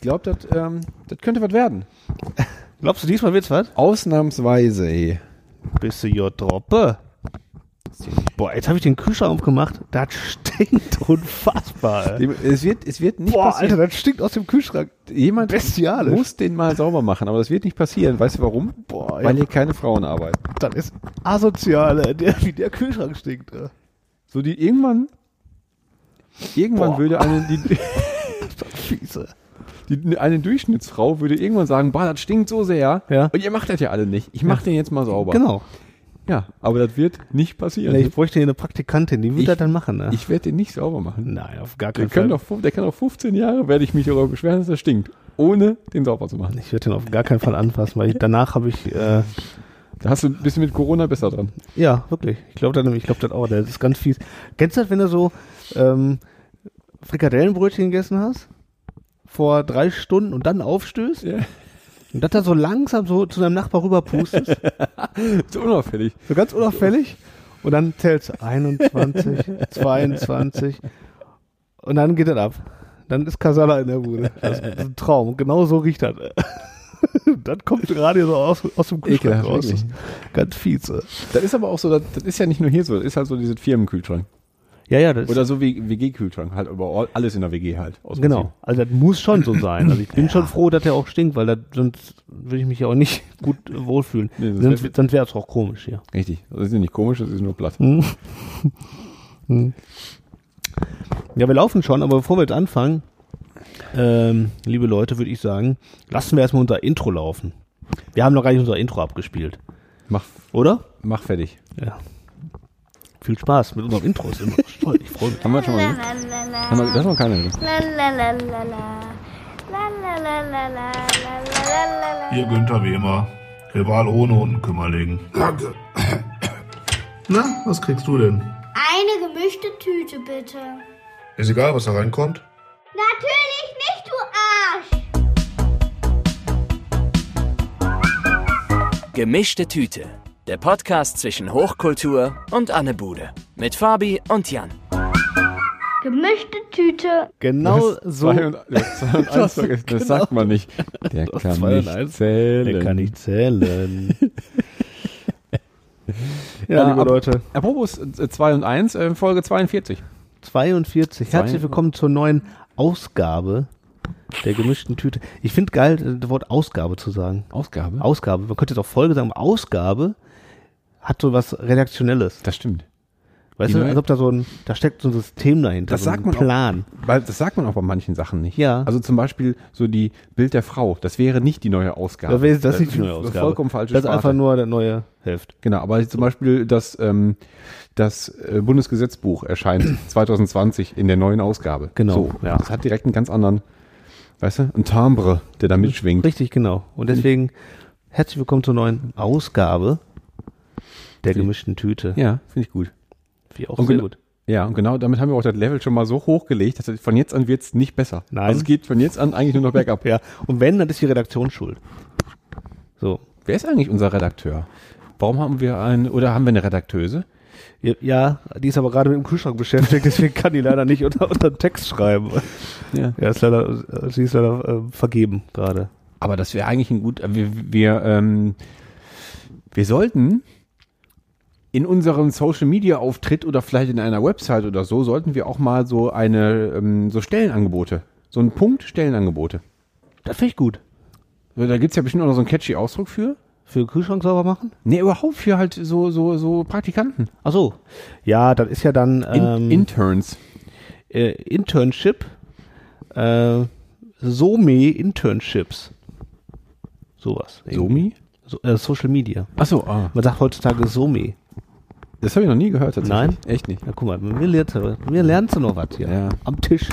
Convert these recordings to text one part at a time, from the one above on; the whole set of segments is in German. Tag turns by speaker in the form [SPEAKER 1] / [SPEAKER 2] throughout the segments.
[SPEAKER 1] glaube, das ähm, das könnte was werden.
[SPEAKER 2] Glaubst du, diesmal wird's was?
[SPEAKER 1] Ausnahmsweise, ey.
[SPEAKER 2] Bist du hier Troppe? Boah, jetzt habe ich den Kühlschrank aufgemacht. Das stinkt unfassbar. ey.
[SPEAKER 1] Dem- Es wird, es wird nicht
[SPEAKER 2] Äh. Boah,
[SPEAKER 1] passieren.
[SPEAKER 2] Alter, das stinkt aus dem Kühlschrank.
[SPEAKER 1] Jemand
[SPEAKER 2] Bestialisch.
[SPEAKER 1] muss den mal sauber machen, aber das wird nicht passieren. Weißt du warum?
[SPEAKER 2] Boah,
[SPEAKER 1] Weil
[SPEAKER 2] ja,
[SPEAKER 1] hier keine Frauen arbeiten.
[SPEAKER 2] das ist asozial, ey, der, wie der Kühlschrank stinkt. ey.
[SPEAKER 1] So, die irgendwann, irgendwann
[SPEAKER 2] Boah.
[SPEAKER 1] würde eine, die,
[SPEAKER 2] Fiese.
[SPEAKER 1] die, eine Durchschnittsfrau würde irgendwann sagen, boah, das stinkt so sehr.
[SPEAKER 2] Ja.
[SPEAKER 1] Und ihr macht das ja alle nicht. Ich mach den jetzt mal sauber.
[SPEAKER 2] Genau.
[SPEAKER 1] Ja, aber das wird nicht passieren.
[SPEAKER 2] Ich bräuchte hier eine Praktikantin, die würde
[SPEAKER 1] Ich-
[SPEAKER 2] das dann machen. Ne?
[SPEAKER 1] Ich werde den nicht sauber machen.
[SPEAKER 2] Nein, auf gar
[SPEAKER 1] Der
[SPEAKER 2] keinen
[SPEAKER 1] kann,
[SPEAKER 2] Fall.
[SPEAKER 1] doch, fün- der kann doch 15 Jahre, werde ich mich darüber beschweren, dass er stinkt. Ohne den sauber zu machen.
[SPEAKER 2] Ich werde den auf gar keinen Fall anfassen, weil ich, danach habe ich, äh,
[SPEAKER 1] Da hast du ein bisschen mit Corona besser dran.
[SPEAKER 2] ja, wirklich. Ich glaube das, ich glaub das auch, das ist ganz fies. Kennst du das, wenn du so ähm, Frikadellenbrötchen gegessen hast? Vor drei Stunden und dann aufstößt?
[SPEAKER 1] Ja.
[SPEAKER 2] Und dass da so langsam so zu deinem Nachbar rüberpustest?
[SPEAKER 1] Ist unauffällig.
[SPEAKER 2] so ganz unauffällig? Und dann zählst du 21, 22 und dann geht das ab. Dann ist Kasala in der Bude. Das ist ein Traum. Und Genau so riecht das. Dann kommt gerade so aus, aus dem Kühlschrank
[SPEAKER 1] Ekelhaft,
[SPEAKER 2] raus.
[SPEAKER 1] wirklich.
[SPEAKER 2] Ganz fies. ey.
[SPEAKER 1] Das ist aber auch so, das, das ist ja nicht nur hier so, das ist halt so dieses Firmenkühlschrank.
[SPEAKER 2] Ja, ja, das
[SPEAKER 1] Oder so wie WG-Kühlschrank, halt überall, alles in der WG halt. aus
[SPEAKER 2] Genau,
[SPEAKER 1] Prinzip.
[SPEAKER 2] also das muss schon so sein. Also ich bin schon froh, dass der auch stinkt, weil das, sonst würde ich mich ja auch nicht gut äh, wohlfühlen.
[SPEAKER 1] Nee, das
[SPEAKER 2] sonst
[SPEAKER 1] wär-
[SPEAKER 2] sonst wäre es auch komisch hier.
[SPEAKER 1] Richtig. Das ist ja nicht komisch, das ist nur platt.
[SPEAKER 2] Hm? Ja, wir laufen schon, aber bevor wir jetzt anfangen, ähm, liebe Leute, würde ich sagen, lassen wir erstmal unser Intro laufen. Wir haben noch gar nicht unser Intro abgespielt,
[SPEAKER 1] Mach,
[SPEAKER 2] oder?
[SPEAKER 1] mach fertig.
[SPEAKER 2] Ja. Viel Spaß mit unserem Intro. Ist immer noch toll. Ich freue mich.
[SPEAKER 1] Haben wir schon mal. ne? Haben wir, das haben wir keine.
[SPEAKER 3] Ihr Günther wie immer. Rival ohne Unkümmerling. Danke. Na, was kriegst du denn?
[SPEAKER 4] Eine gemischte Tüte bitte.
[SPEAKER 3] Ist egal, was da reinkommt.
[SPEAKER 4] Natürlich nicht, du Arsch!
[SPEAKER 5] Gemischte Tüte. Der Podcast zwischen Hochkultur und Anne Bude. Mit Fabi und Jan.
[SPEAKER 4] Gemischte Tüte.
[SPEAKER 2] Genau so.
[SPEAKER 1] Zwei und, ja, zwei und eins,
[SPEAKER 2] Das-
[SPEAKER 1] das
[SPEAKER 2] genau.
[SPEAKER 1] sagt man nicht. Der kann
[SPEAKER 2] zwei und
[SPEAKER 1] nicht
[SPEAKER 2] eins.
[SPEAKER 1] zählen.
[SPEAKER 2] Der kann ich zählen. ja,
[SPEAKER 1] Ja,
[SPEAKER 2] liebe
[SPEAKER 1] ab-
[SPEAKER 2] Leute.
[SPEAKER 1] Apropos 2 und 1, äh, Folge 42.
[SPEAKER 2] 42. Herzlich willkommen zur neuen Ausgabe der gemischten Tüte. Ich finde geil, äh, das Wort Ausgabe zu sagen.
[SPEAKER 1] Ausgabe?
[SPEAKER 2] Ausgabe. Man könnte jetzt auch Folge sagen, aber Ausgabe hat so was Redaktionelles.
[SPEAKER 1] Das stimmt.
[SPEAKER 2] Weißt
[SPEAKER 1] Die
[SPEAKER 2] du,
[SPEAKER 1] neue-
[SPEAKER 2] als ob da so ein, da steckt so ein System dahinter,
[SPEAKER 1] Das
[SPEAKER 2] so
[SPEAKER 1] sagt
[SPEAKER 2] ein
[SPEAKER 1] man auch.
[SPEAKER 2] Plan.
[SPEAKER 1] Weil das sagt man auch bei manchen Sachen nicht.
[SPEAKER 2] Ja.
[SPEAKER 1] Also zum Beispiel so die Bild der Frau. Das wäre nicht die neue Ausgabe.
[SPEAKER 2] Das ist, das ist nicht die neue
[SPEAKER 1] eine
[SPEAKER 2] Ausgabe.
[SPEAKER 1] Vollkommen falsche
[SPEAKER 2] Das ist
[SPEAKER 1] Sparte.
[SPEAKER 2] einfach nur der neue Heft.
[SPEAKER 1] Genau, aber zum Beispiel das, ähm, das äh, Bundesgesetzbuch erscheint 2020 in der neuen Ausgabe.
[SPEAKER 2] Genau,
[SPEAKER 1] So,
[SPEAKER 2] ja.
[SPEAKER 1] Das hat direkt einen ganz anderen, weißt du, einen Timbre, der da mitschwingt.
[SPEAKER 2] Richtig, genau. Und deswegen herzlich willkommen zur neuen Ausgabe der gemischten Tüte.
[SPEAKER 1] Ja, finde ich gut.
[SPEAKER 2] Wie auch
[SPEAKER 1] Und
[SPEAKER 2] sehr
[SPEAKER 1] gena-
[SPEAKER 2] gut.
[SPEAKER 1] Ja, und genau damit haben wir auch das Level schon mal so hochgelegt, dass es von jetzt an wird's nicht besser.
[SPEAKER 2] Nein.
[SPEAKER 1] Also es geht von jetzt an eigentlich nur noch bergab.
[SPEAKER 2] Ja. Und wenn, dann ist die Redaktion schuld. So.
[SPEAKER 1] Wer ist eigentlich unser Redakteur? Warum haben wir einen, oder haben wir eine Redakteuse?
[SPEAKER 2] Ja, Ja, die ist aber gerade mit dem Kühlschrank beschäftigt, deswegen kann die leider nicht unter, unter den Text schreiben.
[SPEAKER 1] Ja.
[SPEAKER 2] Ja, ist leider, sie ist leider äh, vergeben gerade.
[SPEAKER 1] Aber das wäre eigentlich ein gut. äh, Wir, wir, ähm, wir sollten in unserem Social Media Auftritt oder vielleicht in einer Website oder so, sollten wir auch mal so eine, ähm, so Stellenangebote, so einen Punkt Stellenangebote.
[SPEAKER 2] Das finde ich gut.
[SPEAKER 1] So, Da gibt's ja bestimmt auch noch so einen catchy Ausdruck für.
[SPEAKER 2] Für den Kühlschrank sauber machen?
[SPEAKER 1] Nee, überhaupt für halt so, so, so Praktikanten.
[SPEAKER 2] Ach so. Ja, das ist ja dann
[SPEAKER 1] In,
[SPEAKER 2] ähm,
[SPEAKER 1] Interns.
[SPEAKER 2] äh, Internship. Äh, Some Internships. Sowas. irgendwie.
[SPEAKER 1] Somi?
[SPEAKER 2] So, äh, Social Media.
[SPEAKER 1] Achso, ah.
[SPEAKER 2] Man sagt heutzutage Some.
[SPEAKER 1] Das habe ich noch nie gehört tatsächlich.
[SPEAKER 2] Nein?
[SPEAKER 1] Echt nicht.
[SPEAKER 2] Na guck mal, wir lernen, wir lernen so noch was hier.
[SPEAKER 1] Ja.
[SPEAKER 2] Am Tisch.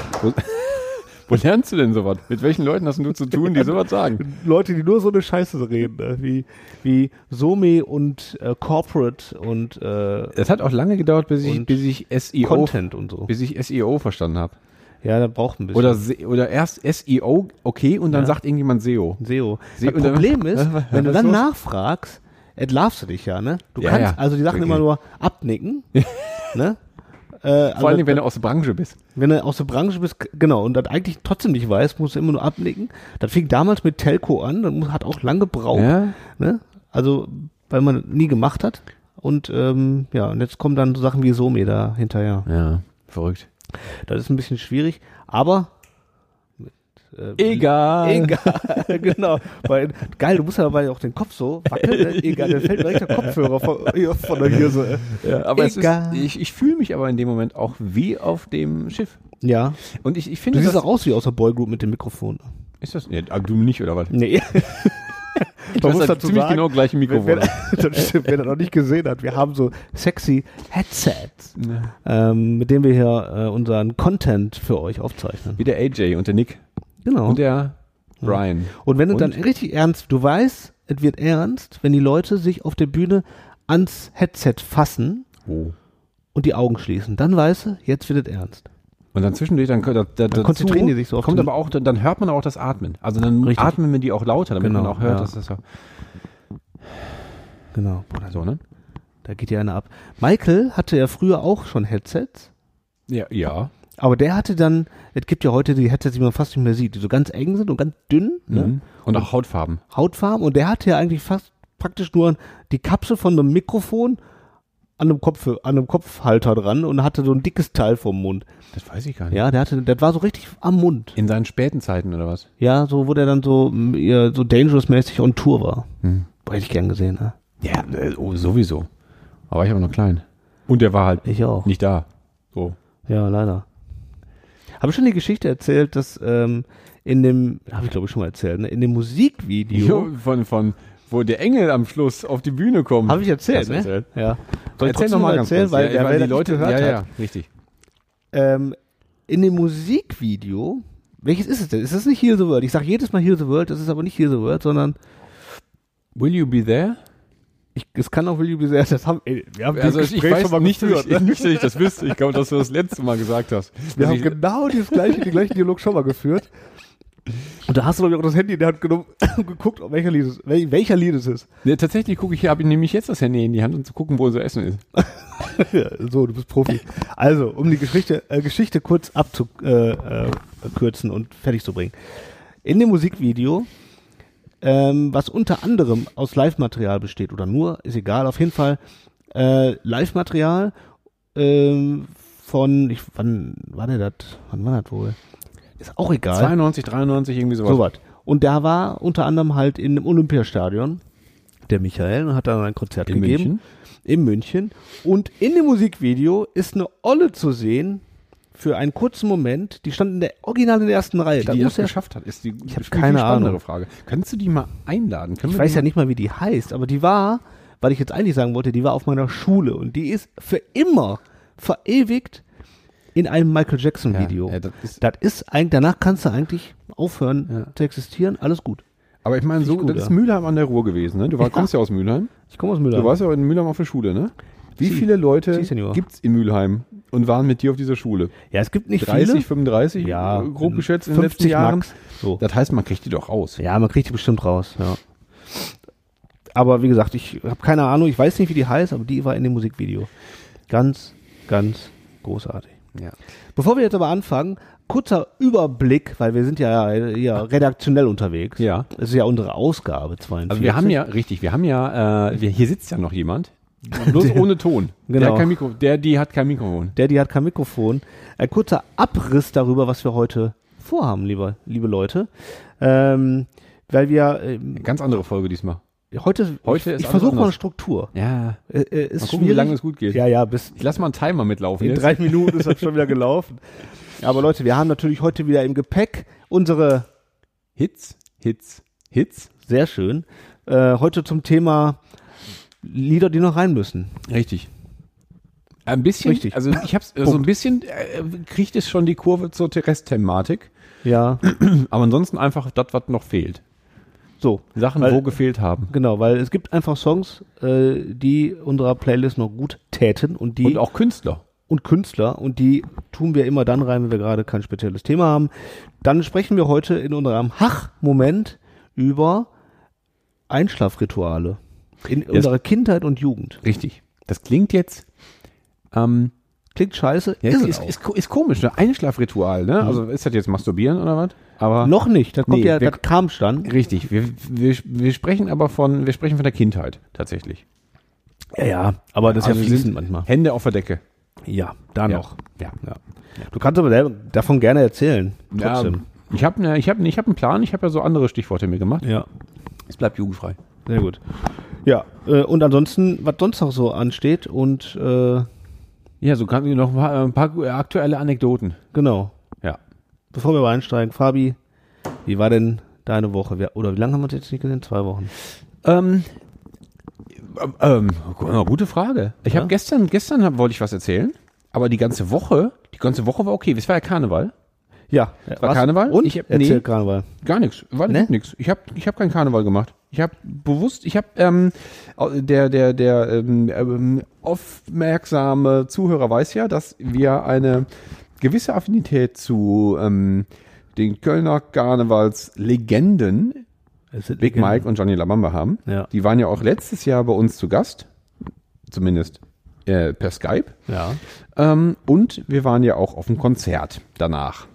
[SPEAKER 1] Wo lernst du denn sowas? Mit welchen Leuten hast denn du zu tun, die sowas sagen?
[SPEAKER 2] Leute, die nur so eine Scheiße reden, ne? wie, wie Some und äh, Corporate und äh,
[SPEAKER 1] Das hat auch lange gedauert, bis ich,
[SPEAKER 2] Und
[SPEAKER 1] bis ich SEO
[SPEAKER 2] Content und so.
[SPEAKER 1] bis ich SEO verstanden habe.
[SPEAKER 2] Ja, das braucht ein bisschen.
[SPEAKER 1] Oder, se- oder erst SEO, okay, und dann sagt irgendjemand E SEO.
[SPEAKER 2] SEO.
[SPEAKER 1] Se-
[SPEAKER 2] das
[SPEAKER 1] und dann-
[SPEAKER 2] Problem ist,
[SPEAKER 1] Was-
[SPEAKER 2] wenn du
[SPEAKER 1] was
[SPEAKER 2] dann
[SPEAKER 1] los?
[SPEAKER 2] nachfragst, entlarvst du dich ja, ne? Du
[SPEAKER 1] Ja,
[SPEAKER 2] kannst
[SPEAKER 1] ja.
[SPEAKER 2] also die Sachen
[SPEAKER 1] Okay.
[SPEAKER 2] immer nur abnicken, ne? Äh, also,
[SPEAKER 1] Vor allem, wenn du aus der Branche bist.
[SPEAKER 2] wenn du aus der Branche bist, k- genau, und das eigentlich trotzdem nicht weißt, musst du immer nur abnicken. Das fing damals mit Telco an, das mu- hat auch lang gebraucht.
[SPEAKER 1] Ja.
[SPEAKER 2] Ne? Also, weil man das nie gemacht hat. Und ähm, ja, und jetzt kommen dann so Sachen wie Somi da hinterher.
[SPEAKER 1] Ja, verrückt.
[SPEAKER 2] Das ist ein bisschen schwierig, aber äh,
[SPEAKER 1] Egal.
[SPEAKER 2] egal, genau. Weil, geil, du musst ja dabei auch den Kopf so wackeln, ne? egal, dann fällt mir direkt der Kopfhörer von, hier, von der Hirse. äh.
[SPEAKER 1] Ja, aber
[SPEAKER 2] Egal.
[SPEAKER 1] Es ist, ich, ich fühle mich aber in dem Moment auch wie auf dem Schiff.
[SPEAKER 2] Ja.
[SPEAKER 1] Und ich, ich
[SPEAKER 2] Du
[SPEAKER 1] finde,
[SPEAKER 2] siehst
[SPEAKER 1] das,
[SPEAKER 2] auch aus wie aus der Boygroup mit dem Mikrofon.
[SPEAKER 1] ist das, nee, aber du nicht, oder was?
[SPEAKER 2] Nee.
[SPEAKER 1] Ich
[SPEAKER 2] muss dazu
[SPEAKER 1] ziemlich
[SPEAKER 2] sagen,
[SPEAKER 1] genau gleiche
[SPEAKER 2] Wer,
[SPEAKER 1] Mikrofon.
[SPEAKER 2] wer, das stimmt, wer das noch nicht gesehen hat, wir haben so sexy Headsets, ähm, mit denen wir hier äh, unseren Content für euch aufzeichnen.
[SPEAKER 1] wie der AJ und der Nick
[SPEAKER 2] Genau.
[SPEAKER 1] und der Brian.
[SPEAKER 2] Und wenn du
[SPEAKER 1] Und?
[SPEAKER 2] dann richtig ernst, du weißt, es wird ernst, wenn die Leute sich auf der Bühne ans Headset fassen
[SPEAKER 1] Oh.
[SPEAKER 2] und die Augen schließen, dann weißt du, jetzt wird es ernst.
[SPEAKER 1] Und dann zwischendurch, dann, da, da, dazu
[SPEAKER 2] konzentrieren die sich so auf
[SPEAKER 1] kommt
[SPEAKER 2] den-
[SPEAKER 1] aber auch, dann, dann hört man aber auch das Atmen. Also dann
[SPEAKER 2] Richtig.
[SPEAKER 1] atmen wir die auch lauter, damit
[SPEAKER 2] Genau,
[SPEAKER 1] man auch hört,
[SPEAKER 2] ja.
[SPEAKER 1] dass das so,
[SPEAKER 2] Genau. Boah, da-
[SPEAKER 1] so ne?
[SPEAKER 2] Da geht ja einer ab. Michael hatte ja früher auch schon Headsets,
[SPEAKER 1] Ja, ja.
[SPEAKER 2] aber der hatte dann, es gibt ja heute die Headsets, die man fast nicht mehr sieht, die so ganz eng sind und ganz dünn, ne?
[SPEAKER 1] Mhm. Und auch Hautfarben.
[SPEAKER 2] Hautfarben und der hatte ja eigentlich fast praktisch nur die Kapsel von einem Mikrofon an einem, Kopf, an einem Kopfhalter dran und hatte so ein dickes Teil vom Mund.
[SPEAKER 1] Das weiß ich gar nicht.
[SPEAKER 2] Ja, der hatte, das war so richtig am Mund.
[SPEAKER 1] In seinen späten Zeiten oder was?
[SPEAKER 2] Ja, so wo der dann so, mm, ja, so dangerous-mäßig on Tour war.
[SPEAKER 1] Hm.
[SPEAKER 2] Boah, hätte ich gern gesehen, ne?
[SPEAKER 1] Ja, äh, oh, sowieso. Aber ich war noch klein. Und der war halt
[SPEAKER 2] Ich auch.
[SPEAKER 1] nicht da. So.
[SPEAKER 2] Ja, leider. Habe ich schon die Geschichte erzählt, dass ähm, in dem, habe ich glaube ich schon mal erzählt, ne? in dem Musikvideo.
[SPEAKER 1] Jo, von, von, wo der Engel am Schluss auf die Bühne kommt.
[SPEAKER 2] Habe ich erzählt,
[SPEAKER 1] Hast du
[SPEAKER 2] ne?
[SPEAKER 1] erzählt?
[SPEAKER 2] Ja. Soll
[SPEAKER 1] Erzähl
[SPEAKER 2] ich trotzdem
[SPEAKER 1] nochmal
[SPEAKER 2] mal
[SPEAKER 1] ganz
[SPEAKER 2] erzählen,
[SPEAKER 1] kurz.
[SPEAKER 2] weil,
[SPEAKER 1] ja,
[SPEAKER 2] wer-
[SPEAKER 1] weil
[SPEAKER 2] wer
[SPEAKER 1] die
[SPEAKER 2] das nicht
[SPEAKER 1] Leute,
[SPEAKER 2] gehört
[SPEAKER 1] ja,
[SPEAKER 2] hat.
[SPEAKER 1] ja, richtig.
[SPEAKER 2] ähm, in dem Musikvideo, welches ist es denn? Ist es nicht Heal the World? Ich sage jedes Mal Heal the World, das ist aber nicht Heal the World, sondern
[SPEAKER 1] Will you be there?
[SPEAKER 2] ich, es kann auch Will You Be There, das haben, ey, wir haben
[SPEAKER 1] Also
[SPEAKER 2] dieses
[SPEAKER 1] ich
[SPEAKER 2] Gespräch
[SPEAKER 1] weiß
[SPEAKER 2] schon mal
[SPEAKER 1] nicht,
[SPEAKER 2] geführt.
[SPEAKER 1] dass ich,
[SPEAKER 2] ne?
[SPEAKER 1] nicht, dass ich das wüsste. Ich glaube, dass du das letzte Mal gesagt hast.
[SPEAKER 2] Wir
[SPEAKER 1] Dass
[SPEAKER 2] haben
[SPEAKER 1] ich-
[SPEAKER 2] genau dieses gleiche, den gleichen Dialog schon mal geführt. Und da hast du, glaube ich, auch das Handy in der Hand genommen und geguckt, ob welcher Lied es ist. Wel welcher Lied es ist.
[SPEAKER 1] ne, tatsächlich gucke ich, habe ich nämlich jetzt das Handy in die Hand, um zu gucken, wo unser Essen ist.
[SPEAKER 2] so, du bist Profi. Also, um die Geschichte, äh, Geschichte kurz abzukürzen äh, kürzen und fertig zu bringen. In dem Musikvideo, ähm, was unter anderem aus Live-Material besteht oder nur, ist egal, auf jeden Fall äh, Live-Material ähm, von, ich, wann war der das? Wann war das wohl? Ist auch egal.
[SPEAKER 1] 92, 93, irgendwie sowas.
[SPEAKER 2] So was. Und da war unter anderem halt in dem Olympiastadion der Michael und hat dann ein Konzert
[SPEAKER 1] In
[SPEAKER 2] gegeben.
[SPEAKER 1] München?
[SPEAKER 2] In München. Und in dem Musikvideo ist eine Olle zu sehen für einen kurzen Moment. Die stand in der original in der ersten Reihe. Da
[SPEAKER 1] die
[SPEAKER 2] muss
[SPEAKER 1] das
[SPEAKER 2] er,
[SPEAKER 1] geschafft hat, ist die ich
[SPEAKER 2] hab keine
[SPEAKER 1] spannendere
[SPEAKER 2] Ahnung.
[SPEAKER 1] Frage. Kannst du die mal einladen? Können
[SPEAKER 2] ich
[SPEAKER 1] wir
[SPEAKER 2] weiß
[SPEAKER 1] die
[SPEAKER 2] ja nicht mal, wie die heißt, aber die war, weil ich jetzt eigentlich sagen wollte, die war auf meiner Schule und die ist für immer verewigt in einem Michael Jackson
[SPEAKER 1] Ja,
[SPEAKER 2] Video.
[SPEAKER 1] ja, das ist-
[SPEAKER 2] das ist eigentlich, danach kannst du eigentlich aufhören zu existieren, alles gut.
[SPEAKER 1] Aber ich meine, so,
[SPEAKER 2] Finde ich gut,
[SPEAKER 1] das ist
[SPEAKER 2] ja.
[SPEAKER 1] Mülheim an der Ruhr gewesen, ne? Du war, kommst ja aus Mülheim.
[SPEAKER 2] Ich komme aus Müller.
[SPEAKER 1] Du warst ja auch in Mülheim auf der Schule, ne? Wie viele Leute
[SPEAKER 2] Sie, Senior.
[SPEAKER 1] gibt's in Mülheim und waren mit dir auf dieser Schule?
[SPEAKER 2] Ja, es gibt nicht
[SPEAKER 1] 30,
[SPEAKER 2] viele.
[SPEAKER 1] 35,
[SPEAKER 2] Ja,
[SPEAKER 1] äh, grob geschätzt in den
[SPEAKER 2] 50
[SPEAKER 1] letzten Jahren.
[SPEAKER 2] Max. So.
[SPEAKER 1] Das heißt, man kriegt die doch raus.
[SPEAKER 2] Ja, man kriegt die bestimmt raus, ja. Aber wie gesagt, ich habe keine Ahnung, ich weiß nicht, wie die heißt, aber die war in dem Musikvideo. Ganz, ganz großartig.
[SPEAKER 1] Ja.
[SPEAKER 2] Bevor wir jetzt aber anfangen, kurzer Überblick, weil wir sind ja, ja redaktionell unterwegs.
[SPEAKER 1] Ja.
[SPEAKER 2] Das ist ja unsere Ausgabe 42.
[SPEAKER 1] Also wir haben ja, richtig, wir haben ja, äh, wir, hier sitzt ja noch jemand, bloß ohne Ton. Der,
[SPEAKER 2] Genau.
[SPEAKER 1] hat kein Mikro, der, die hat kein Mikrofon.
[SPEAKER 2] Der, die hat kein Mikrofon. Ein kurzer Abriss darüber, was wir heute vorhaben, lieber, liebe Leute. Ähm, weil wir ähm,
[SPEAKER 1] Ganz andere Folge diesmal.
[SPEAKER 2] Heute,
[SPEAKER 1] Heute
[SPEAKER 2] ich,
[SPEAKER 1] ist
[SPEAKER 2] ich versuche
[SPEAKER 1] alles
[SPEAKER 2] mal eine
[SPEAKER 1] anders.
[SPEAKER 2] Struktur.
[SPEAKER 1] Ja.
[SPEAKER 2] Äh, äh, ist
[SPEAKER 1] Mal gucken, wie
[SPEAKER 2] schwierig.
[SPEAKER 1] lange es gut geht.
[SPEAKER 2] Ja, ja, bis
[SPEAKER 1] Ich lass mal einen Timer mitlaufen.
[SPEAKER 2] in
[SPEAKER 1] jetzt.
[SPEAKER 2] drei Minuten ist das schon wieder gelaufen. Aber Leute, wir haben natürlich heute wieder im Gepäck unsere,
[SPEAKER 1] Hits, Hits, Hits.
[SPEAKER 2] sehr schön, äh, heute zum Thema Lieder, die noch rein müssen.
[SPEAKER 1] Richtig. Ein bisschen,
[SPEAKER 2] Richtig.
[SPEAKER 1] also ich hab's, so ein bisschen äh, kriegt es schon die Kurve zur Restthematik,
[SPEAKER 2] Ja,
[SPEAKER 1] aber ansonsten einfach das, was noch fehlt.
[SPEAKER 2] so,
[SPEAKER 1] Sachen,
[SPEAKER 2] Weil-
[SPEAKER 1] wo gefehlt haben.
[SPEAKER 2] genau, weil es gibt einfach Songs, äh, die unserer Playlist noch gut täten und die
[SPEAKER 1] Und auch Künstler.
[SPEAKER 2] und Künstler und die tun wir immer dann rein, wenn wir gerade kein spezielles Thema haben. Dann sprechen wir heute in unserem Hach-Moment über Einschlafrituale in unserer Kindheit und Jugend.
[SPEAKER 1] Richtig. Das klingt jetzt ähm,
[SPEAKER 2] Klingt scheiße,
[SPEAKER 1] Ja,
[SPEAKER 2] ist,
[SPEAKER 1] ist,
[SPEAKER 2] es
[SPEAKER 1] ist,
[SPEAKER 2] auch.
[SPEAKER 1] ist, ko- ist komisch, ne? Einschlafritual, ne? Also ist das jetzt Masturbieren oder was? Aber
[SPEAKER 2] Noch nicht, das kommt
[SPEAKER 1] Nee,
[SPEAKER 2] ja,
[SPEAKER 1] wir-
[SPEAKER 2] das kam dann.
[SPEAKER 1] richtig. Wir, wir, wir sprechen aber von, wir sprechen von der Kindheit tatsächlich.
[SPEAKER 2] Ja, ja, aber das
[SPEAKER 1] Also
[SPEAKER 2] ist ja
[SPEAKER 1] sind
[SPEAKER 2] fließend manchmal.
[SPEAKER 1] Hände auf der Decke.
[SPEAKER 2] Ja, da
[SPEAKER 1] Ja.
[SPEAKER 2] noch.
[SPEAKER 1] Ja.
[SPEAKER 2] Ja. Du kannst aber da- davon gerne erzählen.
[SPEAKER 1] Ja,
[SPEAKER 2] Trotzdem.
[SPEAKER 1] ich habe ne, ich hab, ich hab einen Plan, ich habe ja so andere Stichworte mir gemacht.
[SPEAKER 2] Ja,
[SPEAKER 1] Es bleibt jugendfrei.
[SPEAKER 2] sehr gut. Ja, äh, und ansonsten, was sonst noch so ansteht und äh,
[SPEAKER 1] Ja, so kann ich noch ein paar- ein paar aktuelle Anekdoten.
[SPEAKER 2] genau,
[SPEAKER 1] Ja.
[SPEAKER 2] bevor wir aber einsteigen, Fabi, wie war denn deine Woche? Wir- Oder wie lange haben wir uns jetzt nicht gesehen? Zwei Wochen.
[SPEAKER 1] Ähm, ähm, gu- gute Frage. Ich
[SPEAKER 2] Ja?
[SPEAKER 1] habe gestern, gestern hab, wollte ich was erzählen, aber die ganze Woche, die ganze Woche war okay. Es war ja Karneval.
[SPEAKER 2] Ja,
[SPEAKER 1] war
[SPEAKER 2] Äh, was?
[SPEAKER 1] Karneval?
[SPEAKER 2] Und?
[SPEAKER 1] Ich hab-
[SPEAKER 2] Erzähl
[SPEAKER 1] nee.
[SPEAKER 2] Karneval.
[SPEAKER 1] Gar nichts. War
[SPEAKER 2] Ne?
[SPEAKER 1] nichts. Ich habe ich hab keinen Karneval gemacht. Ich habe bewusst, ich habe ähm, au- der der der ähm, ähm, aufmerksame Zuhörer weiß ja, dass wir eine gewisse Affinität zu ähm, den Kölner Karnevalslegenden Big Mike und Johnny Labamba haben.
[SPEAKER 2] Ja.
[SPEAKER 1] Die waren ja auch letztes Jahr bei uns zu Gast, zumindest äh, per Skype.
[SPEAKER 2] Ja.
[SPEAKER 1] Ähm, und wir waren ja auch auf dem Konzert danach.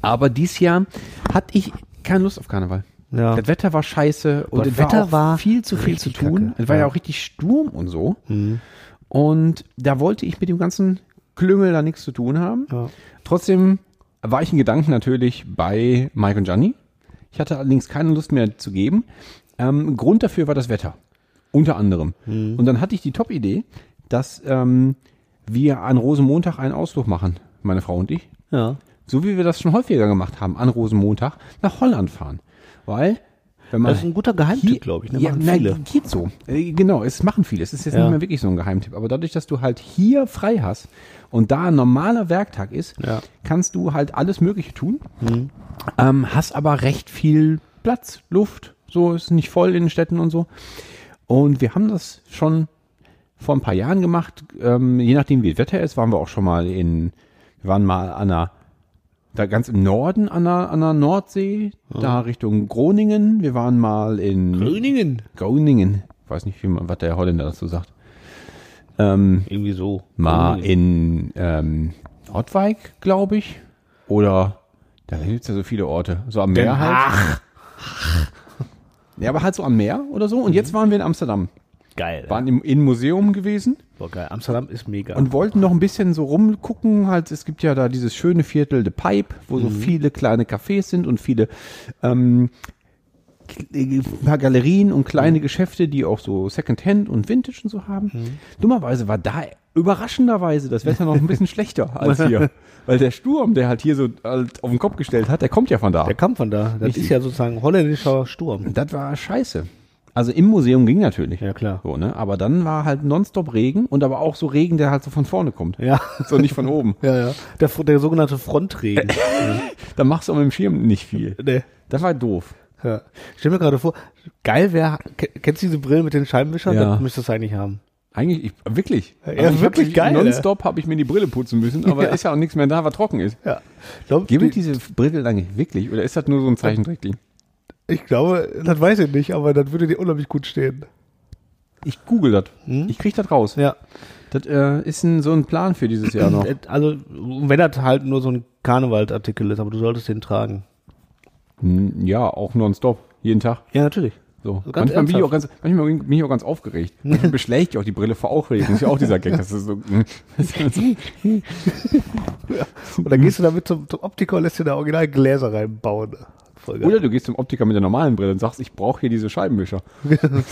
[SPEAKER 1] Aber dies Jahr hatte ich keine Lust auf Karneval.
[SPEAKER 2] Ja.
[SPEAKER 1] Das Wetter war scheiße und
[SPEAKER 2] Das
[SPEAKER 1] es
[SPEAKER 2] Wetter
[SPEAKER 1] auch
[SPEAKER 2] war
[SPEAKER 1] viel zu viel zu
[SPEAKER 2] richtig
[SPEAKER 1] tun.
[SPEAKER 2] kacke.
[SPEAKER 1] Es war ja.
[SPEAKER 2] Ja. Mhm.
[SPEAKER 1] auch richtig Sturm und so. Und da wollte ich mit dem ganzen Klüngel da nichts zu tun haben.
[SPEAKER 2] Ja.
[SPEAKER 1] Trotzdem war ich in Gedanken natürlich bei Mike und Gianni. Ich hatte allerdings keine Lust mehr zu geben. Ähm, Grund dafür war das Wetter. Unter anderem.
[SPEAKER 2] Mhm.
[SPEAKER 1] Und dann hatte ich die Top-Idee, dass ähm, wir an Rosenmontag einen Ausflug machen, meine Frau und ich.
[SPEAKER 2] Ja.
[SPEAKER 1] So wie wir das schon häufiger gemacht haben, an Rosenmontag nach Holland fahren. Weil, wenn man.
[SPEAKER 2] Das ist ein guter Geheimtipp, glaube ich. Ne?
[SPEAKER 1] Ja,
[SPEAKER 2] Machen
[SPEAKER 1] nein,
[SPEAKER 2] viele.
[SPEAKER 1] geht so. Äh, Genau, es machen viele. Es ist jetzt
[SPEAKER 2] Ja.
[SPEAKER 1] nicht mehr wirklich so ein Geheimtipp. Aber dadurch, dass du halt hier frei hast und da ein normaler Werktag ist,
[SPEAKER 2] Ja.
[SPEAKER 1] kannst du halt alles Mögliche tun. Ähm, hast aber recht viel Platz, Luft. So ist nicht voll in den Städten und so. Und wir haben das schon vor ein paar Jahren gemacht. Ähm, je nachdem, wie das Wetter ist, waren wir auch schon mal in, wir waren mal an einer, da ganz im Norden an der, an der Nordsee, da Richtung Groningen. Wir waren mal in
[SPEAKER 2] Grüningen.
[SPEAKER 1] Groningen. Ich weiß nicht, wie man, was der Holländer dazu sagt. Ähm,
[SPEAKER 2] Irgendwie so.
[SPEAKER 1] mal
[SPEAKER 2] Grüningen.
[SPEAKER 1] in ähm, Ortwijk, glaube ich. Oder da gibt es ja so viele Orte. So am Meer halt.
[SPEAKER 2] Ach,
[SPEAKER 1] Ja, aber halt so am Meer oder so. Und jetzt waren wir in Amsterdam.
[SPEAKER 2] geil.
[SPEAKER 1] Waren im, im Museum gewesen
[SPEAKER 2] Boah, geil. Amsterdam ist mega.
[SPEAKER 1] und wollten noch ein bisschen so rumgucken. Halt, es gibt ja da dieses schöne Viertel The Pipe, wo
[SPEAKER 2] Mhm.
[SPEAKER 1] so viele kleine Cafés sind und viele ähm, k- äh, paar Galerien und
[SPEAKER 2] Mhm.
[SPEAKER 1] kleine Geschäfte, die auch so Secondhand und Vintage und so haben.
[SPEAKER 2] Mhm.
[SPEAKER 1] Dummerweise war da überraschenderweise das Wetter noch ein bisschen schlechter als hier. Weil der Sturm, der halt hier so halt auf den Kopf gestellt hat, der kommt ja von da.
[SPEAKER 2] der Kampf von da, das
[SPEAKER 1] Richtig.
[SPEAKER 2] ist ja sozusagen holländischer Sturm.
[SPEAKER 1] Das war scheiße. Also im Museum ging natürlich.
[SPEAKER 2] Ja, klar.
[SPEAKER 1] So, ne? Aber dann war halt nonstop Regen und aber auch so Regen, der halt so von vorne kommt.
[SPEAKER 2] Ja.
[SPEAKER 1] So nicht von oben.
[SPEAKER 2] Ja, ja. Der, Fr- der sogenannte Frontregen.
[SPEAKER 1] Da machst du mit dem Schirm nicht viel.
[SPEAKER 2] nee.
[SPEAKER 1] Das war doof.
[SPEAKER 2] ja. Ich stell mir gerade vor, geil wäre, kennst du diese Brille mit den Scheibenwischern?
[SPEAKER 1] Ja.
[SPEAKER 2] Das müsstest du eigentlich haben.
[SPEAKER 1] Eigentlich, ich, wirklich. Also
[SPEAKER 2] Ja,
[SPEAKER 1] ich hab
[SPEAKER 2] wirklich
[SPEAKER 1] mich-
[SPEAKER 2] geil,
[SPEAKER 1] Nonstop habe ich mir die Brille putzen müssen, aber
[SPEAKER 2] Ja.
[SPEAKER 1] ist ja auch nichts mehr da, was trocken ist.
[SPEAKER 2] Ja. Ich glaub,
[SPEAKER 1] Gibt es
[SPEAKER 2] die-
[SPEAKER 1] diese Brille lange wirklich oder ist das nur so ein Zeichentrickling?
[SPEAKER 2] ich glaube, das weiß ich nicht, aber das würde dir unheimlich gut stehen.
[SPEAKER 1] Ich google das. Ich krieg das raus.
[SPEAKER 2] Ja.
[SPEAKER 1] Das äh, ist ein, so ein Plan für dieses Jahr noch.
[SPEAKER 2] Äh, Also, wenn das halt nur so ein Karnevalsartikel ist, aber du solltest den tragen.
[SPEAKER 1] Hm, ja, auch nonstop. Jeden Tag.
[SPEAKER 2] Ja, natürlich.
[SPEAKER 1] So.
[SPEAKER 2] Also ganz
[SPEAKER 1] manchmal, bin ich auch ganz,
[SPEAKER 2] ernsthaft.
[SPEAKER 1] manchmal bin ich auch ganz aufgeregt. Manchmal beschlägt ich auch die Brille vor Aufregung. Ist ja auch dieser Gag. Das ist so, hm.
[SPEAKER 2] Oder gehst du damit zum, zum Optiker und lässt dir da original Gläser reinbauen. Voll geil.
[SPEAKER 1] oder du gehst zum Optiker mit der normalen Brille und sagst, ich brauche hier diese Scheibenwischer.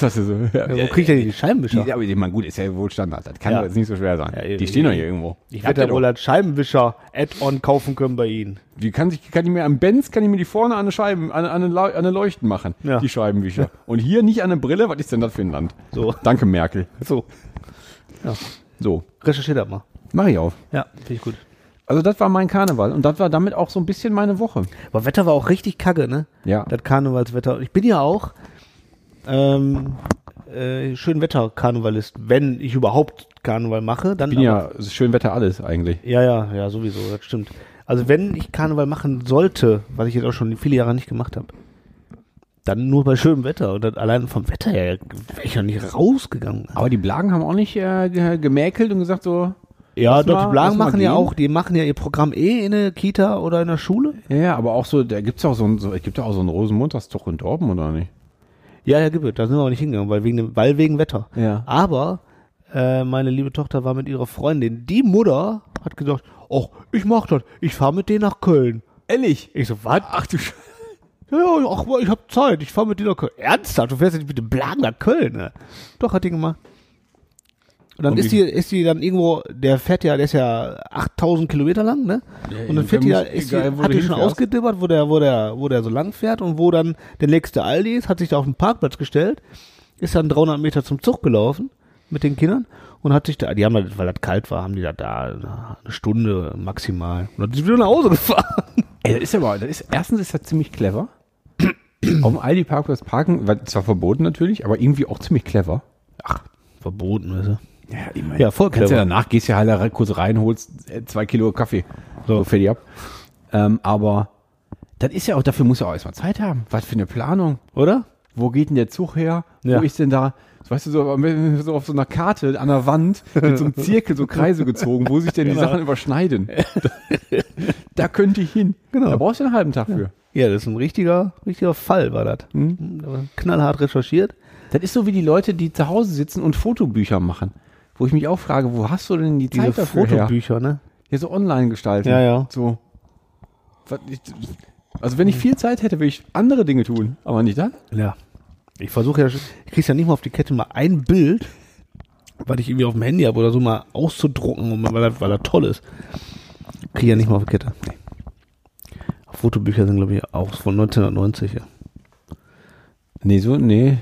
[SPEAKER 1] Das ist so, ja,
[SPEAKER 2] ja, wo krieg ich denn die Scheibenwischer?
[SPEAKER 1] Die, aber ich meine, gut, ist ja wohl Standard. Das kann
[SPEAKER 2] Ja.
[SPEAKER 1] doch jetzt nicht so schwer sein.
[SPEAKER 2] Ja,
[SPEAKER 1] die
[SPEAKER 2] irgendwie.
[SPEAKER 1] stehen doch hier irgendwo.
[SPEAKER 2] ich
[SPEAKER 1] Habt
[SPEAKER 2] werde
[SPEAKER 1] ihr
[SPEAKER 2] ja
[SPEAKER 1] doch.
[SPEAKER 2] wohl ein Scheibenwischer-Add-on kaufen können bei Ihnen.
[SPEAKER 1] Wie kann ich, kann ich mir am Benz, kann ich mir die vorne an eine Scheiben, an, an, eine, Leu- an eine Leuchten machen,
[SPEAKER 2] Ja.
[SPEAKER 1] die Scheibenwischer. Und hier nicht an eine Brille, was ist denn das für ein Land?
[SPEAKER 2] So.
[SPEAKER 1] Danke, Merkel.
[SPEAKER 2] So. Ja.
[SPEAKER 1] So,
[SPEAKER 2] Recherchiert das mal.
[SPEAKER 1] mach ich auf.
[SPEAKER 2] Ja, finde ich gut.
[SPEAKER 1] Also das war mein Karneval und das war damit auch so ein bisschen meine Woche.
[SPEAKER 2] Aber Wetter war auch richtig kacke, ne?
[SPEAKER 1] Ja.
[SPEAKER 2] Das Karnevalswetter. Ich bin ja auch ähm, äh, schön Wetter-Karnevalist. Wenn ich überhaupt Karneval mache, dann
[SPEAKER 1] Bin ja es ist schön Wetter alles eigentlich.
[SPEAKER 2] Ja, ja, ja, sowieso, das stimmt. Also wenn ich Karneval machen sollte, was ich jetzt auch schon viele Jahre nicht gemacht habe, dann nur bei schönem Wetter. Und dann allein vom Wetter her wäre ich noch nicht rausgegangen.
[SPEAKER 1] Aber die Blagen haben auch nicht äh, ge- gemäkelt und gesagt so,
[SPEAKER 2] Ja,
[SPEAKER 1] Lass mal-
[SPEAKER 2] Dr.
[SPEAKER 1] lass
[SPEAKER 2] Blanc
[SPEAKER 1] mal
[SPEAKER 2] machen ja
[SPEAKER 1] gehen.
[SPEAKER 2] auch, die machen ja ihr Programm eh in der Kita oder in der Schule.
[SPEAKER 1] Ja, aber auch so, da gibt's ja auch so ein, so, es gibt ja auch so einen Rosenmontagstoch in Dortmund, oder nicht?
[SPEAKER 2] Ja, ja, gibt es. Da sind wir aber nicht hingegangen, weil wegen, dem, weil wegen Wetter.
[SPEAKER 1] Ja.
[SPEAKER 2] Aber äh, meine liebe Tochter war mit ihrer Freundin. Die Mutter hat gesagt, ach, ich mach das. Ich fahre mit denen nach Köln.
[SPEAKER 1] Ehrlich?
[SPEAKER 2] Ich so, was?
[SPEAKER 1] Ach du Scheiße.
[SPEAKER 2] Ja, ja, ach, ich hab Zeit. Ich fahre mit denen nach Köln. Ernsthaft? Du fährst jetzt mit dem Blagen nach Köln? Ne? Doch, hat die gemacht. Und dann
[SPEAKER 1] Und
[SPEAKER 2] ist
[SPEAKER 1] wie-
[SPEAKER 2] die, ist die dann irgendwo, der fährt ja, der ist ja 8000 Kilometer lang, ne? und dann
[SPEAKER 1] eben,
[SPEAKER 2] fährt die,
[SPEAKER 1] wenn
[SPEAKER 2] da,
[SPEAKER 1] mich-
[SPEAKER 2] ist
[SPEAKER 1] egal,
[SPEAKER 2] die
[SPEAKER 1] wo
[SPEAKER 2] hat
[SPEAKER 1] du
[SPEAKER 2] die schon
[SPEAKER 1] hinfährst.
[SPEAKER 2] ausgedippert, wo der, wo der, wo der so lang fährt und wo dann der nächste Aldi ist, hat sich da auf den Parkplatz gestellt, ist dann 300 Meter zum Zug gelaufen mit den Kindern und hat sich da, die haben halt, weil das kalt war, haben die da, da eine Stunde maximal. Und dann sind sie wieder nach Hause gefahren.
[SPEAKER 1] Ey, das ist aber, das ist, erstens ist das ziemlich clever. Auf dem Aldi-Parkplatz parken, weil zwar verboten natürlich, aber irgendwie auch ziemlich clever.
[SPEAKER 2] Verboten ist er.
[SPEAKER 1] Ja, ich meine,
[SPEAKER 2] Ja, voll
[SPEAKER 1] kannst ja
[SPEAKER 2] clever.
[SPEAKER 1] danach, gehst ja halt da kurz rein, holst äh, zwei Kilo Kaffee. So, fertig ab. Ähm, aber das ist ja auch, dafür muss ja auch erstmal Zeit haben. Was für eine Planung.
[SPEAKER 2] Oder?
[SPEAKER 1] Wo geht denn der Zug her?
[SPEAKER 2] Ja.
[SPEAKER 1] Wo ist denn da, so, weißt du, so, am- so auf so einer Karte an der Wand mit so einem Zirkel so Kreise gezogen, wo sich denn
[SPEAKER 2] Genau.
[SPEAKER 1] die Sachen überschneiden. Da, da könnte ich hin.
[SPEAKER 2] Genau.
[SPEAKER 1] Da brauchst du einen halben Tag für.
[SPEAKER 2] Ja, das ist ein richtiger, richtiger Fall, war das.
[SPEAKER 1] Hm?
[SPEAKER 2] Aber Knallhart recherchiert.
[SPEAKER 1] Das ist so wie die Leute, die zu Hause sitzen und Fotobücher machen. Wo ich mich auch frage, wo hast du denn die
[SPEAKER 2] Diese
[SPEAKER 1] Zeit dafür her?
[SPEAKER 2] Fotobücher, ne?
[SPEAKER 1] Ja, so online gestalten.
[SPEAKER 2] Ja, ja.
[SPEAKER 1] So. Was ich- Also wenn ich viel Zeit hätte, würde ich andere Dinge tun, aber nicht dann.
[SPEAKER 2] Ja. Ich versuche ja, schon- ich krieg's ja nicht mal auf die Kette, mal ein Bild, was ich irgendwie auf dem Handy habe oder so, mal auszudrucken, um- weil er, weil er toll ist. Krieg ja nicht mal auf die Kette. Fotobücher sind, glaube ich, auch von 1990. Ja.
[SPEAKER 1] Nee, so, nee.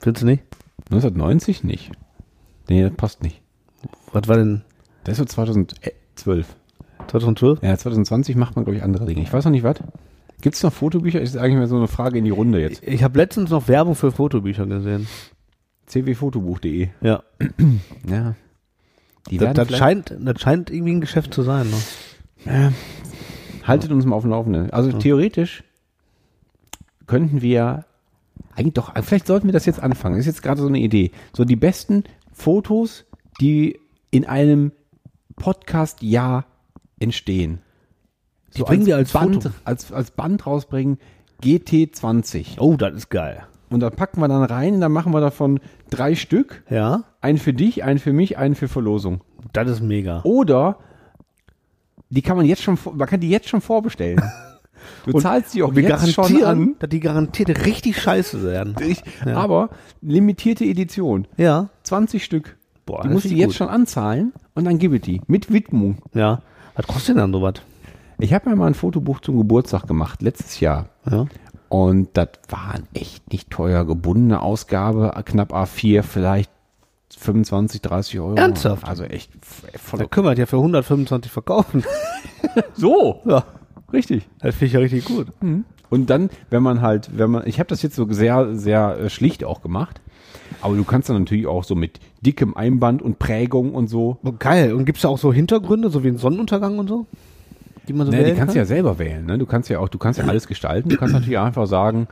[SPEAKER 2] Findest du nicht?
[SPEAKER 1] 1990 nicht. Nee, das passt nicht.
[SPEAKER 2] Was war denn
[SPEAKER 1] Das ist so 2012.
[SPEAKER 2] 2012?
[SPEAKER 1] Ja, 2020 macht man, glaube ich, andere Dinge. Ich weiß noch nicht, was. Gibt es noch Fotobücher? Ist eigentlich mehr so eine Frage in die Runde jetzt.
[SPEAKER 2] Ich habe letztens noch Werbung für Fotobücher gesehen.
[SPEAKER 1] cwfotobuch.de.
[SPEAKER 2] Ja.
[SPEAKER 1] Ja. Die
[SPEAKER 2] Das,
[SPEAKER 1] werden
[SPEAKER 2] das,
[SPEAKER 1] vielleicht-
[SPEAKER 2] scheint, das scheint irgendwie ein Geschäft zu sein. Ne?
[SPEAKER 1] Haltet uns mal auf dem Laufenden. Also theoretisch könnten wir eigentlich doch, vielleicht sollten wir das jetzt anfangen. Ist jetzt gerade so eine Idee. So die besten Fotos, die in einem Podcast-Jahr entstehen. Die so
[SPEAKER 2] bringen wir als
[SPEAKER 1] Band,
[SPEAKER 2] Foto.
[SPEAKER 1] Als, als Band rausbringen. GT20.
[SPEAKER 2] Oh, das ist geil.
[SPEAKER 1] Und da packen wir dann rein, dann machen wir davon drei Stück.
[SPEAKER 2] Ja,
[SPEAKER 1] Einen für dich, einen für mich, einen für Verlosung.
[SPEAKER 2] das ist mega.
[SPEAKER 1] Oder die kann man jetzt schon, vor- man kann die jetzt schon vorbestellen. Du zahlst die auch
[SPEAKER 2] Wir
[SPEAKER 1] jetzt schon an.
[SPEAKER 2] garantieren, dass die garantiert richtig scheiße werden.
[SPEAKER 1] Ich, Aber limitierte Edition,
[SPEAKER 2] Ja.
[SPEAKER 1] 20 Stück. du
[SPEAKER 2] Boah, das
[SPEAKER 1] musst
[SPEAKER 2] ist
[SPEAKER 1] die jetzt
[SPEAKER 2] gut.
[SPEAKER 1] schon anzahlen und dann gib ich die mit Widmung.
[SPEAKER 2] Ja. Was kostet denn dann sowas?
[SPEAKER 1] Ich habe mir mal ein Fotobuch zum Geburtstag gemacht, letztes Jahr.
[SPEAKER 2] Ja.
[SPEAKER 1] Und das war ein echt nicht teuer. Gebundene Ausgabe, knapp A4, vielleicht 25, 30 Euro.
[SPEAKER 2] Ernsthaft?
[SPEAKER 1] Also echt voll.
[SPEAKER 2] Da können wir das ja für 125 verkaufen.
[SPEAKER 1] So,
[SPEAKER 2] ja.
[SPEAKER 1] richtig.
[SPEAKER 2] Das finde ich ja richtig gut.
[SPEAKER 1] Und dann, wenn man halt, wenn man, ich habe das jetzt so sehr, sehr äh, schlicht auch gemacht, aber du kannst dann natürlich auch so mit dickem Einband und Prägung und so.
[SPEAKER 2] Oh, geil. Und gibt es da auch so Hintergründe, so wie ein Sonnenuntergang und so? Die man so
[SPEAKER 1] Ne, die
[SPEAKER 2] wählen
[SPEAKER 1] kannst du
[SPEAKER 2] kann?
[SPEAKER 1] ja selber wählen. Ne? Du kannst ja auch, du kannst ja alles gestalten. Du kannst natürlich einfach sagen,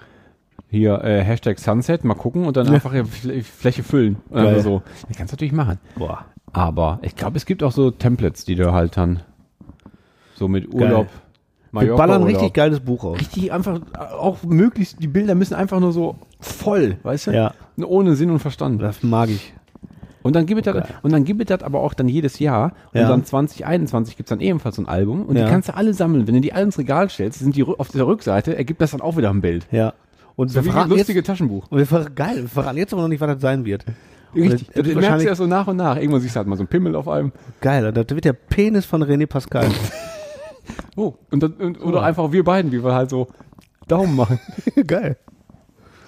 [SPEAKER 1] hier äh, Hashtag Sunset, mal gucken und dann einfach hier Fl Fläche füllen. Oder
[SPEAKER 2] Geil.
[SPEAKER 1] so. Das kannst du natürlich machen.
[SPEAKER 2] Boah.
[SPEAKER 1] Aber ich glaube, es gibt auch so Templates, die du halt dann so mit Urlaub.
[SPEAKER 2] Wir ballern ein richtig
[SPEAKER 1] Mallorca-Urlaub.
[SPEAKER 2] geiles Buch raus.
[SPEAKER 1] richtig einfach auch möglichst, die Bilder müssen einfach nur so voll, weißt du?
[SPEAKER 2] Ja.
[SPEAKER 1] Ohne Sinn und Verstand.
[SPEAKER 2] Das mag ich.
[SPEAKER 1] Und dann gibt es das, und dann gibt es das aber auch dann jedes Jahr. Und
[SPEAKER 2] Ja.
[SPEAKER 1] dann 2021 gibt es dann ebenfalls so ein Album. Und
[SPEAKER 2] Ja.
[SPEAKER 1] die kannst du alle sammeln. Wenn du die alle ins Regal stellst, sind die rü- auf dieser Rückseite, ergibt das dann auch wieder ein Bild.
[SPEAKER 2] Ja. Und
[SPEAKER 1] So wie ein
[SPEAKER 2] verraten jetzt,
[SPEAKER 1] lustiges Taschenbuch.
[SPEAKER 2] und wir verraten, geil, wir verraten jetzt aber noch nicht, was das sein wird.
[SPEAKER 1] Richtig.
[SPEAKER 2] Und
[SPEAKER 1] Das,
[SPEAKER 2] das
[SPEAKER 1] das
[SPEAKER 2] wird
[SPEAKER 1] merkst du
[SPEAKER 2] wahrscheinlich
[SPEAKER 1] ja so nach und nach. Irgendwann siehst du halt mal so einen Pimmel auf einem.
[SPEAKER 2] geil. Und Das wird der Penis von René Pascal.
[SPEAKER 1] Oh. Und dann, und, oder einfach wir beiden, wie wir halt so Daumen machen.
[SPEAKER 2] geil.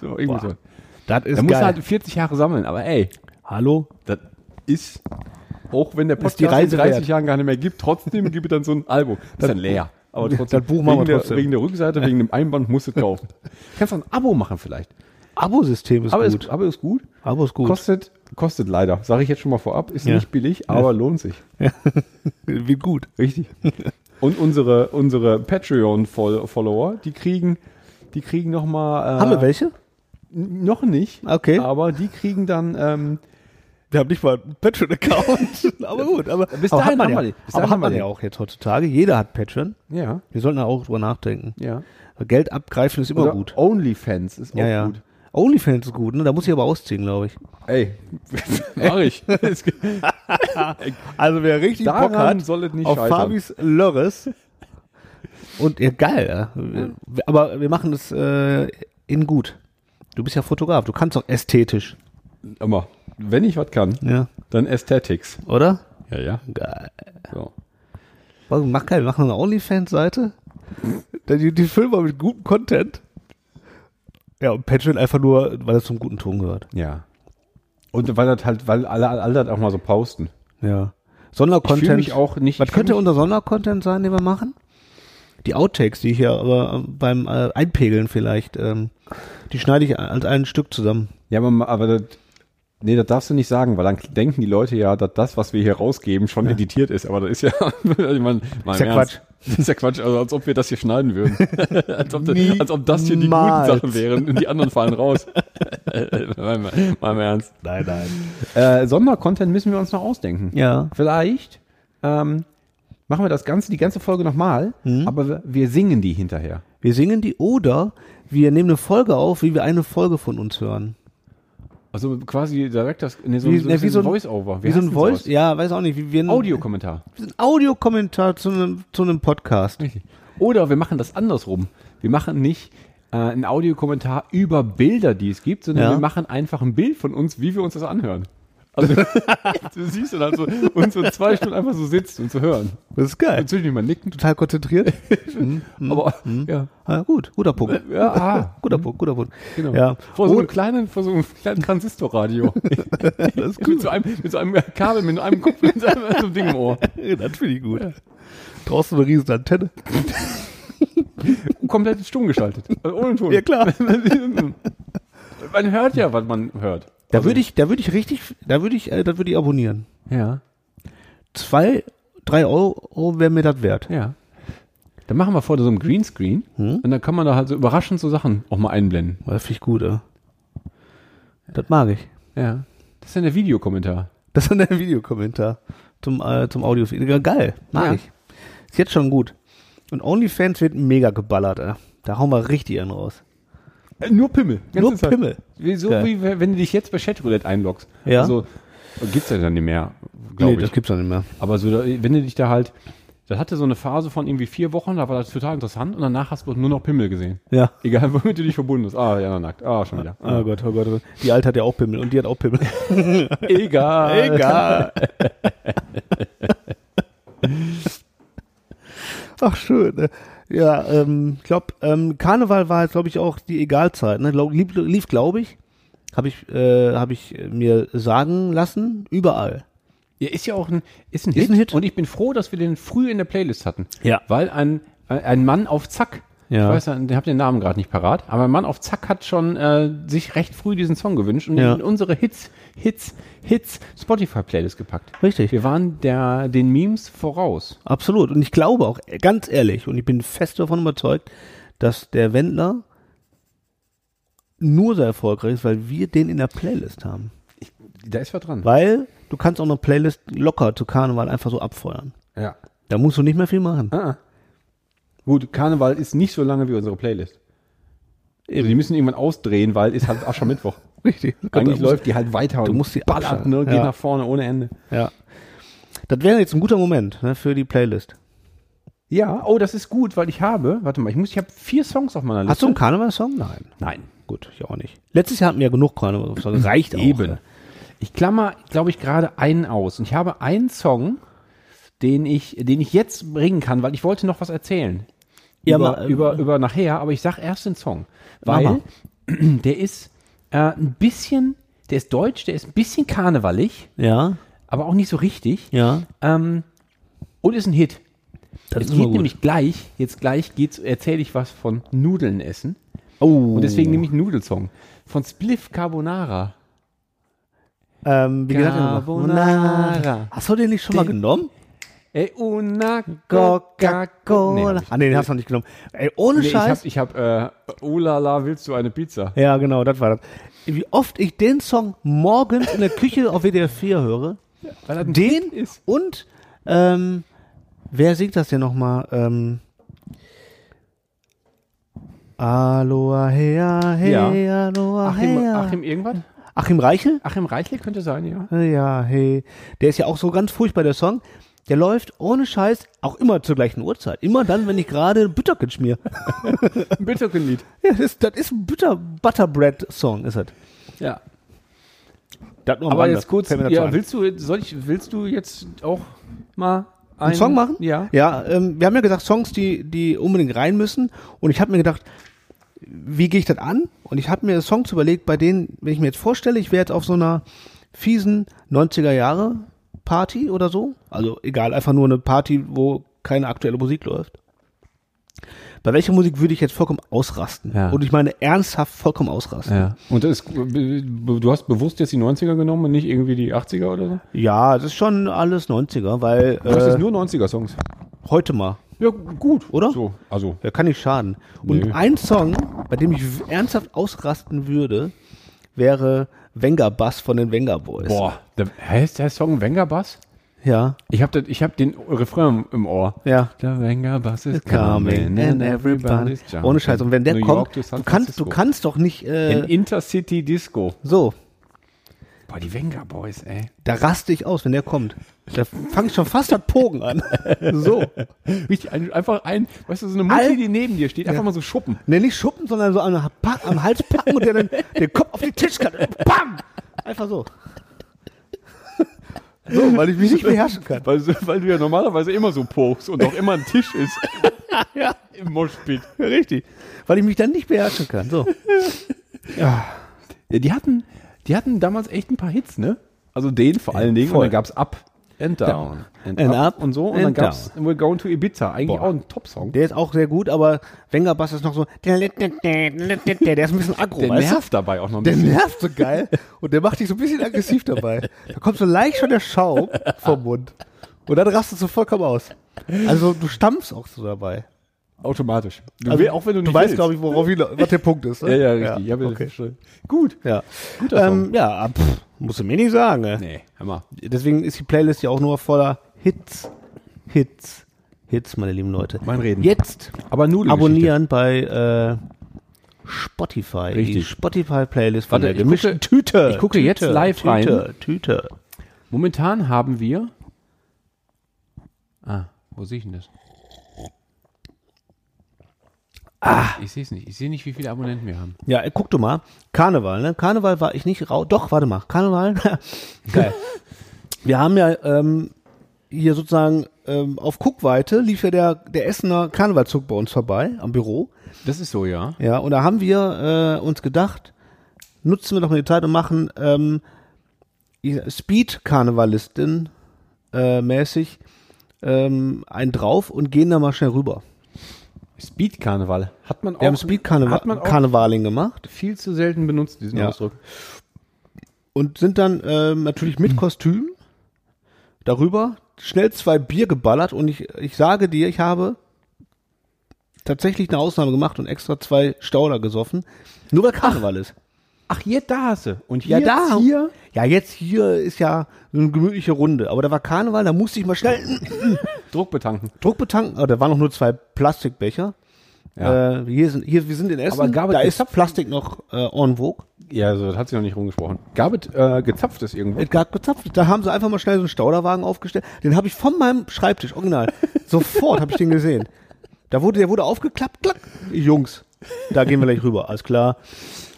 [SPEAKER 1] So, irgendwie so.
[SPEAKER 2] Das ist
[SPEAKER 1] Da musst
[SPEAKER 2] geil.
[SPEAKER 1] du halt 40 Jahre sammeln. Aber ey,
[SPEAKER 2] Hallo?
[SPEAKER 1] das ist, auch wenn der Podcast
[SPEAKER 2] die Reise
[SPEAKER 1] in 30
[SPEAKER 2] wert.
[SPEAKER 1] Jahren gar nicht mehr gibt, trotzdem gibt es dann so ein Album. Das ist dann leer. Aber trotzdem,
[SPEAKER 2] das Buch machen
[SPEAKER 1] wegen,
[SPEAKER 2] wir
[SPEAKER 1] der,
[SPEAKER 2] trotzdem.
[SPEAKER 1] wegen der Rückseite, wegen dem Einband musst du es kaufen. Kannst du ein Abo machen vielleicht.
[SPEAKER 2] Abo-System ist
[SPEAKER 1] Aber
[SPEAKER 2] gut.
[SPEAKER 1] Ist, Abo ist gut.
[SPEAKER 2] Abo ist gut.
[SPEAKER 1] Kostet, kostet leider, sage ich jetzt schon mal vorab, ist
[SPEAKER 2] Ja.
[SPEAKER 1] nicht billig, aber lohnt sich.
[SPEAKER 2] Wie gut.
[SPEAKER 1] Richtig. Und unsere, unsere Patreon-Follower, die kriegen, die kriegen nochmal. Äh,
[SPEAKER 2] Haben wir welche?
[SPEAKER 1] Noch nicht.
[SPEAKER 2] Okay.
[SPEAKER 1] Aber die kriegen dann ähm,
[SPEAKER 2] Wir haben nicht mal einen Patreon-Account. aber gut, aber
[SPEAKER 1] Bis
[SPEAKER 2] aber
[SPEAKER 1] dahin
[SPEAKER 2] hat man,
[SPEAKER 1] haben
[SPEAKER 2] ja,
[SPEAKER 1] wir den. Bis
[SPEAKER 2] aber
[SPEAKER 1] dahin
[SPEAKER 2] hat
[SPEAKER 1] haben wir
[SPEAKER 2] man ja
[SPEAKER 1] den.
[SPEAKER 2] auch jetzt heutzutage. Jeder hat Patreon.
[SPEAKER 1] Ja,
[SPEAKER 2] Wir sollten da auch drüber nachdenken.
[SPEAKER 1] ja.
[SPEAKER 2] Geld abgreifen ist immer
[SPEAKER 1] Oder
[SPEAKER 2] gut.
[SPEAKER 1] Onlyfans ist auch
[SPEAKER 2] Ja, ja.
[SPEAKER 1] gut.
[SPEAKER 2] OnlyFans ist gut, ne? Da muss ich aber ausziehen, glaube ich.
[SPEAKER 1] Ey, mach ich.
[SPEAKER 2] Also wer richtig Bock
[SPEAKER 1] Daran
[SPEAKER 2] hat
[SPEAKER 1] soll es nicht
[SPEAKER 2] auf
[SPEAKER 1] scheitern.
[SPEAKER 2] Fabis Lörres. Und ja, geil. Ja. Aber wir machen das äh, in gut. Du bist ja Fotograf, du kannst doch ästhetisch,
[SPEAKER 1] Immer. Wenn ich was kann,
[SPEAKER 2] ja,
[SPEAKER 1] dann Aesthetics.
[SPEAKER 2] oder?
[SPEAKER 1] Ja, ja.
[SPEAKER 2] Geil.
[SPEAKER 1] So.
[SPEAKER 2] Warum mach geil, wir machen eine OnlyFans-Seite. Dann Die, die Filme mit gutem Content. Ja, und Patreon einfach nur, weil es zum guten Ton gehört.
[SPEAKER 1] Ja. Und weil das halt, weil alle, alle das auch mal so posten.
[SPEAKER 2] Ja.
[SPEAKER 1] Ich
[SPEAKER 2] Sondercontent.
[SPEAKER 1] fühle mich auch nicht.
[SPEAKER 2] Was
[SPEAKER 1] ich fühl
[SPEAKER 2] könnte
[SPEAKER 1] mich,
[SPEAKER 2] unser Sondercontent sein, den wir machen? Die Outtakes, die ich ja aber ähm, beim äh, Einpegeln vielleicht, ähm, die schneide ich als ein Stück zusammen.
[SPEAKER 1] ja, aber, aber das, nee, das darfst du nicht sagen, weil dann denken die Leute ja, dass das, was wir hier rausgeben, schon editiert ist. Aber das ist ja, ich mein, mal
[SPEAKER 2] Ist ja
[SPEAKER 1] im Ernst. Das ist ja Quatsch, also als ob wir das hier schneiden würden. als, ob, das- als ob das hier die guten
[SPEAKER 2] Niemals.
[SPEAKER 1] Sachen wären und die anderen fallen raus. mal, mal, mal im Ernst.
[SPEAKER 2] Nein, nein.
[SPEAKER 1] Äh, Sondercontent müssen wir uns noch ausdenken.
[SPEAKER 2] Ja.
[SPEAKER 1] Vielleicht ähm, machen wir das Ganze, die ganze Folge nochmal, aber wir- wir singen die hinterher.
[SPEAKER 2] Wir singen die oder wir nehmen eine Folge auf, wie wir eine Folge von uns hören.
[SPEAKER 1] Also quasi direkt das, nee, so,
[SPEAKER 2] Wie,
[SPEAKER 1] so,
[SPEAKER 2] ne,
[SPEAKER 1] ein
[SPEAKER 2] wie so ein-
[SPEAKER 1] Voice-Over.
[SPEAKER 2] Wie, so ein Voice? Ja, weiß auch nicht. Wie wir ein
[SPEAKER 1] Audiokommentar.
[SPEAKER 2] wie so ein Audiokommentar zu einem, zu einem Podcast.
[SPEAKER 1] Oder wir machen das andersrum. Wir machen nicht äh, einen Audiokommentar über Bilder, die es gibt, sondern
[SPEAKER 2] Ja.
[SPEAKER 1] wir machen einfach ein Bild von uns, wie wir uns das anhören. Also du siehst dann halt so uns so zwei Stunden einfach so sitzt und zu hören.
[SPEAKER 2] Das ist geil.
[SPEAKER 1] Natürlich nicht mal nicken,
[SPEAKER 2] Total konzentriert.
[SPEAKER 1] aber ja,
[SPEAKER 2] Ah, gut, guter Punkt.
[SPEAKER 1] ja, ah,
[SPEAKER 2] Guter Punkt, guter Punkt.
[SPEAKER 1] genau.
[SPEAKER 2] Ja.
[SPEAKER 1] Vor so
[SPEAKER 2] Oder-
[SPEAKER 1] einem kleinen, vor so einem kleinen Transistorradio.
[SPEAKER 2] das ist
[SPEAKER 1] mit, so einem, mit so einem Kabel, mit einem Kopf, mit so einem, so einem Ding im Ohr.
[SPEAKER 2] das finde ich gut. Draußen eine riesen Antenne.
[SPEAKER 1] komplett stumm geschaltet. Also ohne Ton.
[SPEAKER 2] Ja, klar.
[SPEAKER 1] man hört ja, was man hört.
[SPEAKER 2] Da würde ich, da würde ich richtig, da würde ich, äh, da würde ich abonnieren.
[SPEAKER 1] Ja,
[SPEAKER 2] Zwei, drei Euro wäre mir das wert.
[SPEAKER 1] ja. Dann machen wir vor so einem Greenscreen und dann kann man da halt so überraschend so Sachen auch mal einblenden.
[SPEAKER 2] Das finde ich gut, ey. Das mag ich.
[SPEAKER 1] Ja. Das ist ja der Videokommentar.
[SPEAKER 2] Das ist dann der Videokommentar zum, äh, zum Audio. Ja, geil, mag
[SPEAKER 1] Ja.
[SPEAKER 2] ich. Ist jetzt schon gut. Und OnlyFans wird mega geballert, ey. Da hauen wir richtig einen raus.
[SPEAKER 1] Äh, nur Pimmel.
[SPEAKER 2] Nur Pimmel.
[SPEAKER 1] Wie, so
[SPEAKER 2] Geil.
[SPEAKER 1] wie we- wenn du dich jetzt bei Chatroulette einloggst.
[SPEAKER 2] Ja.
[SPEAKER 1] Also, gibt's ja dann nicht mehr, glaube ich.
[SPEAKER 2] gibt's doch nicht mehr.
[SPEAKER 1] Aber so, da- wenn du dich da halt, das hatte so eine Phase von irgendwie vier Wochen, da war das total interessant und danach hast du nur noch Pimmel gesehen.
[SPEAKER 2] Ja.
[SPEAKER 1] Egal, womit du dich verbunden hast. Ah, ja, nackt. Ah, schon wieder.
[SPEAKER 2] Oh Gott, oh Gott, oh Gott. Die Alte hat ja auch Pimmel und die hat auch Pimmel.
[SPEAKER 1] Egal.
[SPEAKER 2] Egal. Ach, schön. ne? Ja, ähm, ich glaube, ähm, Karneval war, glaube ich, auch die Egalzeit. Ne? Glaub, lief, lief glaube ich, habe ich, äh, hab ich mir sagen lassen, überall.
[SPEAKER 1] Ja, ist ja auch ein, ist ein,
[SPEAKER 2] Ist
[SPEAKER 1] Hit.
[SPEAKER 2] ein Hit.
[SPEAKER 1] Und ich bin froh, dass wir den früh in der Playlist hatten.
[SPEAKER 2] Ja.
[SPEAKER 1] Weil ein, ein Mann auf Zack,
[SPEAKER 2] Ja.
[SPEAKER 1] ich weiß, ich habe den Namen gerade nicht parat, aber ein Mann auf Zack hat schon äh, sich recht früh diesen Song gewünscht und
[SPEAKER 2] Ja.
[SPEAKER 1] in unsere Hits, Hits, Hits Spotify-Playlist gepackt.
[SPEAKER 2] Richtig.
[SPEAKER 1] Wir waren der, den Memes voraus.
[SPEAKER 2] Absolut. Und ich glaube auch, äh, ganz ehrlich, und ich bin fest davon überzeugt, dass der Wendler nur so erfolgreich ist, weil wir den in der Playlist haben.
[SPEAKER 1] Da ist was dran.
[SPEAKER 2] Weil du kannst auch eine Playlist locker zu Karneval einfach so abfeuern.
[SPEAKER 1] Ja.
[SPEAKER 2] Da musst du nicht mehr viel machen.
[SPEAKER 1] Ah. Gut, Karneval ist nicht so lange wie unsere Playlist. Also die müssen irgendwann ausdrehen, weil ist halt Aschermittwoch.
[SPEAKER 2] Richtig.
[SPEAKER 1] Eigentlich läuft die halt weiter.
[SPEAKER 2] du
[SPEAKER 1] und
[SPEAKER 2] musst die
[SPEAKER 1] ballert,
[SPEAKER 2] abschalten.
[SPEAKER 1] ne? Geht
[SPEAKER 2] Ja.
[SPEAKER 1] nach vorne ohne Ende.
[SPEAKER 2] Ja. Das wäre jetzt ein guter Moment ne, für die Playlist.
[SPEAKER 1] Ja, oh, das ist gut, weil ich habe, warte mal, ich muss, ich habe vier Songs auf meiner Liste.
[SPEAKER 2] Hast du einen Karnevalssong? Nein.
[SPEAKER 1] Nein.
[SPEAKER 2] Gut, ich auch nicht. Letztes Jahr hatten wir ja genug Karnevalssongs. Reicht auch.
[SPEAKER 1] Eben.
[SPEAKER 2] ne?
[SPEAKER 1] Ich klammer, glaube ich, gerade einen aus. Und ich habe einen Song, den ich, den ich jetzt bringen kann, weil ich wollte noch was erzählen.
[SPEAKER 2] Ja,
[SPEAKER 1] über,
[SPEAKER 2] ma- äh,
[SPEAKER 1] über, über nachher, aber ich sag erst den Song.
[SPEAKER 2] Mach
[SPEAKER 1] Weil
[SPEAKER 2] mal.
[SPEAKER 1] der ist äh, ein bisschen, der ist deutsch, der ist ein bisschen karnevalig,
[SPEAKER 2] Ja,
[SPEAKER 1] aber auch nicht so richtig.
[SPEAKER 2] ja.
[SPEAKER 1] Ähm, und ist ein Hit.
[SPEAKER 2] Das
[SPEAKER 1] es
[SPEAKER 2] immer
[SPEAKER 1] geht nämlich gleich, jetzt gleich geht's, erzähle ich was von Nudeln essen.
[SPEAKER 2] Oh.
[SPEAKER 1] Und deswegen nehme ich einen Nudelsong. Von Spliff Carbonara.
[SPEAKER 2] Ähm, wie gesagt,
[SPEAKER 1] Carbonara.
[SPEAKER 2] Hast du den nicht schon mal
[SPEAKER 1] Den-
[SPEAKER 2] genommen?
[SPEAKER 1] Ey, una Coca-Cola.
[SPEAKER 2] Ah, nee, den hast du noch nicht genommen. Ey, ohne
[SPEAKER 1] Nee, ich
[SPEAKER 2] Scheiß.
[SPEAKER 1] hab, ich hab, äh, oh la la, willst du eine Pizza?
[SPEAKER 2] Ja, genau, das war das. Wie oft ich den Song morgens in der Küche auf WDR 4 höre.
[SPEAKER 1] Weil das ein
[SPEAKER 2] Den
[SPEAKER 1] Hit ist.
[SPEAKER 2] und ähm, wer singt das denn nochmal? Ähm, Aloha, hea, hey, aloha,
[SPEAKER 1] Achim,
[SPEAKER 2] hea.
[SPEAKER 1] Achim irgendwas?
[SPEAKER 2] Achim Reichel?
[SPEAKER 1] Achim Reichel könnte sein, ja.
[SPEAKER 2] Ja, hey. Der ist ja auch so ganz furchtbar, der Song. Der läuft ohne Scheiß auch immer zur gleichen Uhrzeit. Immer dann, wenn ich gerade Butterkin schmier.
[SPEAKER 1] Ein Bitterkenlied.
[SPEAKER 2] Ja, das, ist- das ist ein Butter, Butterbread-Song, ist das.
[SPEAKER 1] Ja.
[SPEAKER 2] das nur am
[SPEAKER 1] Aber
[SPEAKER 2] Rande.
[SPEAKER 1] jetzt kurz,
[SPEAKER 2] Fällt mir dazu
[SPEAKER 1] ja,
[SPEAKER 2] ein.
[SPEAKER 1] willst du, soll ich, willst du jetzt auch mal einen,
[SPEAKER 2] einen Song machen?
[SPEAKER 1] Ja.
[SPEAKER 2] Ja, ähm, wir haben ja gesagt, Songs, die, die unbedingt rein müssen. Und ich habe mir gedacht, wie gehe ich das an? Und ich habe mir Songs überlegt, bei denen, wenn ich mir jetzt vorstelle, ich wäre jetzt auf so einer fiesen 90er Jahre Party oder so. Also egal, einfach nur eine Party, wo keine aktuelle Musik läuft. Bei welcher Musik würde ich jetzt vollkommen ausrasten?
[SPEAKER 1] Ja.
[SPEAKER 2] Und ich meine ernsthaft vollkommen ausrasten.
[SPEAKER 1] Ja. Und das ist, du hast bewusst jetzt die 90er genommen und nicht irgendwie die 80er oder so?
[SPEAKER 2] Ja, das ist schon alles 90er, weil
[SPEAKER 1] Das
[SPEAKER 2] äh,
[SPEAKER 1] ist nur 90er-Songs.
[SPEAKER 2] heute mal.
[SPEAKER 1] Ja, gut.
[SPEAKER 2] Oder?
[SPEAKER 1] So, also.
[SPEAKER 2] Ja, kann nicht schaden. Und
[SPEAKER 1] Nö.
[SPEAKER 2] ein Song, bei dem ich w- ernsthaft ausrasten würde, wäre Wenger Bass von den Wenger Boys.
[SPEAKER 1] Boah, der, heißt der Song Wengerbass?
[SPEAKER 2] Ja,
[SPEAKER 1] Ich habe ich hab den Refrain im Ohr.
[SPEAKER 2] ja.
[SPEAKER 1] Der Wengerbass ist
[SPEAKER 2] Coming and everybody. Ohne Scheiß. Und wenn der
[SPEAKER 1] New York
[SPEAKER 2] kommt,
[SPEAKER 1] to San
[SPEAKER 2] du kannst, du
[SPEAKER 1] Francisco.
[SPEAKER 2] kannst doch nicht,
[SPEAKER 1] In
[SPEAKER 2] äh,
[SPEAKER 1] Intercity Disco.
[SPEAKER 2] so,
[SPEAKER 1] Boah, die Wenger Boys, ey.
[SPEAKER 2] da raste ich aus, wenn der kommt. Da fange ich schon fast das Pogen an. So.
[SPEAKER 1] Richtig, ein, einfach ein, weißt du, so eine Mutti,
[SPEAKER 2] All-
[SPEAKER 1] die neben dir steht, einfach mal so schuppen.
[SPEAKER 2] Ne, nicht schuppen, sondern so am, Pa- am Hals packen und der dann den Kopf auf die Tischkante. Bam! Einfach so. So, weil ich mich nicht beherrschen kann.
[SPEAKER 1] Weil, weil du ja normalerweise immer so pochst und auch immer ein Tisch ist. ja. Im Moshpit.
[SPEAKER 2] Richtig. Weil ich mich dann nicht beherrschen kann. So.
[SPEAKER 1] Ja, die hatten, die hatten damals echt ein paar Hits, ne? Also den vor allen Dingen.
[SPEAKER 2] voll.
[SPEAKER 1] Und dann gab's Up and Down. And,
[SPEAKER 2] And
[SPEAKER 1] up,
[SPEAKER 2] Up
[SPEAKER 1] und so. Und
[SPEAKER 2] and
[SPEAKER 1] dann gab's We're Going to Ibiza. Eigentlich
[SPEAKER 2] Boah.
[SPEAKER 1] auch ein Top-Song.
[SPEAKER 2] Der ist auch sehr gut, aber Wenger Bass ist noch so. Der ist ein bisschen aggro,
[SPEAKER 1] Der
[SPEAKER 2] weißt du?
[SPEAKER 1] nervt dabei auch noch ein
[SPEAKER 2] Der
[SPEAKER 1] bisschen.
[SPEAKER 2] nervt so geil und der macht dich so ein bisschen aggressiv dabei. Da kommt so leicht schon der Schaum vom Mund. Und dann rastest du vollkommen aus. Also du stampfst auch so dabei.
[SPEAKER 1] Automatisch. Du
[SPEAKER 2] Also,
[SPEAKER 1] will- auch wenn du nicht
[SPEAKER 2] weißt, glaube ich, worauf ich, was der Punkt ist.
[SPEAKER 1] Ja,
[SPEAKER 2] Ne?
[SPEAKER 1] ja, richtig. Ja,
[SPEAKER 2] okay.
[SPEAKER 1] schon. Gut.
[SPEAKER 2] ja.
[SPEAKER 1] Guter Song.
[SPEAKER 2] Ähm, ja, pff, musst du mir nicht sagen. ne?
[SPEAKER 1] Nee, hör mal.
[SPEAKER 2] Deswegen ist die Playlist ja auch nur voller Hits. Hits. Hits, meine lieben Leute.
[SPEAKER 1] Mein Reden.
[SPEAKER 2] Jetzt
[SPEAKER 1] Aber nur
[SPEAKER 2] abonnieren bei äh, Spotify. Die
[SPEAKER 1] Richtig.
[SPEAKER 2] Spotify-Playlist von
[SPEAKER 1] Warte,
[SPEAKER 2] der
[SPEAKER 1] ich
[SPEAKER 2] gemischten
[SPEAKER 1] gucke-
[SPEAKER 2] Tüte.
[SPEAKER 1] ich gucke
[SPEAKER 2] Tüte,
[SPEAKER 1] jetzt live
[SPEAKER 2] Tüte,
[SPEAKER 1] rein.
[SPEAKER 2] Tüte.
[SPEAKER 1] Momentan haben wir. Ah, wo sehe ich denn das? Ah. Ich sehe es nicht. Ich sehe nicht, wie viele Abonnenten wir haben.
[SPEAKER 2] Ja, äh, guck du mal. Karneval, ne? Karneval war ich nicht raus. Doch, warte mal. Karneval. Geil. Wir haben ja ähm, hier sozusagen ähm, auf Guckweite lief ja der, der Essener Karnevalzug bei uns vorbei am Büro.
[SPEAKER 1] Das ist so, ja.
[SPEAKER 2] Ja, und da haben wir äh, uns gedacht, nutzen wir doch mal die Zeit und machen ähm, ich- Speed-Karnevalistin äh, mäßig ähm, einen drauf und gehen da mal schnell rüber.
[SPEAKER 1] Speed-Karneval. Hat man auch,
[SPEAKER 2] Wir haben Speed-Karnevaling
[SPEAKER 1] hat man auch
[SPEAKER 2] gemacht
[SPEAKER 1] viel zu selten benutzt, diesen
[SPEAKER 2] Ja.
[SPEAKER 1] Ausdruck.
[SPEAKER 2] und sind dann ähm, natürlich
[SPEAKER 1] Hm.
[SPEAKER 2] mit Kostüm darüber, schnell zwei Bier geballert und ich, ich sage dir, ich habe tatsächlich eine Ausnahme gemacht und extra zwei Stauder gesoffen, nur weil Karneval ist.
[SPEAKER 1] Ach, hier da hast du. Und
[SPEAKER 2] Ja,
[SPEAKER 1] hier,
[SPEAKER 2] da.
[SPEAKER 1] hier.
[SPEAKER 2] Ja, jetzt hier ist ja so eine gemütliche Runde. Aber da war Karneval, da musste ich mal schnell
[SPEAKER 1] Druck betanken.
[SPEAKER 2] Druck betanken. Aber da waren noch nur zwei Plastikbecher. Äh, hier sind, hier, wir sind in Essen.
[SPEAKER 1] Aber gab es-
[SPEAKER 2] da ist Plastik noch äh, en vogue.
[SPEAKER 1] Ja, also, das hat sich noch nicht rumgesprochen. Gab es äh, gezapftes irgendwo?
[SPEAKER 2] Es gab gezapft. Da haben sie einfach mal schnell so einen Stauderwagen aufgestellt. Den habe ich von meinem Schreibtisch, original. Sofort habe ich den gesehen. Da wurde, der wurde aufgeklappt. Klack. Jungs, da gehen wir gleich rüber. Alles klar.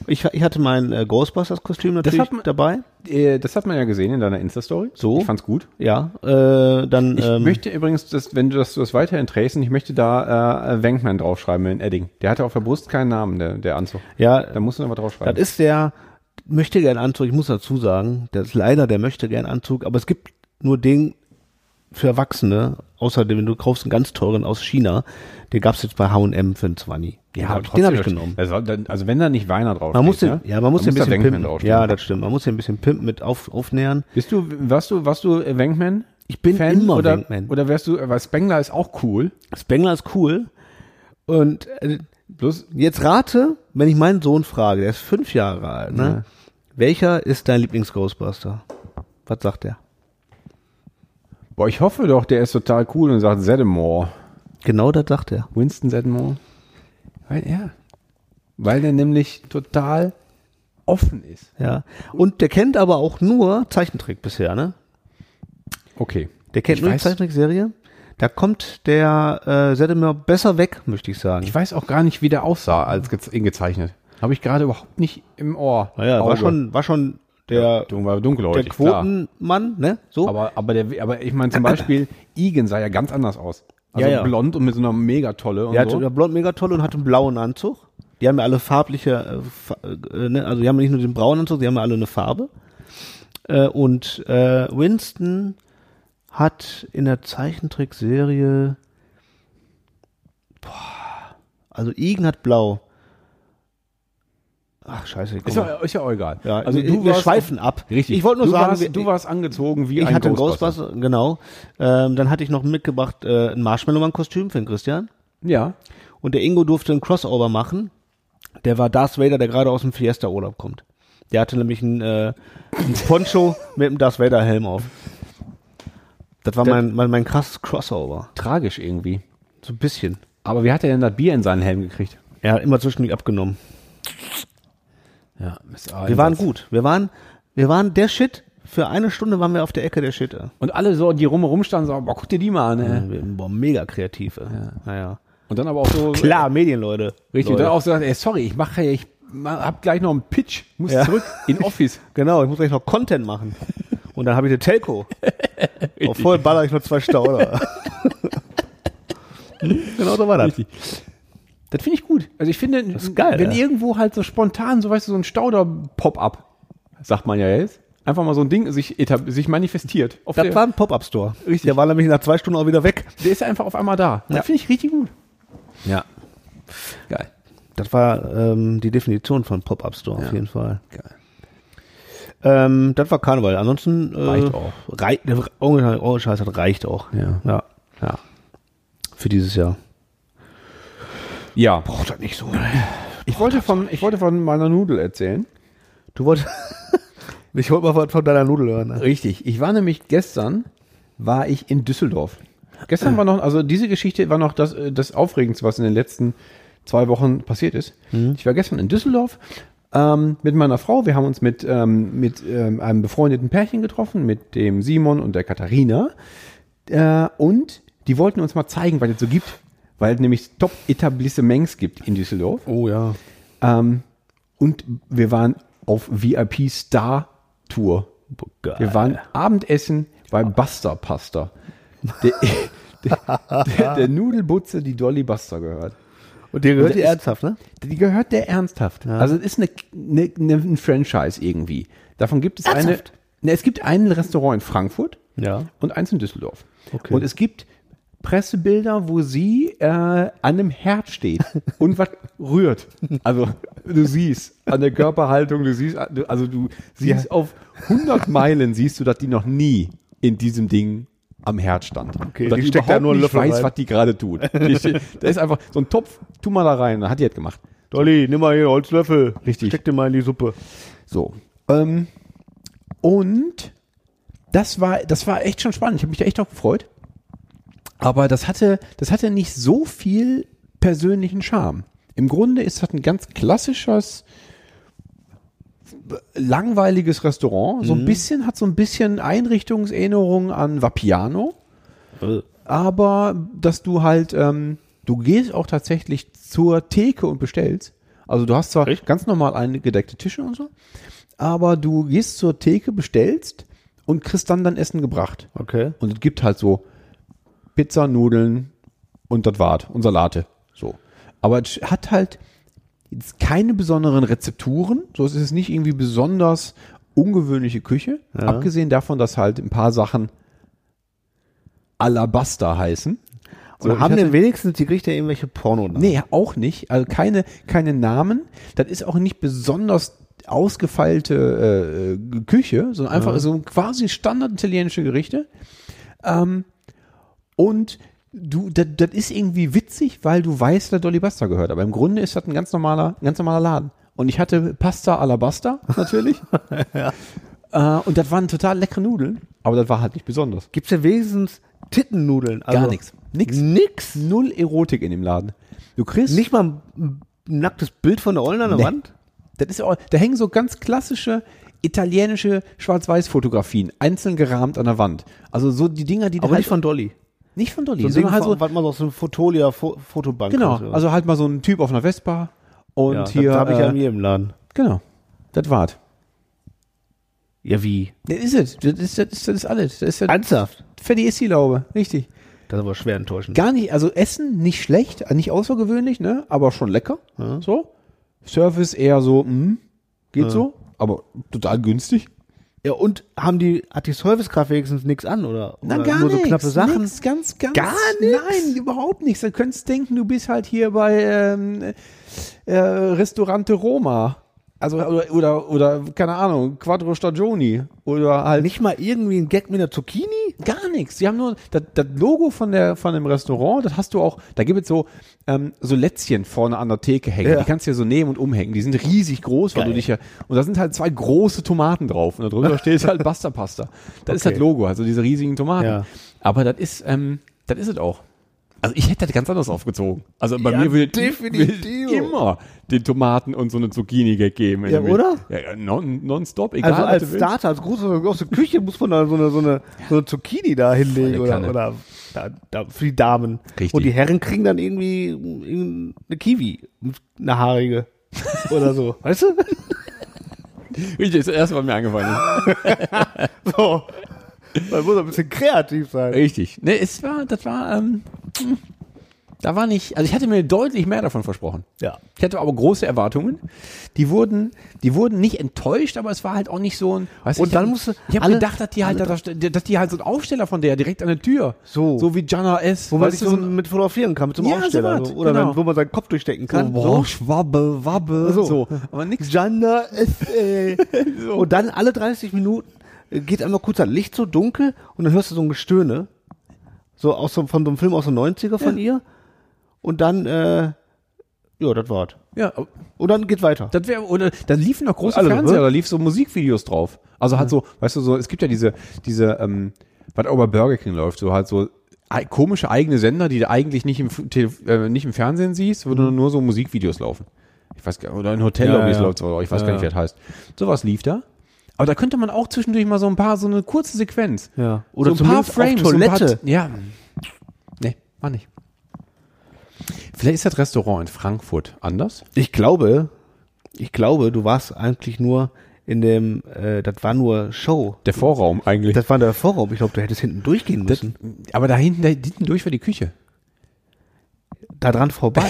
[SPEAKER 2] Ich, ich hatte mein äh, Ghostbusters-Kostüm natürlich
[SPEAKER 1] hat man-
[SPEAKER 2] dabei.
[SPEAKER 1] Äh, das hat man ja gesehen in deiner Insta-Story.
[SPEAKER 2] So.
[SPEAKER 1] Ich fand's gut.
[SPEAKER 2] Ja, äh, dann.
[SPEAKER 1] Ich
[SPEAKER 2] ähm,
[SPEAKER 1] möchte übrigens, dass, wenn du das, du das weiterhin trägst, und ich möchte da äh, Wenkman draufschreiben in Edding. Der hatte auf der Brust keinen Namen, der, der Anzug.
[SPEAKER 2] ja,
[SPEAKER 1] Da musst du aber draufschreiben.
[SPEAKER 2] Das ist der möchte gern Anzug. Ich muss dazu sagen, das ist leider der möchte gern Anzug, aber es gibt nur den für Erwachsene. Außerdem, wenn du kaufst einen ganz teuren aus China, den gab es jetzt bei H&M für einen 20. Den hab ich, den habe ich genommen.
[SPEAKER 1] Also, dann, also wenn da nicht Weiner drauf
[SPEAKER 2] Man muss den,
[SPEAKER 1] ne?
[SPEAKER 2] ja, man muss
[SPEAKER 1] Dann
[SPEAKER 2] den ein
[SPEAKER 1] da
[SPEAKER 2] bisschen
[SPEAKER 1] Wenkman
[SPEAKER 2] pimpen.
[SPEAKER 1] draufstehen.
[SPEAKER 2] Ja, das stimmt. Man muss den ein bisschen pimpen mit auf, aufnähern.
[SPEAKER 1] Bist du, warst du, warst du äh, Wenkman?
[SPEAKER 2] Ich bin
[SPEAKER 1] Fan
[SPEAKER 2] immer
[SPEAKER 1] oder,
[SPEAKER 2] Wingman.
[SPEAKER 1] oder wärst du, äh, weil Spengler ist auch cool.
[SPEAKER 2] Spengler ist cool. Und äh,
[SPEAKER 1] Bloß,
[SPEAKER 2] jetzt rate, wenn ich meinen Sohn frage, der ist fünf Jahre alt, ne? Welcher ist dein Lieblings-Ghostbuster? Was sagt er?
[SPEAKER 1] boah, ich hoffe doch, der ist total cool und sagt Zeddemore.
[SPEAKER 2] Genau das sagt er.
[SPEAKER 1] Winston Zeddemore. Weil, ja. Weil der nämlich total offen ist.
[SPEAKER 2] Ja. Und der kennt aber auch nur Zeichentrick bisher, ne?
[SPEAKER 1] Okay.
[SPEAKER 2] Der kennt
[SPEAKER 1] Ich
[SPEAKER 2] nur die
[SPEAKER 1] weiß-
[SPEAKER 2] Zeichentrickserie. Da kommt der äh, Sedemir besser weg, möchte ich sagen.
[SPEAKER 1] Ich weiß auch gar nicht, wie der aussah, als gez ihn gezeichnet. Habe ich gerade überhaupt nicht im Ohr.
[SPEAKER 2] naja, war
[SPEAKER 1] Auge.
[SPEAKER 2] schon, war schon der,
[SPEAKER 1] Dunkel- war dunkelhäutig,
[SPEAKER 2] der Quotenmann, ne? So.
[SPEAKER 1] klar. Aber, aber, der, aber ich meine zum Beispiel, Igen sah ja ganz anders aus. Also
[SPEAKER 2] Ja, ja.
[SPEAKER 1] blond und mit so einer Megatolle und
[SPEAKER 2] der hatte
[SPEAKER 1] so.
[SPEAKER 2] der blond mega toll und hatte einen blauen Anzug. Die haben ja alle farbliche, äh, fa äh, ne? also die haben ja nicht nur den braunen Anzug, die haben ja alle eine Farbe. Äh, und äh, Winston hat in der Zeichentrickserie, boah, also Igen hat blau. Ach scheiße, guck
[SPEAKER 1] Ist
[SPEAKER 2] mal.
[SPEAKER 1] ja, ist ja auch egal. Also
[SPEAKER 2] Ja, wir- wir schweifen ab.
[SPEAKER 1] Richtig.
[SPEAKER 2] Ich wollte nur
[SPEAKER 1] du
[SPEAKER 2] sagen, wir-
[SPEAKER 1] warst, du warst angezogen wie
[SPEAKER 2] ich
[SPEAKER 1] ein
[SPEAKER 2] hatte einen
[SPEAKER 1] Ghostbuster.
[SPEAKER 2] Ghostbuster, genau. Ähm, dann hatte ich noch mitgebracht äh, ein Marshmallow-Man-Kostüm für den Christian.
[SPEAKER 1] Ja.
[SPEAKER 2] Und der Ingo durfte einen Crossover machen. Der war Darth Vader, der gerade aus dem Fiesta-Urlaub kommt. Der hatte nämlich einen, äh, einen Poncho mit einem Darth Vader-Helm auf. Das war mein, mein, mein krasses Crossover.
[SPEAKER 1] Tragisch irgendwie.
[SPEAKER 2] So ein bisschen.
[SPEAKER 1] Aber wie hat er denn das Bier in seinen Helm gekriegt?
[SPEAKER 2] Er hat immer zwischendurch abgenommen.
[SPEAKER 1] Ja,
[SPEAKER 2] Wir waren gut. Wir waren, wir waren der Shit. Für eine Stunde waren wir auf der Ecke der Shit. ey.
[SPEAKER 1] Und alle so, die rum rumstanden, so, boah, guck dir die mal an. Ey.
[SPEAKER 2] Wir- Boah, mega kreativ. ey. Naja.
[SPEAKER 1] Und dann aber auch so.
[SPEAKER 2] Klar, Medienleute.
[SPEAKER 1] Richtig, und
[SPEAKER 2] Leute.
[SPEAKER 1] dann auch so, ey, sorry, ich mache, ich ma- hab gleich noch einen Pitch, muss
[SPEAKER 2] Ja.
[SPEAKER 1] zurück in Office.
[SPEAKER 2] Genau, ich muss gleich noch Content machen. Und dann habe ich eine Telco. Auf voll baller ich noch zwei Stauder. genau so war das.
[SPEAKER 1] Richtig. Das finde ich gut. Also ich finde,
[SPEAKER 2] ist geil,
[SPEAKER 1] wenn
[SPEAKER 2] ja.
[SPEAKER 1] irgendwo halt so spontan, so weißt du, so ein Stauder-Pop-up, sagt man ja jetzt, einfach mal so ein Ding sich, etab- sich manifestiert. Auf
[SPEAKER 2] Das
[SPEAKER 1] der-
[SPEAKER 2] war ein Pop-Up-Store.
[SPEAKER 1] Richtig.
[SPEAKER 2] Der war nämlich nach zwei Stunden auch wieder weg.
[SPEAKER 1] der ist einfach auf einmal da.
[SPEAKER 2] Ja.
[SPEAKER 1] Das finde ich richtig gut.
[SPEAKER 2] Ja.
[SPEAKER 1] Geil.
[SPEAKER 2] Das war ähm, die Definition von Pop-Up-Store auf jeden Fall.
[SPEAKER 1] Geil.
[SPEAKER 2] Ähm, das war Karneval. Ansonsten äh,
[SPEAKER 1] Reicht auch.
[SPEAKER 2] Rei der- oh, oh, Scheiße, das reicht auch.
[SPEAKER 1] Ja.
[SPEAKER 2] ja.
[SPEAKER 1] Ja.
[SPEAKER 2] Für dieses Jahr.
[SPEAKER 1] Ja.
[SPEAKER 2] Braucht das nicht so.
[SPEAKER 1] Ich wollte von, ich wollte von meiner Nudel erzählen.
[SPEAKER 2] Du wolltest. ich wollte mal was von deiner Nudel hören. ne?
[SPEAKER 1] Richtig. Ich war nämlich gestern, war ich in Düsseldorf. Gestern war noch, also diese Geschichte war noch das, äh, das Aufregendste, was in den letzten zwei Wochen passiert ist. Ich war gestern in Düsseldorf ähm, mit meiner Frau. Wir haben uns mit, ähm, mit ähm, einem befreundeten Pärchen getroffen, mit dem Simon und der Katharina. Äh, und die wollten uns mal zeigen, was es so gibt. Weil es nämlich Top-Etablissements gibt in Düsseldorf.
[SPEAKER 2] Oh ja.
[SPEAKER 1] Und wir waren auf VIP-Star-Tour.
[SPEAKER 2] Geil.
[SPEAKER 1] Wir waren Abendessen bei Buster Pasta. Der, der, der, der Nudelbutze, die Dolly Buster gehört.
[SPEAKER 2] Und dir gehört
[SPEAKER 1] Und
[SPEAKER 2] die
[SPEAKER 1] der ist-
[SPEAKER 2] ernsthaft, ne?
[SPEAKER 1] Die gehört der ernsthaft. Also es ist eine, eine, eine, ein Franchise irgendwie. Davon gibt es
[SPEAKER 2] Ernsthaft?
[SPEAKER 1] eine. Ne, es gibt ein Restaurant in Frankfurt
[SPEAKER 2] Ja.
[SPEAKER 1] und eins in Düsseldorf.
[SPEAKER 2] Okay.
[SPEAKER 1] Und es gibt Pressebilder, wo sie äh, an einem Herd steht und was rührt. Also du siehst an der Körperhaltung, du siehst, du- also du siehst auf 100 Meilen siehst du, dass die noch nie in diesem Ding am Herd stand.
[SPEAKER 2] Okay,
[SPEAKER 1] Oder
[SPEAKER 2] die steckt da
[SPEAKER 1] überhaupt
[SPEAKER 2] nur einen
[SPEAKER 1] nicht
[SPEAKER 2] Löffel
[SPEAKER 1] weiß,
[SPEAKER 2] rein.
[SPEAKER 1] was die gerade tut. Die steht- Da ist einfach so ein Topf, tu mal da rein, dann hat die das gemacht.
[SPEAKER 2] Dolly, nimm mal hier Holzlöffel.
[SPEAKER 1] Richtig.
[SPEAKER 2] Steck dir mal in die Suppe.
[SPEAKER 1] So. Ähm, und das war, das war echt schon spannend. Ich habe mich da echt auch gefreut. Aber das hatte, das hatte nicht so viel persönlichen Charme. Im Grunde ist das ein ganz klassisches, langweiliges Restaurant. So ein bisschen, hat so ein bisschen Einrichtungserinnerung an Vapiano aber dass du halt, ähm, du gehst auch tatsächlich zur Theke und bestellst. Also du hast zwar ganz normal eingedeckte Tische und so, aber du gehst zur Theke, bestellst und kriegst dann dein Essen gebracht.
[SPEAKER 2] Okay.
[SPEAKER 1] Und es gibt halt so Pizza, Nudeln und das wart und Salate. So. Aber es hat halt jetzt keine besonderen Rezepturen. So es ist es nicht irgendwie besonders ungewöhnliche Küche. Abgesehen davon, dass halt ein paar Sachen Alabaster heißen. So,
[SPEAKER 2] Und
[SPEAKER 1] ich
[SPEAKER 2] haben
[SPEAKER 1] hatte-
[SPEAKER 2] denn wenigstens, die kriegt ja irgendwelche Porno nach.
[SPEAKER 1] Nee, auch nicht. Also keine, keine Namen. Das ist auch nicht besonders ausgefeilte äh, äh, Küche, sondern einfach so quasi standard italienische Gerichte. Ähm, und du, das das ist irgendwie witzig, weil du weißt, dass Dolly Buster gehört. Aber im Grunde ist das ein ganz normaler, ein ganz normaler Laden. Und ich hatte Pasta Alabaster, natürlich. äh, und das waren total leckere Nudeln. Aber das war halt nicht besonders.
[SPEAKER 2] Gibt es ja wenigstens Tittennudeln. Also
[SPEAKER 1] Gar nichts. Nix.
[SPEAKER 2] Nix.
[SPEAKER 1] Null Erotik in dem Laden. Du kriegst.
[SPEAKER 2] Nicht mal ein, ein nacktes Bild von der Ollen an der
[SPEAKER 1] Nee.
[SPEAKER 2] Wand?
[SPEAKER 1] Das ist auch, da hängen so ganz klassische italienische Schwarz-Weiß-Fotografien, einzeln gerahmt an der Wand. Also so die Dinger, die du
[SPEAKER 2] Aber
[SPEAKER 1] halt
[SPEAKER 2] nicht von Dolly.
[SPEAKER 1] nicht von Dolly,
[SPEAKER 2] So ein Ding,
[SPEAKER 1] sondern halt so,
[SPEAKER 2] von- was man aus so einem Fotolia Fo- Fotobank
[SPEAKER 1] genau,
[SPEAKER 2] hat, ja.
[SPEAKER 1] also halt mal so ein Typ auf einer Vespa und
[SPEAKER 2] ja,
[SPEAKER 1] hier
[SPEAKER 2] Das habe ich ja in
[SPEAKER 1] äh,
[SPEAKER 2] jedem Laden.
[SPEAKER 1] genau, das war's.
[SPEAKER 2] Ja, wie?
[SPEAKER 1] Das ist es, das ist, das ist, das ist alles, das ist das
[SPEAKER 2] Ernsthaft?
[SPEAKER 1] Fertig ist die Laube, richtig.
[SPEAKER 2] Das ist aber schwer enttäuschend.
[SPEAKER 1] Gar nicht, also Essen nicht schlecht, äh, nicht außergewöhnlich, ne, aber schon lecker, ne, so. Service eher so, hm, geht so, aber total günstig.
[SPEAKER 2] Ja, und haben die, hat die Servicekraft wenigstens nichts an, oder?
[SPEAKER 1] Na,
[SPEAKER 2] oder
[SPEAKER 1] gar
[SPEAKER 2] nur so
[SPEAKER 1] nix,
[SPEAKER 2] knappe Sachen.
[SPEAKER 1] Nix, ganz, ganz.
[SPEAKER 2] Gar nix?
[SPEAKER 1] Nein, überhaupt nichts. Dann könntest du denken, du bist halt hier bei ähm, äh, Restaurante Roma. Also, oder, oder, oder, keine Ahnung, Quattro Stagioni. Oder halt.
[SPEAKER 2] Nicht mal irgendwie ein Gag mit einer Zucchini?
[SPEAKER 1] Gar nichts. Sie haben nur das, das Logo von der von dem Restaurant, das hast du auch, da gibt es so, ähm, so Lätzchen vorne an der Theke hängen.
[SPEAKER 2] Ja.
[SPEAKER 1] Die kannst du ja so nehmen und umhängen. Die sind riesig groß, weil du dich ja. Und da sind halt zwei große Tomaten drauf. Und darüber steht halt Basta Pasta. Das ist
[SPEAKER 2] Okay.
[SPEAKER 1] das Logo, also diese riesigen Tomaten.
[SPEAKER 2] Ja.
[SPEAKER 1] Aber das ist, ähm, das ist es auch. Also ich hätte das ganz anders aufgezogen. Also bei
[SPEAKER 2] Ja,
[SPEAKER 1] mir will
[SPEAKER 2] definitiv.
[SPEAKER 1] will immer den Tomaten und so eine Zucchini-Gag geben. wenn
[SPEAKER 2] Ja,
[SPEAKER 1] du willst.
[SPEAKER 2] oder?
[SPEAKER 1] Ja, Ja, non- nonstop, egal.
[SPEAKER 2] Also
[SPEAKER 1] was du
[SPEAKER 2] als
[SPEAKER 1] willst.
[SPEAKER 2] Starter, als große große Küche muss man da so eine, so eine, so eine Zucchini da hinlegen
[SPEAKER 1] Volle
[SPEAKER 2] oder,
[SPEAKER 1] Kanne.
[SPEAKER 2] oder da, da für die Damen.
[SPEAKER 1] Richtig.
[SPEAKER 2] Und die Herren kriegen dann irgendwie mm, eine Kiwi, eine haarige oder so. Weißt du?
[SPEAKER 1] Richtig, ist das erste, was mir angefallen ist.
[SPEAKER 2] So. Man muss ein bisschen kreativ sein.
[SPEAKER 1] Richtig. Ne, es war, das war, ähm, da war nicht, also ich hatte mir deutlich mehr davon versprochen.
[SPEAKER 2] Ja.
[SPEAKER 1] Ich hatte aber große Erwartungen. Die wurden, die wurden nicht enttäuscht, aber es war halt auch nicht so ein. Weißt
[SPEAKER 2] Und
[SPEAKER 1] ich
[SPEAKER 2] dann
[SPEAKER 1] hab-
[SPEAKER 2] musst du
[SPEAKER 1] Ich habe
[SPEAKER 2] alle-
[SPEAKER 1] gedacht, dass die halt, da, dass die halt so ein Aufsteller von der direkt an der Tür.
[SPEAKER 2] So.
[SPEAKER 1] So wie Jana S.
[SPEAKER 2] Wo man
[SPEAKER 1] weißt
[SPEAKER 2] sich
[SPEAKER 1] du,
[SPEAKER 2] so mit fotografieren kann, mit so einem
[SPEAKER 1] Ja, so
[SPEAKER 2] Aufsteller.
[SPEAKER 1] was,
[SPEAKER 2] so, oder
[SPEAKER 1] genau.
[SPEAKER 2] wenn, wo man seinen Kopf durchstecken kann.
[SPEAKER 1] boah, Oh, Schwabbe, Wabbe.
[SPEAKER 2] So.
[SPEAKER 1] Aber nix.
[SPEAKER 2] Janda ist, äh, Und dann alle 30 Minuten äh, geht einmal kurz das Licht so dunkel und dann hörst du so ein Gestöhne. So aus so, von so einem Film aus den 90er von ihr. Und dann, äh, ja, das war's.
[SPEAKER 1] Ja,
[SPEAKER 2] Und dann geht weiter.
[SPEAKER 1] Das wäre, oder da liefen noch große
[SPEAKER 2] Alle,
[SPEAKER 1] Fernseher,
[SPEAKER 2] ne? Mhm.
[SPEAKER 1] da lief so Musikvideos drauf. Also halt so, weißt du, so, es gibt ja diese, diese, ähm, was auch bei Burger King läuft, so halt so ei- komische eigene Sender, die du eigentlich nicht im, F- Tele- äh, nicht im Fernsehen siehst, wo nur- nur so Musikvideos laufen. Ich weiß gar oder in Hotellobbys
[SPEAKER 2] Mhm. Ja, ja.
[SPEAKER 1] läuft oder ich weiß gar nicht, wie das heißt. Sowas lief da. Aber da könnte man auch zwischendurch mal so ein paar, so eine kurze Sequenz.
[SPEAKER 2] Ja. Oder
[SPEAKER 1] so ein paar
[SPEAKER 2] zumindest auf
[SPEAKER 1] Frames. so ein
[SPEAKER 2] Toilette.
[SPEAKER 1] Paar, ja. Nee, war nicht. Vielleicht ist das Restaurant in Frankfurt anders.
[SPEAKER 2] Ich glaube, ich glaube, du warst eigentlich nur in dem, äh, das war nur Show.
[SPEAKER 1] Der Vorraum eigentlich.
[SPEAKER 2] Das war der Vorraum. Ich glaube, du hättest hinten durchgehen müssen.
[SPEAKER 1] Aber da hinten, da hinten durch war die Küche.
[SPEAKER 2] da dran vorbei.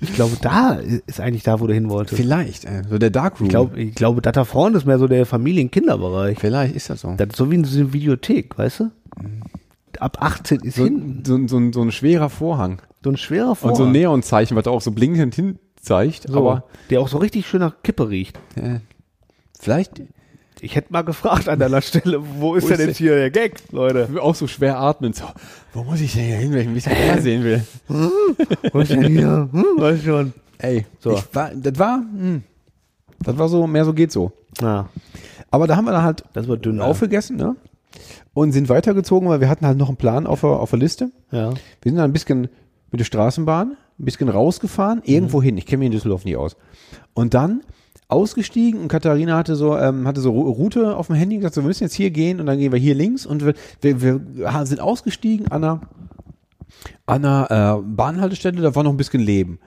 [SPEAKER 2] ich glaube, da ist eigentlich da, wo du hin wolltest. Ich
[SPEAKER 1] Vielleicht, äh, so der Darkroom.
[SPEAKER 2] glaube, ich glaube, das da vorne ist mehr so der Familien-Kinderbereich.
[SPEAKER 1] vielleicht ist das so.
[SPEAKER 2] Das ist so wie in so einer Videothek, weißt du? Ab 18 ist
[SPEAKER 1] So,
[SPEAKER 2] hin.
[SPEAKER 1] ein- so, ein- so, ein- so ein schwerer Vorhang.
[SPEAKER 2] So ein schwerer Vorhang.
[SPEAKER 1] Und so ein Neonzeichen, was da auch so blinkend hin zeigt.
[SPEAKER 2] So,
[SPEAKER 1] Aber
[SPEAKER 2] der auch so richtig schön nach Kippe riecht.
[SPEAKER 1] vielleicht
[SPEAKER 2] Ich hätte mal gefragt an deiner Stelle, wo ist
[SPEAKER 1] Wo
[SPEAKER 2] denn
[SPEAKER 1] ist
[SPEAKER 2] jetzt hier der Gag, Leute?
[SPEAKER 1] auch so schwer atmen. So, wo muss ich denn hier hin, wenn ich ein bisschen mehr sehen will?
[SPEAKER 2] Wo ist denn hier? Hm, weiß schon.
[SPEAKER 1] Ey, so. ich war, das war, hm, das war so, mehr so geht so.
[SPEAKER 2] Na,
[SPEAKER 1] Aber da haben wir dann halt
[SPEAKER 2] das war dünn.
[SPEAKER 1] aufgegessen, ne? Und sind weitergezogen, weil wir hatten halt noch einen Plan auf der, auf der Liste.
[SPEAKER 2] ne? Ja.
[SPEAKER 1] Wir sind dann ein bisschen mit der Straßenbahn, ein bisschen rausgefahren, irgendwo hin. Ich kenne mich in Düsseldorf nie aus. Und dann ausgestiegen und Katharina hatte so, ähm, hatte so Ru- Route auf dem Handy und gesagt, so, wir müssen jetzt hier gehen und dann gehen wir hier links und wir, wir, wir ha- sind ausgestiegen an einer, an einer äh, Bahnhaltestelle, da war noch ein bisschen Leben.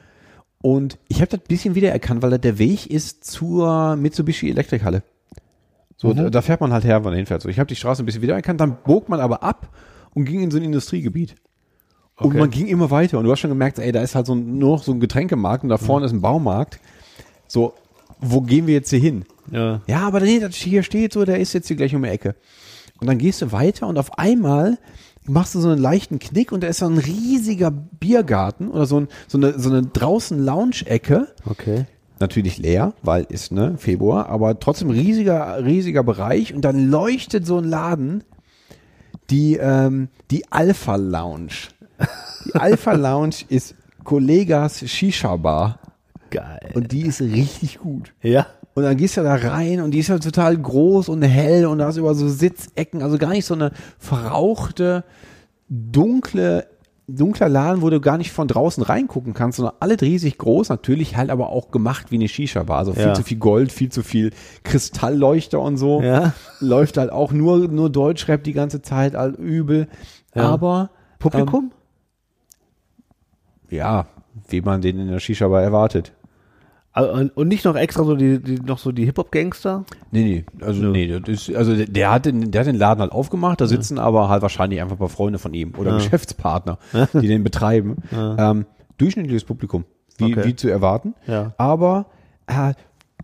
[SPEAKER 1] Und ich habe das ein bisschen wiedererkannt, weil das der Weg ist zur Mitsubishi Elektrikhalle. So, da, da fährt man halt her, wenn man hinfährt. So, ich habe die Straße ein bisschen wiedererkannt, dann bog man aber ab und ging in so ein Industriegebiet. Und man ging immer weiter. Und du hast schon gemerkt, ey, da ist halt so ein, nur noch so ein Getränkemarkt und da vorne ist ein Baumarkt. So, wo gehen wir jetzt hier hin?
[SPEAKER 2] Ja.
[SPEAKER 1] Ja, aber nee, das hier steht so, der ist jetzt hier gleich um die Ecke. Und dann gehst du weiter und auf einmal machst du so einen leichten Knick und da ist so ein riesiger Biergarten oder so, ein, so eine, so eine draußen Lounge-Ecke
[SPEAKER 2] Okay.
[SPEAKER 1] natürlich leer, weil ist ne Februar, aber trotzdem riesiger riesiger Bereich und dann leuchtet so ein Laden, die, ähm, die Alpha Lounge. Die Alpha Lounge ist Kollegas Shisha Bar
[SPEAKER 2] Geil.
[SPEAKER 1] und die ist richtig gut.
[SPEAKER 2] ja.
[SPEAKER 1] Und dann gehst du da rein und die ist halt total groß und hell und da hast du über so Sitzecken, also gar nicht so eine verrauchte, dunkle, dunkler Laden, wo du gar nicht von draußen reingucken kannst, sondern alle riesig groß, natürlich halt aber auch gemacht wie eine Shisha-Bar. Also viel
[SPEAKER 2] Ja.
[SPEAKER 1] zu viel Gold, viel zu viel Kristallleuchter und so.
[SPEAKER 2] Ja.
[SPEAKER 1] Läuft halt auch nur, nur Deutschrap die ganze Zeit, halt übel. Aber
[SPEAKER 2] Publikum?
[SPEAKER 1] Ähm, ja, wie man den in der Shisha-Bar erwartet.
[SPEAKER 2] Also, und- und nicht noch extra so die, die noch so die Hip-Hop-Gangster?
[SPEAKER 1] Nee, nee, also nee, das ist, also der- der hat, den, der hat den Laden halt aufgemacht, da sitzen aber halt wahrscheinlich einfach ein paar Freunde von ihm oder Geschäftspartner, die den betreiben. Ähm, durchschnittliches Publikum, wie,
[SPEAKER 2] Okay.
[SPEAKER 1] wie zu erwarten.
[SPEAKER 2] Ja.
[SPEAKER 1] Aber äh,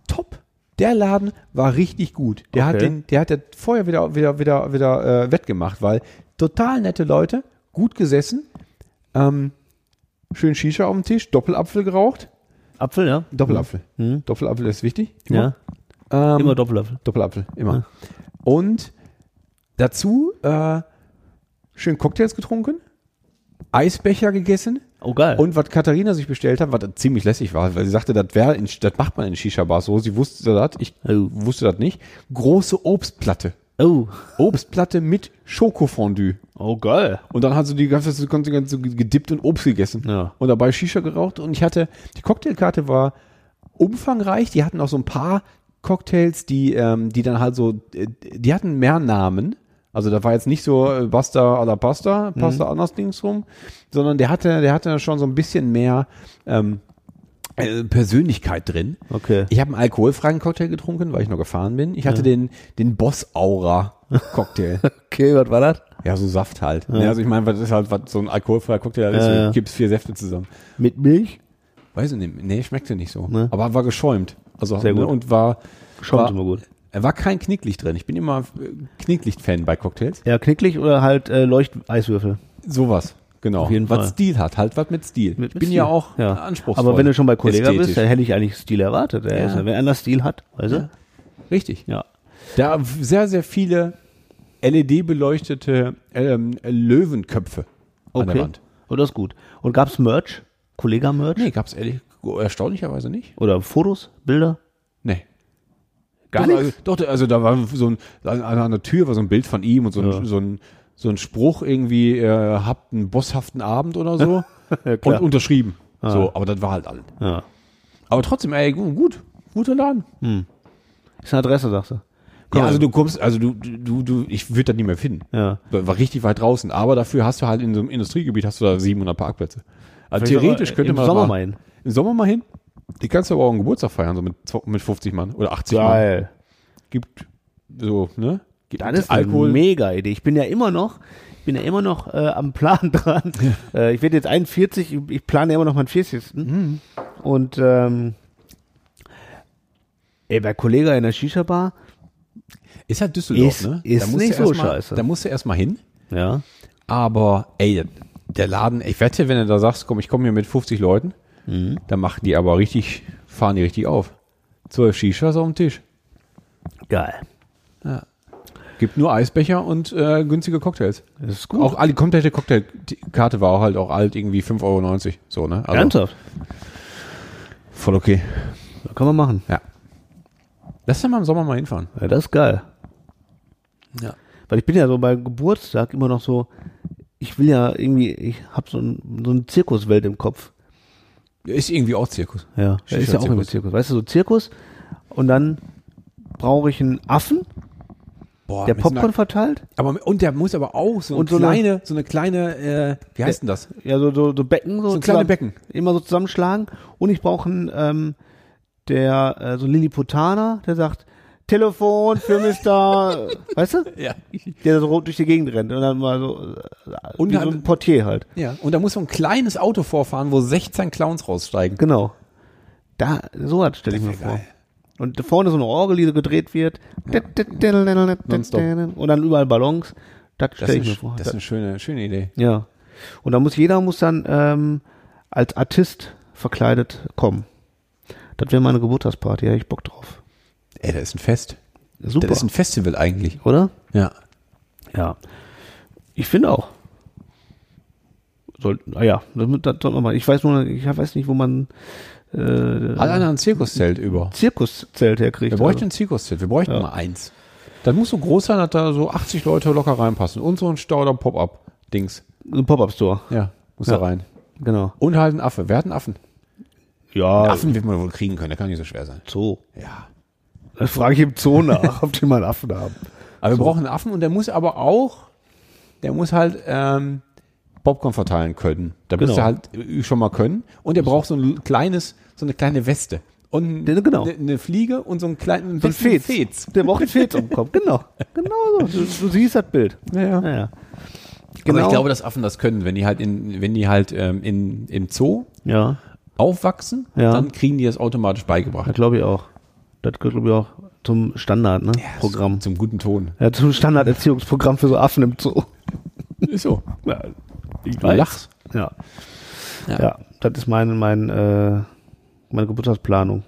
[SPEAKER 1] top. Der Laden war richtig gut. Der hat
[SPEAKER 2] Okay.
[SPEAKER 1] den, der hat ja vorher wieder, wieder, wieder, wieder äh, wettgemacht, weil total nette Leute, gut gesessen, ähm, schön Shisha auf dem Tisch, Doppelapfel geraucht.
[SPEAKER 2] Apfel, ja?
[SPEAKER 1] Doppelapfel.
[SPEAKER 2] Mhm.
[SPEAKER 1] Doppelapfel ist wichtig.
[SPEAKER 2] Ja.
[SPEAKER 1] Ähm,
[SPEAKER 2] Immer Doppelapfel.
[SPEAKER 1] Doppelapfel, immer. Und dazu äh, schön Cocktails getrunken, Eisbecher gegessen
[SPEAKER 2] Oh, geil.
[SPEAKER 1] und was Katharina sich bestellt hat, was ziemlich lässig war, weil sie sagte, das wäre, in- das macht man in Shisha-Bars so. Sie wusste das, ich
[SPEAKER 2] Oh.
[SPEAKER 1] wusste das nicht. Große Obstplatte.
[SPEAKER 2] oh.
[SPEAKER 1] Obstplatte mit Schokofondue.
[SPEAKER 2] Oh, geil.
[SPEAKER 1] Und dann hat sie die ganze ganze ganze gedippt und Obst gegessen.
[SPEAKER 2] Ja.
[SPEAKER 1] Und dabei Shisha geraucht. Und ich hatte, die Cocktailkarte war umfangreich. Die hatten auch so ein paar Cocktails, die, ähm, die dann halt so, äh, die hatten mehr Namen. Also da war jetzt nicht so äh, Basta alla Pasta,
[SPEAKER 2] Mhm.
[SPEAKER 1] Pasta anders Dings rum, sondern der hatte, der hatte schon so ein bisschen mehr ähm, äh, Persönlichkeit drin.
[SPEAKER 2] Okay.
[SPEAKER 1] Ich habe einen alkoholfreien Cocktail getrunken, weil ich noch gefahren bin. Ich hatte den, den Boss-Aura-Cocktail.
[SPEAKER 2] Okay, was war das?
[SPEAKER 1] Ja, so Saft halt. Ne, also ich meine, das ist halt was, so ein alkoholfreier Cocktail, da
[SPEAKER 2] Ja,
[SPEAKER 1] ja,
[SPEAKER 2] ja.
[SPEAKER 1] gibt's vier Säfte zusammen.
[SPEAKER 2] Mit Milch?
[SPEAKER 1] Weiß ich nicht, nee, schmeckte nicht so.
[SPEAKER 2] Ne.
[SPEAKER 1] Aber war geschäumt. Also
[SPEAKER 2] Sehr
[SPEAKER 1] Ne,
[SPEAKER 2] gut.
[SPEAKER 1] und war,
[SPEAKER 2] Schaut
[SPEAKER 1] war,
[SPEAKER 2] immer gut.
[SPEAKER 1] er war kein Knicklicht drin. Ich bin immer äh, Knicklicht-Fan bei Cocktails.
[SPEAKER 2] Ja, knicklig oder halt äh, Leuchteiswürfel.
[SPEAKER 1] Sowas, genau.
[SPEAKER 2] Auf jeden
[SPEAKER 1] was
[SPEAKER 2] Fall.
[SPEAKER 1] Stil hat, halt was mit Stil.
[SPEAKER 2] Mit-
[SPEAKER 1] ich
[SPEAKER 2] mit
[SPEAKER 1] bin
[SPEAKER 2] Stil.
[SPEAKER 1] ja auch anspruchsvoll.
[SPEAKER 2] Aber wenn du schon bei Kollega bist, dann
[SPEAKER 1] Ästhetisch.
[SPEAKER 2] hätte ich eigentlich Stil erwartet. Er
[SPEAKER 1] Ja.
[SPEAKER 2] ist ja- Wenn einer Stil hat, weißt du?
[SPEAKER 1] richtig.
[SPEAKER 2] Ja.
[SPEAKER 1] Da sehr, sehr viele LED-beleuchtete ähm, Löwenköpfe an der Wand.
[SPEAKER 2] Und das ist gut. Und gab's Merch? Kollega-Merch?
[SPEAKER 1] Nee, gab's ehrlich, erstaunlicherweise nicht.
[SPEAKER 2] Oder Fotos? Bilder?
[SPEAKER 1] Nee.
[SPEAKER 2] Gar
[SPEAKER 1] doch,
[SPEAKER 2] nichts?
[SPEAKER 1] Also, doch, also da war so ein, an, an der Tür war so ein Bild von ihm und so ein, so ein, so ein Spruch irgendwie, äh, habt einen bosshaften Abend oder so. und unterschrieben.
[SPEAKER 2] Ah.
[SPEAKER 1] So, aber das war halt alles.
[SPEAKER 2] Ja.
[SPEAKER 1] Aber trotzdem, ey, gu- gut, guter Laden.
[SPEAKER 2] Ist eine Adresse, sagst du.
[SPEAKER 1] Ja, also du kommst, also du, du, du, ich würde das nicht mehr finden.
[SPEAKER 2] Ja.
[SPEAKER 1] War war richtig weit draußen. Aber dafür hast du halt in so einem Industriegebiet hast du da 700 Parkplätze. Also theoretisch
[SPEAKER 2] aber
[SPEAKER 1] könnte man.
[SPEAKER 2] im
[SPEAKER 1] das
[SPEAKER 2] Sommer
[SPEAKER 1] machen.
[SPEAKER 2] mal hin.
[SPEAKER 1] Im Sommer mal hin. Die kannst du aber auch einen Geburtstag feiern, so mit, zw- mit 50 Mann oder 80 Mann.
[SPEAKER 2] Geil.
[SPEAKER 1] gibt so, ne? Gibt
[SPEAKER 2] Das ist
[SPEAKER 1] Alkohol.
[SPEAKER 2] eine mega Idee. Ich bin ja immer noch, ich bin ja immer noch äh, am Plan dran. Äh, ich werde jetzt 41, ich- ich plane ja immer noch meinen 40.
[SPEAKER 1] Mhm.
[SPEAKER 2] Und ähm, ey, bei Kollega in der Shisha-Bar,
[SPEAKER 1] ist halt Düsseldorf,
[SPEAKER 2] Ist-
[SPEAKER 1] ne?
[SPEAKER 2] ist
[SPEAKER 1] musst du
[SPEAKER 2] nicht so
[SPEAKER 1] erst mal,
[SPEAKER 2] scheiße.
[SPEAKER 1] Da musst du erstmal hin.
[SPEAKER 2] ja,
[SPEAKER 1] Aber ey, der Laden, ich wette, wenn du da sagst, komm, ich komme hier mit 50 Leuten,
[SPEAKER 2] Mhm.
[SPEAKER 1] dann machen die aber richtig, fahren die richtig auf. Zwölf Shishas auf dem Tisch.
[SPEAKER 2] geil.
[SPEAKER 1] Gibt nur Eisbecher und äh, günstige Cocktails.
[SPEAKER 2] Das ist
[SPEAKER 1] Auch alle die komplette Cocktailkarte war auch halt auch alt, irgendwie 5,90 Euro. So, ne? Also,
[SPEAKER 2] Ernsthaft?
[SPEAKER 1] Voll okay.
[SPEAKER 2] Kann man machen.
[SPEAKER 1] Ja. Lass da mal im Sommer mal hinfahren.
[SPEAKER 2] Ja, das ist geil.
[SPEAKER 1] Ja.
[SPEAKER 2] Weil ich bin ja so bei Geburtstag immer noch so, ich will ja irgendwie, ich habe so, ein, so eine Zirkuswelt im Kopf.
[SPEAKER 1] Ist irgendwie auch Zirkus.
[SPEAKER 2] Ja, das ist ja auch immer
[SPEAKER 1] Shisha-Zirkus.
[SPEAKER 2] Zirkus. Weißt du, so Zirkus und dann brauche ich einen Affen,
[SPEAKER 1] Boah,
[SPEAKER 2] der
[SPEAKER 1] mit so einer-
[SPEAKER 2] Popcorn verteilt.
[SPEAKER 1] Aber, und der muss aber auch so eine
[SPEAKER 2] Und so eine-
[SPEAKER 1] kleine, so eine kleine, äh, wie heißt denn das?
[SPEAKER 2] Ja, so, so, so Becken. So,
[SPEAKER 1] So kleine
[SPEAKER 2] zusammen-
[SPEAKER 1] Becken.
[SPEAKER 2] Immer so zusammenschlagen. Und ich brauche einen, ähm, der, äh, so ein Lilliputaner, der sagt, Telefon für Mr. weißt du?
[SPEAKER 1] Ja.
[SPEAKER 2] Der so rot durch die Gegend rennt. Und dann mal so, äh,
[SPEAKER 1] Und
[SPEAKER 2] wie so
[SPEAKER 1] dann-
[SPEAKER 2] ein Portier halt.
[SPEAKER 1] Ja. Und da muss so ein kleines Auto vorfahren, wo 16 Clowns raussteigen.
[SPEAKER 2] Genau. Da, so was stelle ich mir vor. Und da vorne so eine Orgel, die so gedreht wird.
[SPEAKER 1] Nonstop.
[SPEAKER 2] Und dann überall Ballons. Das stelle ich mir vor.
[SPEAKER 1] das ist eine schöne, schöne Idee.
[SPEAKER 2] Ja. Und dann muss jeder muss dann ähm, als Artist verkleidet kommen. Das wäre meine Geburtstagsparty, hätte ich Bock drauf.
[SPEAKER 1] Ey, das ist ein Fest.
[SPEAKER 2] Super,
[SPEAKER 1] Das ist ein Festival eigentlich.
[SPEAKER 2] oder?
[SPEAKER 1] Ja.
[SPEAKER 2] Ja. Ich finde auch. Soll, naja, das, das sollten wir mal. Ich weiß nur, ich weiß nicht, wo man äh,
[SPEAKER 1] Alle anderen ein Zirkuszelt über.
[SPEAKER 2] Zirkuszelt herkriegt. also.
[SPEAKER 1] Wir bräuchten ein Zirkuszelt, wir bräuchten mal eins. Das muss so groß sein, dass da so 80 Leute locker reinpassen. Und so ein stauder Pop-Up-Dings.
[SPEAKER 2] also, ein Pop-Up-Store.
[SPEAKER 1] Ja, muss
[SPEAKER 2] Ja.
[SPEAKER 1] da rein.
[SPEAKER 2] Genau.
[SPEAKER 1] Und halt ein Affe. Wer hat einen Affen?
[SPEAKER 2] Ja,
[SPEAKER 1] Affen wird man wohl kriegen können, der kann nicht so schwer sein.
[SPEAKER 2] Zoo.
[SPEAKER 1] Ja.
[SPEAKER 2] Das frage ich im Zoo nach, ob die mal einen Affen haben.
[SPEAKER 1] Aber wir brauchen einen Affen und der muss aber auch, der muss halt ähm, Popcorn verteilen können. Da müsste
[SPEAKER 2] Genau.
[SPEAKER 1] er halt äh, schon mal können. Und der braucht so ein kleines, so eine kleine Weste. Und ne,
[SPEAKER 2] Ja, genau.
[SPEAKER 1] eine, eine Fliege und so einen kleinen
[SPEAKER 2] So ein
[SPEAKER 1] bisschen
[SPEAKER 2] Fez. Der braucht einen Fez am Kopf. Genau. Genau so. Du, du siehst das Bild.
[SPEAKER 1] Ja.
[SPEAKER 2] Naja.
[SPEAKER 1] Aber ich
[SPEAKER 2] Genau.
[SPEAKER 1] glaube, dass Affen das können, wenn die halt in, wenn die halt ähm, in, im Zoo
[SPEAKER 2] Ja,
[SPEAKER 1] aufwachsen,
[SPEAKER 2] Ja.
[SPEAKER 1] dann kriegen die das automatisch
[SPEAKER 2] das
[SPEAKER 1] beigebracht.
[SPEAKER 2] glaube ich auch. Das gehört, glaube ich, auch zum Standard, ne? Programm.
[SPEAKER 1] Zum guten Ton.
[SPEAKER 2] Ja, zum Standarderziehungsprogramm für so Affen im Zoo.
[SPEAKER 1] Ist so.
[SPEAKER 2] Ja, ich
[SPEAKER 1] Du lachst.
[SPEAKER 2] Ja.
[SPEAKER 1] Ja.
[SPEAKER 2] ja. das ist meine, mein, äh, meine Geburtstagsplanung.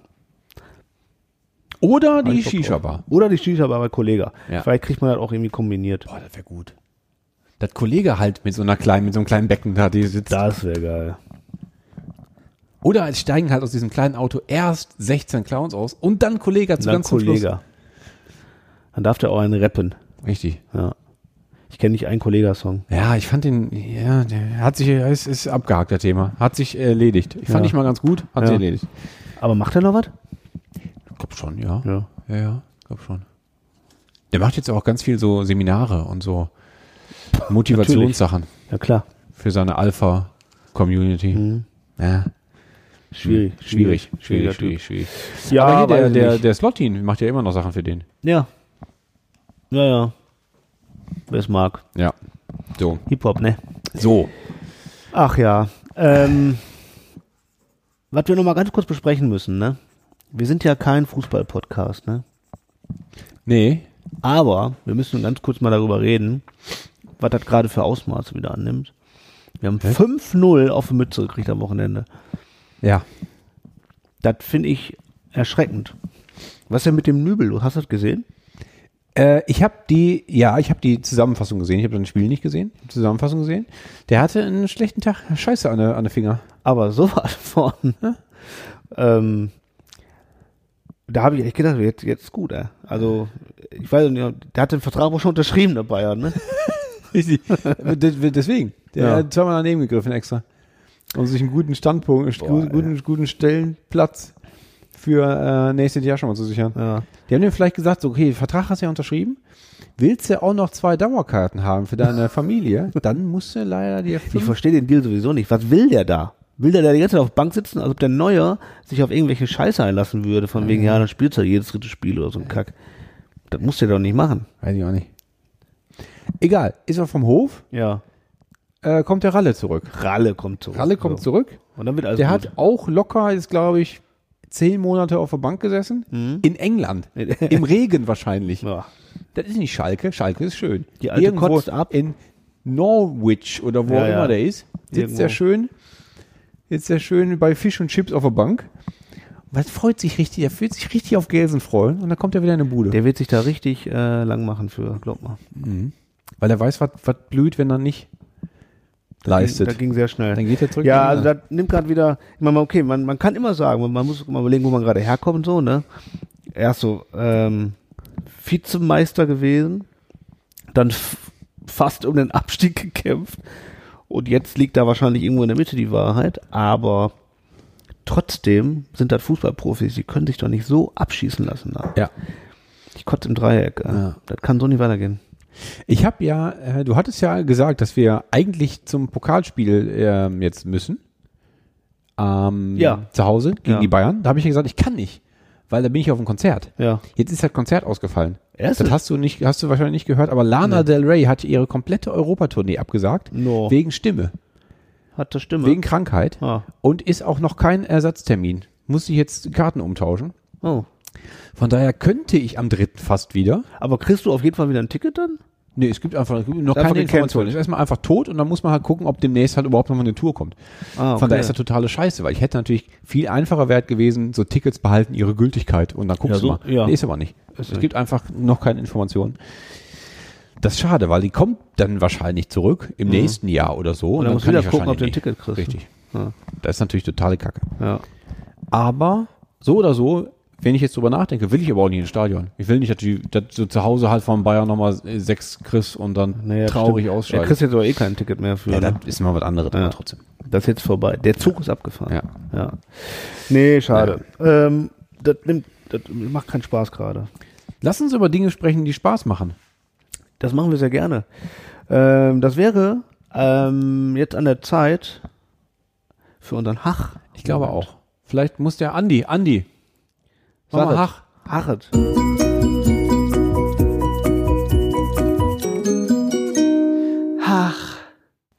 [SPEAKER 1] Oder die
[SPEAKER 2] Hab ich Bock
[SPEAKER 1] Shisha-Bar.
[SPEAKER 2] drauf. Oder die Shisha Bar bei Kollega.
[SPEAKER 1] Ja.
[SPEAKER 2] Vielleicht kriegt man das auch irgendwie kombiniert.
[SPEAKER 1] Boah, Oh, das wäre gut. Das Kollege halt mit so einer kleinen, mit so einem kleinen Becken da, die sitzt.
[SPEAKER 2] Das wäre geil.
[SPEAKER 1] Oder es steigen halt aus diesem kleinen Auto erst 16 Clowns aus und dann Kollege zu
[SPEAKER 2] Dann
[SPEAKER 1] ganz
[SPEAKER 2] Kollega. Dann darf der auch einen rappen.
[SPEAKER 1] Schluss. Richtig.
[SPEAKER 2] Ja. Ich kenne nicht einen Kollega-Song.
[SPEAKER 1] Ja, ich fand den, ja, der hat sich, ja, es ist abgehakt, das Thema. Hat sich erledigt. Ich fand
[SPEAKER 2] Ja.
[SPEAKER 1] nicht mal ganz gut, hat
[SPEAKER 2] Ja.
[SPEAKER 1] sich erledigt.
[SPEAKER 2] Aber macht er noch was?
[SPEAKER 1] Glaub schon, ja.
[SPEAKER 2] Ja.
[SPEAKER 1] Ja, ja, glaub schon. Der macht jetzt auch ganz viel so Seminare und so Motivationssachen
[SPEAKER 2] Ja, klar.
[SPEAKER 1] für seine Alpha-Community. Ja,
[SPEAKER 2] Mhm. Hm, Schwierig.
[SPEAKER 1] schwierig,
[SPEAKER 2] Schwieriger
[SPEAKER 1] schwierig, schwierig, schwierig.
[SPEAKER 2] Typ. Ja,
[SPEAKER 1] Aber hier, der,
[SPEAKER 2] weiß ich
[SPEAKER 1] der,
[SPEAKER 2] nicht.
[SPEAKER 1] der Slotin macht ja immer noch Sachen für den.
[SPEAKER 2] ja. Ja, ja. Wer es mag.
[SPEAKER 1] Ja. So.
[SPEAKER 2] Hip-Hop, ne?
[SPEAKER 1] So.
[SPEAKER 2] Ach ja. Ähm, was wir noch mal ganz kurz besprechen müssen, ne? Wir sind ja kein Fußball-Podcast, ne?
[SPEAKER 1] Nee.
[SPEAKER 2] Aber wir müssen ganz kurz mal darüber reden, was das gerade für Ausmaße wieder annimmt. Wir haben 5-0 auf die Mütze gekriegt am Wochenende.
[SPEAKER 1] Ja.
[SPEAKER 2] Das finde ich erschreckend. Was ist denn mit dem Nübel? los? Hast du das gesehen?
[SPEAKER 1] Äh, ich habe die, ja, ich habe die Zusammenfassung gesehen. Ich habe das Spiel nicht gesehen. Ich hab die Zusammenfassung gesehen. Der hatte einen schlechten Tag. Scheiße an der, an der Finger.
[SPEAKER 2] Aber so weit vorne. Ähm, da habe ich echt gedacht, jetzt, jetzt ist gut, ey. Also, ich weiß nicht, der hat den Vertrag wohl schon unterschrieben, der Bayern, ne?
[SPEAKER 1] Richtig. Deswegen. Der
[SPEAKER 2] Ja.
[SPEAKER 1] hat zweimal daneben gegriffen extra. Um sich einen guten Standpunkt, einen gu- guten, guten Stellenplatz für äh, nächstes Jahr schon mal zu sichern.
[SPEAKER 2] Ja.
[SPEAKER 1] Die haben dir vielleicht gesagt, so, okay, Vertrag hast du ja unterschrieben. Willst du auch noch zwei Dauerkarten haben für deine Familie? dann musst du leider dir
[SPEAKER 2] Ich
[SPEAKER 1] fünf
[SPEAKER 2] verstehe den Deal sowieso nicht. Was will der da? Will der da die ganze Zeit auf Bank sitzen, als ob der Neue sich auf irgendwelche Scheiße einlassen würde, von wegen, ja, dann spielst du halt jedes dritte Spiel oder so ein Kack. Das muss der doch nicht machen.
[SPEAKER 1] Weiß ich auch nicht. Egal, ist er vom Hof,
[SPEAKER 2] Ja.
[SPEAKER 1] äh, kommt der Ralle zurück.
[SPEAKER 2] Ralle kommt zurück.
[SPEAKER 1] Ralle kommt
[SPEAKER 2] so.
[SPEAKER 1] zurück.
[SPEAKER 2] Und dann wird alles
[SPEAKER 1] Der
[SPEAKER 2] gut.
[SPEAKER 1] hat auch locker, ist glaube ich, zehn Monate auf der Bank gesessen. In England. Im Regen wahrscheinlich.
[SPEAKER 2] Mhm. Ja.
[SPEAKER 1] Das ist nicht Schalke. Schalke ist schön.
[SPEAKER 2] Die Alte kotzt ab.
[SPEAKER 1] in Norwich oder wo
[SPEAKER 2] Ja,
[SPEAKER 1] auch
[SPEAKER 2] ja.
[SPEAKER 1] immer der ist, sitzt
[SPEAKER 2] Irgendwo.
[SPEAKER 1] der schön, sitzt der schön bei Fisch und Chips auf der Bank. Was freut sich richtig? Der fühlt sich richtig auf Gelsen freuen und dann kommt er wieder in eine Bude.
[SPEAKER 2] Der wird sich da richtig äh, lang machen für, glaub mal.
[SPEAKER 1] weil er weiß, was was blüht, wenn er nicht leistet.
[SPEAKER 2] Da ging sehr schnell.
[SPEAKER 1] Dann geht er zurück
[SPEAKER 2] Ja,
[SPEAKER 1] in
[SPEAKER 2] also
[SPEAKER 1] den
[SPEAKER 2] das nimmt gerade wieder, ich meine, okay, man, man kann immer sagen, man, man muss mal überlegen, wo man gerade herkommt und so, ne? Erst so ähm, Vizemeister gewesen, dann f- fast um den Abstieg gekämpft und jetzt liegt da wahrscheinlich irgendwo in der Mitte die Wahrheit, aber trotzdem sind das Fußballprofis, die können sich doch nicht so abschießen lassen. Da.
[SPEAKER 1] Ja.
[SPEAKER 2] Ich kotze im Dreieck. äh,
[SPEAKER 1] Ja.
[SPEAKER 2] Das kann so nicht weitergehen.
[SPEAKER 1] Ich habe ja, äh, du hattest ja gesagt, dass wir eigentlich zum Pokalspiel ähm, jetzt müssen. Ähm,
[SPEAKER 2] Ja.
[SPEAKER 1] Zu Hause gegen
[SPEAKER 2] Ja.
[SPEAKER 1] die Bayern. Da habe ich ja gesagt, ich kann nicht, weil da bin ich auf einem Konzert.
[SPEAKER 2] Ja.
[SPEAKER 1] Jetzt ist das Konzert ausgefallen.
[SPEAKER 2] Erst
[SPEAKER 1] das hast du nicht, hast du wahrscheinlich nicht gehört, aber Lana Del Rey hat ihre komplette Europatournee abgesagt
[SPEAKER 2] No.
[SPEAKER 1] wegen Stimme,
[SPEAKER 2] Hat das Stimme.
[SPEAKER 1] wegen Krankheit
[SPEAKER 2] Ah.
[SPEAKER 1] und ist auch noch kein Ersatztermin. Muss ich jetzt Karten umtauschen.
[SPEAKER 2] oh.
[SPEAKER 1] Von daher könnte ich am dritten fast wieder.
[SPEAKER 2] Aber kriegst du auf jeden Fall wieder ein Ticket dann?
[SPEAKER 1] Nee, es gibt einfach es gibt noch
[SPEAKER 2] Einfach
[SPEAKER 1] keine
[SPEAKER 2] gecancelt.
[SPEAKER 1] Informationen. Es ist erstmal einfach tot und dann muss man halt gucken, ob demnächst halt überhaupt noch mal eine Tour kommt. Von
[SPEAKER 2] Ah, okay.
[SPEAKER 1] daher ist das totale Scheiße, weil ich hätte natürlich viel einfacher wert gewesen, so Tickets behalten ihre Gültigkeit und dann guckst
[SPEAKER 2] Ja, so-
[SPEAKER 1] du mal.
[SPEAKER 2] ja.
[SPEAKER 1] Nee, ist aber nicht. es gibt einfach noch keine Informationen. Das ist schade, weil die kommt dann wahrscheinlich zurück im nächsten Jahr oder so.
[SPEAKER 2] Mhm. Und dann musst du
[SPEAKER 1] kann
[SPEAKER 2] wieder
[SPEAKER 1] ich
[SPEAKER 2] gucken, ob du ein
[SPEAKER 1] wahrscheinlich
[SPEAKER 2] Ticket kriegst.
[SPEAKER 1] Richtig.
[SPEAKER 2] Ja.
[SPEAKER 1] Das ist natürlich totale Kacke.
[SPEAKER 2] Ja.
[SPEAKER 1] Aber so oder so, wenn ich jetzt drüber nachdenke, will ich aber auch nicht ins Stadion. Ich will nicht, dass, die, dass du zu Hause halt von Bayern nochmal sechs kriegst und dann
[SPEAKER 2] Naja,
[SPEAKER 1] traurig
[SPEAKER 2] stimmt.
[SPEAKER 1] ausscheidest.
[SPEAKER 2] Ja, kriegst jetzt aber eh kein Ticket mehr für.
[SPEAKER 1] Ja,
[SPEAKER 2] ne?
[SPEAKER 1] das ist mal was anderes,
[SPEAKER 2] Ja.
[SPEAKER 1] aber trotzdem.
[SPEAKER 2] Das ist jetzt vorbei. Der Zug ist abgefahren.
[SPEAKER 1] Ja.
[SPEAKER 2] ja. Nee, schade. Ähm, das, nimmt, das macht keinen Spaß gerade.
[SPEAKER 1] Lass uns über Dinge sprechen, die Spaß machen.
[SPEAKER 2] Das machen wir sehr gerne. Ähm, das wäre ähm, jetzt an der Zeit für unseren Hach.
[SPEAKER 1] Ich glaube auch. Vielleicht muss der Andi, Andi, mach mal
[SPEAKER 2] Sag
[SPEAKER 1] Hach.
[SPEAKER 2] es. Hachet. Hach.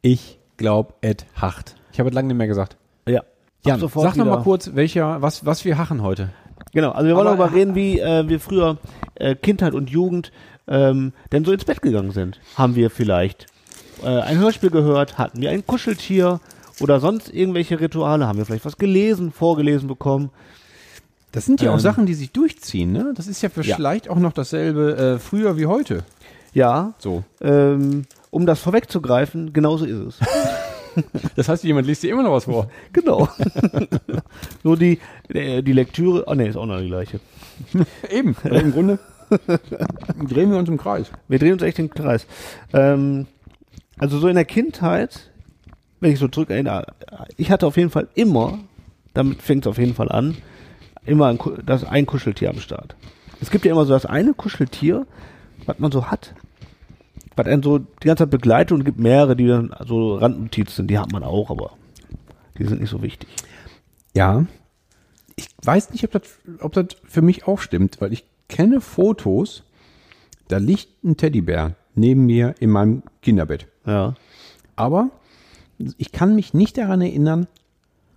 [SPEAKER 1] Ich glaube, Ed hacht. Ich habe es lange nicht mehr gesagt.
[SPEAKER 2] Ja.
[SPEAKER 1] Jan,
[SPEAKER 2] sofort
[SPEAKER 1] sag noch
[SPEAKER 2] wieder.
[SPEAKER 1] mal kurz, welcher, was, was wir hachen heute.
[SPEAKER 2] Genau, also wir wollen
[SPEAKER 1] Aber-
[SPEAKER 2] darüber reden, wie äh, wir früher äh, Kindheit und Jugend ähm, denn so ins Bett gegangen sind. Haben wir vielleicht äh, ein Hörspiel gehört, hatten wir ein Kuscheltier oder sonst irgendwelche Rituale, haben wir vielleicht was gelesen, vorgelesen bekommen.
[SPEAKER 1] Das sind ja auch
[SPEAKER 2] Ähm,
[SPEAKER 1] Sachen, die sich durchziehen, ne? Das ist ja vielleicht auch noch dasselbe äh, früher wie heute.
[SPEAKER 2] Ja,
[SPEAKER 1] So.
[SPEAKER 2] ähm, um das vorwegzugreifen, genauso ist es.
[SPEAKER 1] Das heißt, jemand liest dir immer noch was vor.
[SPEAKER 2] genau. Nur die, äh, die Lektüre, oh ne, ist auch noch die gleiche.
[SPEAKER 1] Eben, weil im Grunde drehen wir uns im Kreis.
[SPEAKER 2] Wir drehen uns echt im Kreis. Ähm, also so in der Kindheit, wenn ich so zurück erinnere, ich hatte auf jeden Fall immer, damit fängt es auf jeden Fall an, immer ein, Ku- das ein Kuscheltier am Start. Es gibt ja immer so das eine Kuscheltier, was man so hat, was einen so die ganze Zeit begleitet und gibt mehrere, die dann so Randnotizen sind, die hat man auch, aber die sind nicht so wichtig.
[SPEAKER 1] Ja. Ich weiß nicht, ob das, ob das für mich auch stimmt, weil ich kenne Fotos, da liegt ein Teddybär neben mir in meinem Kinderbett.
[SPEAKER 2] Ja.
[SPEAKER 1] Aber ich kann mich nicht daran erinnern,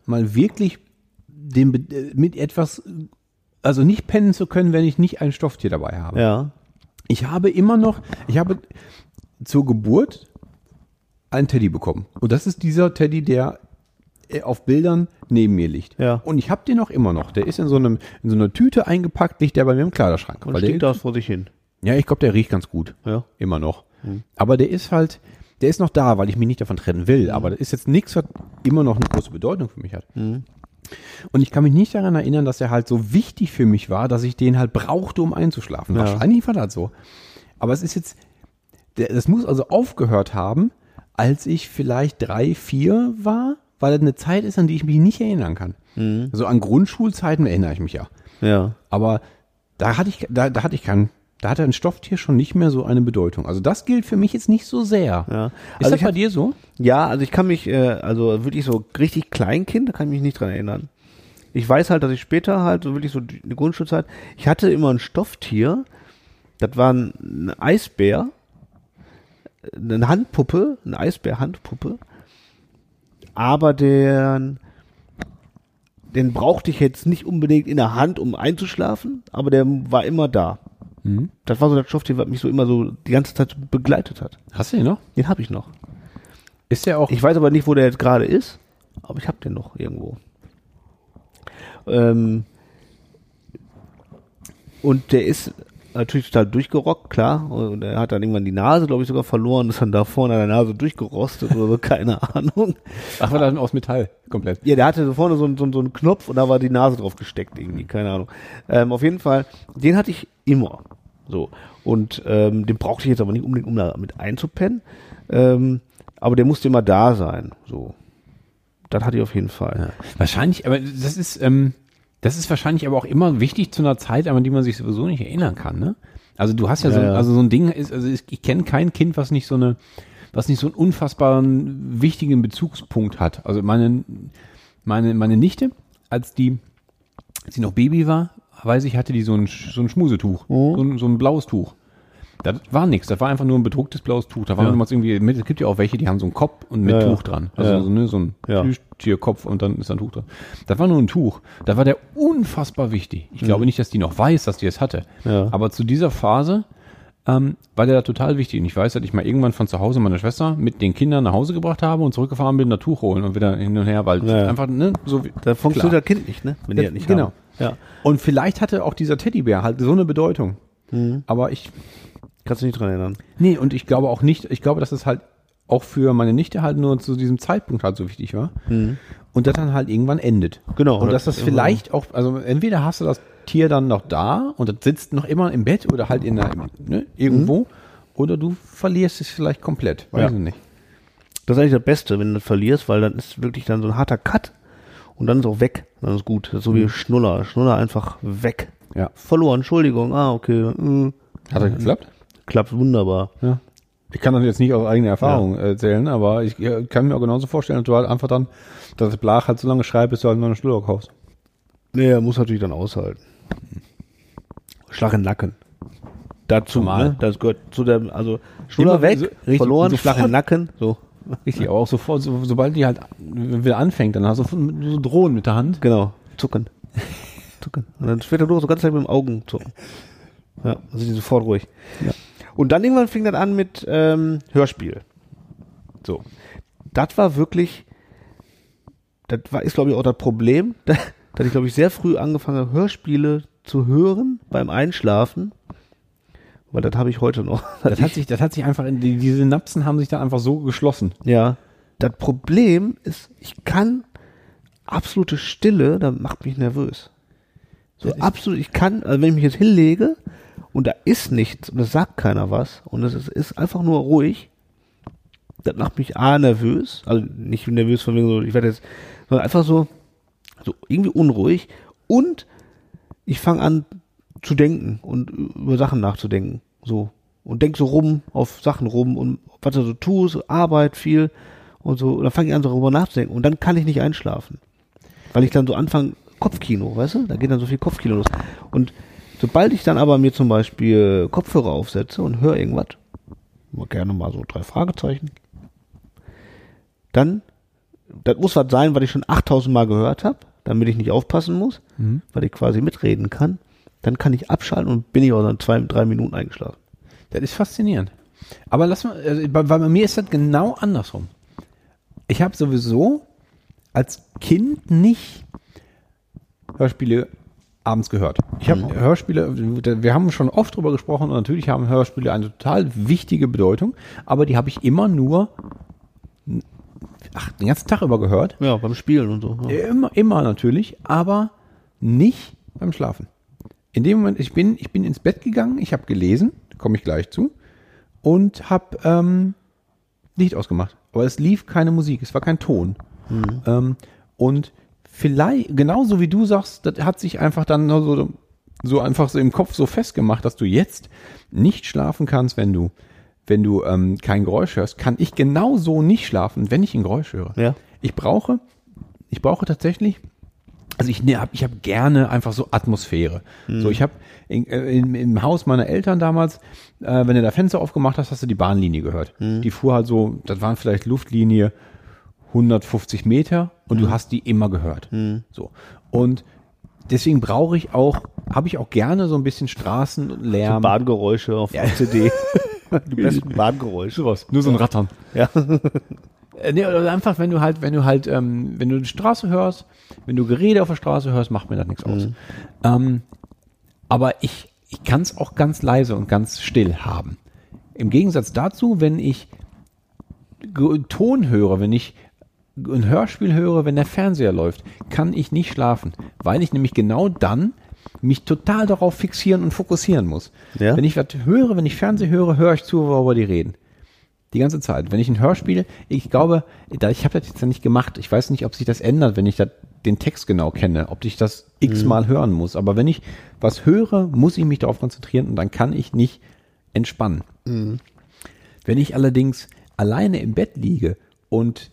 [SPEAKER 1] mal wirklich den, Be- äh, mit etwas, also nicht pennen zu können, wenn ich nicht ein Stofftier dabei habe.
[SPEAKER 2] Ja.
[SPEAKER 1] Ich habe immer noch, ich habe zur Geburt einen Teddy bekommen. Und das ist dieser Teddy, der äh, auf Bildern neben mir liegt.
[SPEAKER 2] Ja.
[SPEAKER 1] Und ich habe den auch immer noch. Der ist in so, einem, in so einer Tüte eingepackt, liegt der bei mir im Kleiderschrank.
[SPEAKER 2] Und
[SPEAKER 1] Weil der,
[SPEAKER 2] stinkt das vor sich hin.
[SPEAKER 1] ja, ich glaube, der riecht ganz gut.
[SPEAKER 2] Ja. Mhm.
[SPEAKER 1] Immer noch. Aber der ist halt, der ist noch da, weil ich mich nicht davon trennen will. Aber das ist jetzt nichts, was immer noch eine große Bedeutung für mich hat.
[SPEAKER 2] Mhm.
[SPEAKER 1] Und ich kann mich nicht daran erinnern, dass er halt so wichtig für mich war, dass ich den halt brauchte, um einzuschlafen.
[SPEAKER 2] Ja.
[SPEAKER 1] Wahrscheinlich war das so. Aber es ist jetzt, der- das muss also aufgehört haben, als ich vielleicht drei, vier war, weil das eine Zeit ist, an die ich mich nicht erinnern kann.
[SPEAKER 2] Mhm.
[SPEAKER 1] Also an Grundschulzeiten erinnere ich mich ja.
[SPEAKER 2] Ja.
[SPEAKER 1] Aber da hatte ich, da, da hatte ich keinen, da hatte ein Stofftier schon nicht mehr so eine Bedeutung. Also das gilt für mich jetzt nicht so sehr.
[SPEAKER 2] Ja.
[SPEAKER 1] Ist
[SPEAKER 2] Also
[SPEAKER 1] das
[SPEAKER 2] ich
[SPEAKER 1] bei
[SPEAKER 2] hab-
[SPEAKER 1] dir so?
[SPEAKER 2] Ja, also ich kann mich, äh, also wirklich so richtig Kleinkind, da kann ich mich nicht dran erinnern. Ich weiß halt, dass ich später halt, so wirklich so die die Grundschulzeit, ich hatte immer ein Stofftier, das war ein, ein Eisbär, eine Handpuppe, eine Eisbär-Handpuppe, aber den, den brauchte ich jetzt nicht unbedingt in der Hand, um einzuschlafen, aber der war immer da. Das war so das Stofftier, was mich so immer so die ganze Zeit begleitet hat.
[SPEAKER 1] Hast du den noch?
[SPEAKER 2] Den habe ich noch.
[SPEAKER 1] Ist der auch.
[SPEAKER 2] Ich weiß aber nicht, wo der jetzt gerade ist, aber ich habe den noch irgendwo. Ähm, und der ist natürlich total durchgerockt, klar. Und er hat dann irgendwann die Nase, glaube ich, sogar verloren, ist dann da vorne an der Nase durchgerostet oder so, keine Ahnung.
[SPEAKER 1] ach, war dann aus Metall. Komplett.
[SPEAKER 2] Ja, der hatte so vorne so, einen- so, einen- so einen Knopf und da war die Nase drauf gesteckt irgendwie, keine Ahnung. Ähm, auf jeden Fall, den hatte ich immer. So. Und ähm, den brauchte ich jetzt aber nicht unbedingt, um da mit einzupennen. Ähm, aber der musste immer da sein. So. Das hatte ich auf jeden Fall.
[SPEAKER 1] Wahrscheinlich, aber das ist, ähm, das ist wahrscheinlich aber auch immer wichtig zu einer Zeit, an die man sich sowieso nicht erinnern kann, ne? Also du hast ja, so, ein-
[SPEAKER 2] Ja, ja.
[SPEAKER 1] also so ein Ding ist, also ich, ich kenne kein Kind, was nicht so eine, was nicht so einen unfassbaren wichtigen Bezugspunkt hat. Also meine, meine, meine Nichte, als die, als sie noch Baby war, weiß ich, hatte die so ein, Sch- so ein Schmusetuch,
[SPEAKER 2] Mhm.
[SPEAKER 1] so, ein, so ein blaues Tuch. Das war nichts, das war einfach nur ein bedrucktes blaues Tuch. Da war
[SPEAKER 2] Ja.
[SPEAKER 1] ja. irgendwie, mit- es gibt ja auch welche, die haben so einen Kopf und mit
[SPEAKER 2] Ja, ja.
[SPEAKER 1] Tuch dran. Also
[SPEAKER 2] Ja.
[SPEAKER 1] so, ne, so ein
[SPEAKER 2] Ja.
[SPEAKER 1] Plüschtierkopf und dann ist da ein Tuch dran. Das war nur ein Tuch. Da war der unfassbar wichtig. Ich glaube nicht, dass die noch weiß, dass die es hatte.
[SPEAKER 2] Mhm. Ja.
[SPEAKER 1] Aber zu dieser Phase ähm, war der da total wichtig. Und ich weiß, dass ich mal irgendwann von zu Hause meine Schwester mit den Kindern nach Hause gebracht habe und zurückgefahren bin, da Tuch holen und wieder hin und her, weil
[SPEAKER 2] Ja.
[SPEAKER 1] einfach, ne, so wie,
[SPEAKER 2] Da funktioniert
[SPEAKER 1] Klar.
[SPEAKER 2] das Kind nicht, ne? Wenn
[SPEAKER 1] Ja,
[SPEAKER 2] die das nicht
[SPEAKER 1] genau.
[SPEAKER 2] haben. Ja. Mhm.
[SPEAKER 1] Und vielleicht hatte auch dieser Teddybär halt so eine Bedeutung. Aber ich,
[SPEAKER 2] Kannst du dich nicht dran erinnern.
[SPEAKER 1] Nee, und ich glaube auch nicht, ich glaube, dass es halt auch für meine Nichte halt nur zu diesem Zeitpunkt halt so wichtig war. Und das dann halt irgendwann endet.
[SPEAKER 2] Genau,
[SPEAKER 1] Und
[SPEAKER 2] oder
[SPEAKER 1] dass das vielleicht auch, also entweder hast du das Tier dann noch da und das sitzt noch immer im Bett oder halt in der, ne, irgendwo, oder du verlierst es vielleicht komplett. Weiß
[SPEAKER 2] Ja.
[SPEAKER 1] ich nicht.
[SPEAKER 2] Das ist eigentlich das Beste, wenn du das verlierst, weil dann ist wirklich dann so ein harter Cut und dann ist auch weg. Dann ist gut. Das ist so wie Schnuller. Schnuller einfach weg.
[SPEAKER 1] Ja.
[SPEAKER 2] Verloren, Entschuldigung. Ah, okay. Mhm.
[SPEAKER 1] Hat das geklappt?
[SPEAKER 2] Klappt wunderbar.
[SPEAKER 1] Ja. Ich kann das jetzt nicht aus eigener Erfahrung erzählen, aber ich äh, kann mir auch genauso vorstellen, dass du halt einfach dann das Blach halt so lange schreibst, bis du halt noch einen Schluck kaufst.
[SPEAKER 2] Nee, er muss natürlich dann aushalten. Schlag in den Nacken. Dazu,
[SPEAKER 1] Normal.
[SPEAKER 2] ne? Das gehört zu der, also Schnuller
[SPEAKER 1] Immer
[SPEAKER 2] weg,
[SPEAKER 1] so- richtig-
[SPEAKER 2] verloren,
[SPEAKER 1] sofort.
[SPEAKER 2] Schlag in den Nacken. So,
[SPEAKER 1] Richtig, aber auch sofort, so, sobald die halt wieder anfängt, dann hast du so so Drohnen mit der Hand.
[SPEAKER 2] genau. Zucken. Zucken. Und dann fährt er durch, so ganz leicht mit dem Augen zucken. Ja, dann sind die sofort ruhig. Und dann irgendwann fing das an mit ähm, Hörspiel. So. Das war wirklich, das war, ist glaube ich auch das Problem, dass ich glaube ich sehr früh angefangen habe, Hörspiele zu hören beim Einschlafen. Weil das habe ich heute noch.
[SPEAKER 1] Das hat sich, das hat sich einfach, in, die, die Synapsen haben sich dann einfach so geschlossen.
[SPEAKER 2] Ja. Das Problem ist, ich kann absolute Stille, da macht mich nervös. So absolut, ich kann, also wenn ich mich jetzt hinlege und da ist nichts und es sagt keiner was und es ist, ist einfach nur ruhig, das macht mich A nervös, also nicht nervös von wegen so, ich werde jetzt, sondern einfach so, so irgendwie unruhig und ich fange an zu denken und über Sachen nachzudenken. So. Und denk so rum, auf Sachen rum und was du so tust, Arbeit viel und so. Und dann fange ich an, so darüber nachzudenken. Und dann kann ich nicht einschlafen. Weil ich dann so anfange, Kopfkino, weißt du? Da geht dann so viel Kopfkino los. Und sobald ich dann aber mir zum Beispiel Kopfhörer aufsetze und höre irgendwas, mal gerne mal so drei Fragezeichen, dann, das muss was sein, was ich schon 8000 Mal gehört habe, damit ich nicht aufpassen muss, weil ich quasi mitreden kann. Dann kann ich abschalten und bin ich auch dann zwei, drei Minuten eingeschlafen.
[SPEAKER 1] Das ist faszinierend. Aber lass mal, also bei, bei mir ist das genau andersrum. Ich habe sowieso als Kind nicht Hörspiele abends gehört. Ich habe Hörspiele, wir haben schon oft drüber gesprochen und natürlich haben Hörspiele eine total wichtige Bedeutung, aber die habe ich immer nur ach, den ganzen Tag über gehört.
[SPEAKER 2] Ja, beim Spielen und so. ne? Ja.
[SPEAKER 1] Äh, Immer, immer natürlich, aber nicht beim Schlafen. In dem Moment, ich bin, ich bin ins Bett gegangen, ich habe gelesen, komme ich gleich zu, und habe ähm, Licht ausgemacht. Aber es lief keine Musik, es war kein Ton. Ähm, und vielleicht, genauso wie du sagst, das hat sich einfach dann nur so, so einfach so im Kopf so festgemacht, dass du jetzt nicht schlafen kannst, wenn du, wenn du ähm, kein Geräusch hörst, kann ich genauso nicht schlafen, wenn ich ein Geräusch höre.
[SPEAKER 2] Ja.
[SPEAKER 1] Ich brauche, ich brauche tatsächlich also ich ne, hab, ich habe gerne einfach so Atmosphäre. So ich habe im Haus meiner Eltern damals, äh, wenn du da Fenster aufgemacht hast, hast du die Bahnlinie gehört. Die fuhr halt so, das waren vielleicht Luftlinie 150 Meter und du hast die immer gehört. So und deswegen brauche ich auch, habe ich auch gerne so ein bisschen Straßenlärm.
[SPEAKER 2] Bahngeräusche auf CD. Die besten Bahngeräusche.
[SPEAKER 1] sowas, nur so ein Rattern.
[SPEAKER 2] Ja.
[SPEAKER 1] Äh, Nee, oder einfach, wenn du halt, wenn du halt, ähm, wenn du die Straße hörst, wenn du Gerede auf der Straße hörst, macht mir das nichts
[SPEAKER 2] Mhm.
[SPEAKER 1] aus. Ähm, aber ich, ich kann es auch ganz leise und ganz still haben. Im Gegensatz dazu, wenn ich Ge- Ton höre, wenn ich ein Hörspiel höre, wenn der Fernseher läuft, kann ich nicht schlafen, weil ich nämlich genau dann mich total darauf fixieren und fokussieren muss.
[SPEAKER 2] Ja.
[SPEAKER 1] Wenn ich was höre, wenn ich Fernseh höre, höre ich zu, worüber die reden. Die ganze Zeit. Wenn ich ein Hörspiel, ich glaube, da, ich habe das jetzt ja nicht gemacht. Ich weiß nicht, ob sich das ändert, wenn ich da den Text genau kenne, ob ich das x-mal hören muss. Aber wenn ich was höre, muss ich mich darauf konzentrieren und dann kann ich nicht entspannen. Wenn ich allerdings alleine im Bett liege und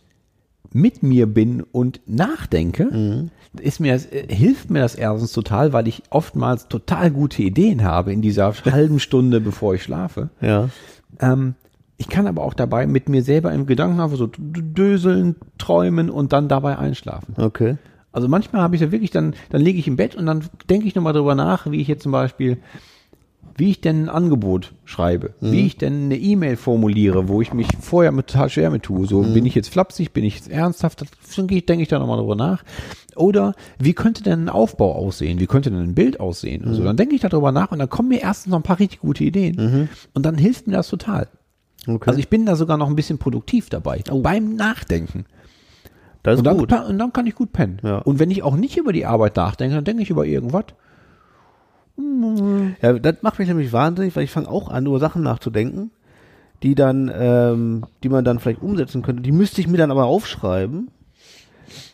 [SPEAKER 1] mit mir bin und nachdenke, ist mir das, äh, hilft mir das erstens total, weil ich oftmals total gute Ideen habe in dieser halben Stunde, bevor ich schlafe.
[SPEAKER 2] Ja.
[SPEAKER 1] Ähm, ich kann aber auch dabei mit mir selber im Gedanken einfach so d- d- döseln, träumen und dann dabei einschlafen.
[SPEAKER 2] Okay.
[SPEAKER 1] Also manchmal habe ich ja wirklich, dann, dann liege ich im Bett und dann denke ich nochmal drüber nach, wie ich jetzt zum Beispiel wie ich denn ein Angebot schreibe, wie ich denn eine E-Mail formuliere, wo ich mich vorher mit total schwer mit tue. So bin ich jetzt flapsig, bin ich jetzt ernsthaft, das denke ich, denke ich da nochmal drüber nach. Oder wie könnte denn ein Aufbau aussehen? Wie könnte denn ein Bild aussehen? Und so, dann denke ich darüber nach und dann kommen mir erstens noch ein paar richtig gute Ideen. Und dann hilft mir das total.
[SPEAKER 2] Okay.
[SPEAKER 1] Also ich bin da sogar noch ein bisschen produktiv dabei, beim Nachdenken.
[SPEAKER 2] das
[SPEAKER 1] Und dann, pa- und dann kann ich gut pennen.
[SPEAKER 2] Ja.
[SPEAKER 1] Und wenn ich auch nicht über die Arbeit nachdenke, dann denke ich über irgendwas.
[SPEAKER 2] Ja, das macht mich nämlich wahnsinnig, weil ich fange auch an, über Sachen nachzudenken, die dann, ähm, die man dann vielleicht umsetzen könnte. Die müsste ich mir dann aber aufschreiben,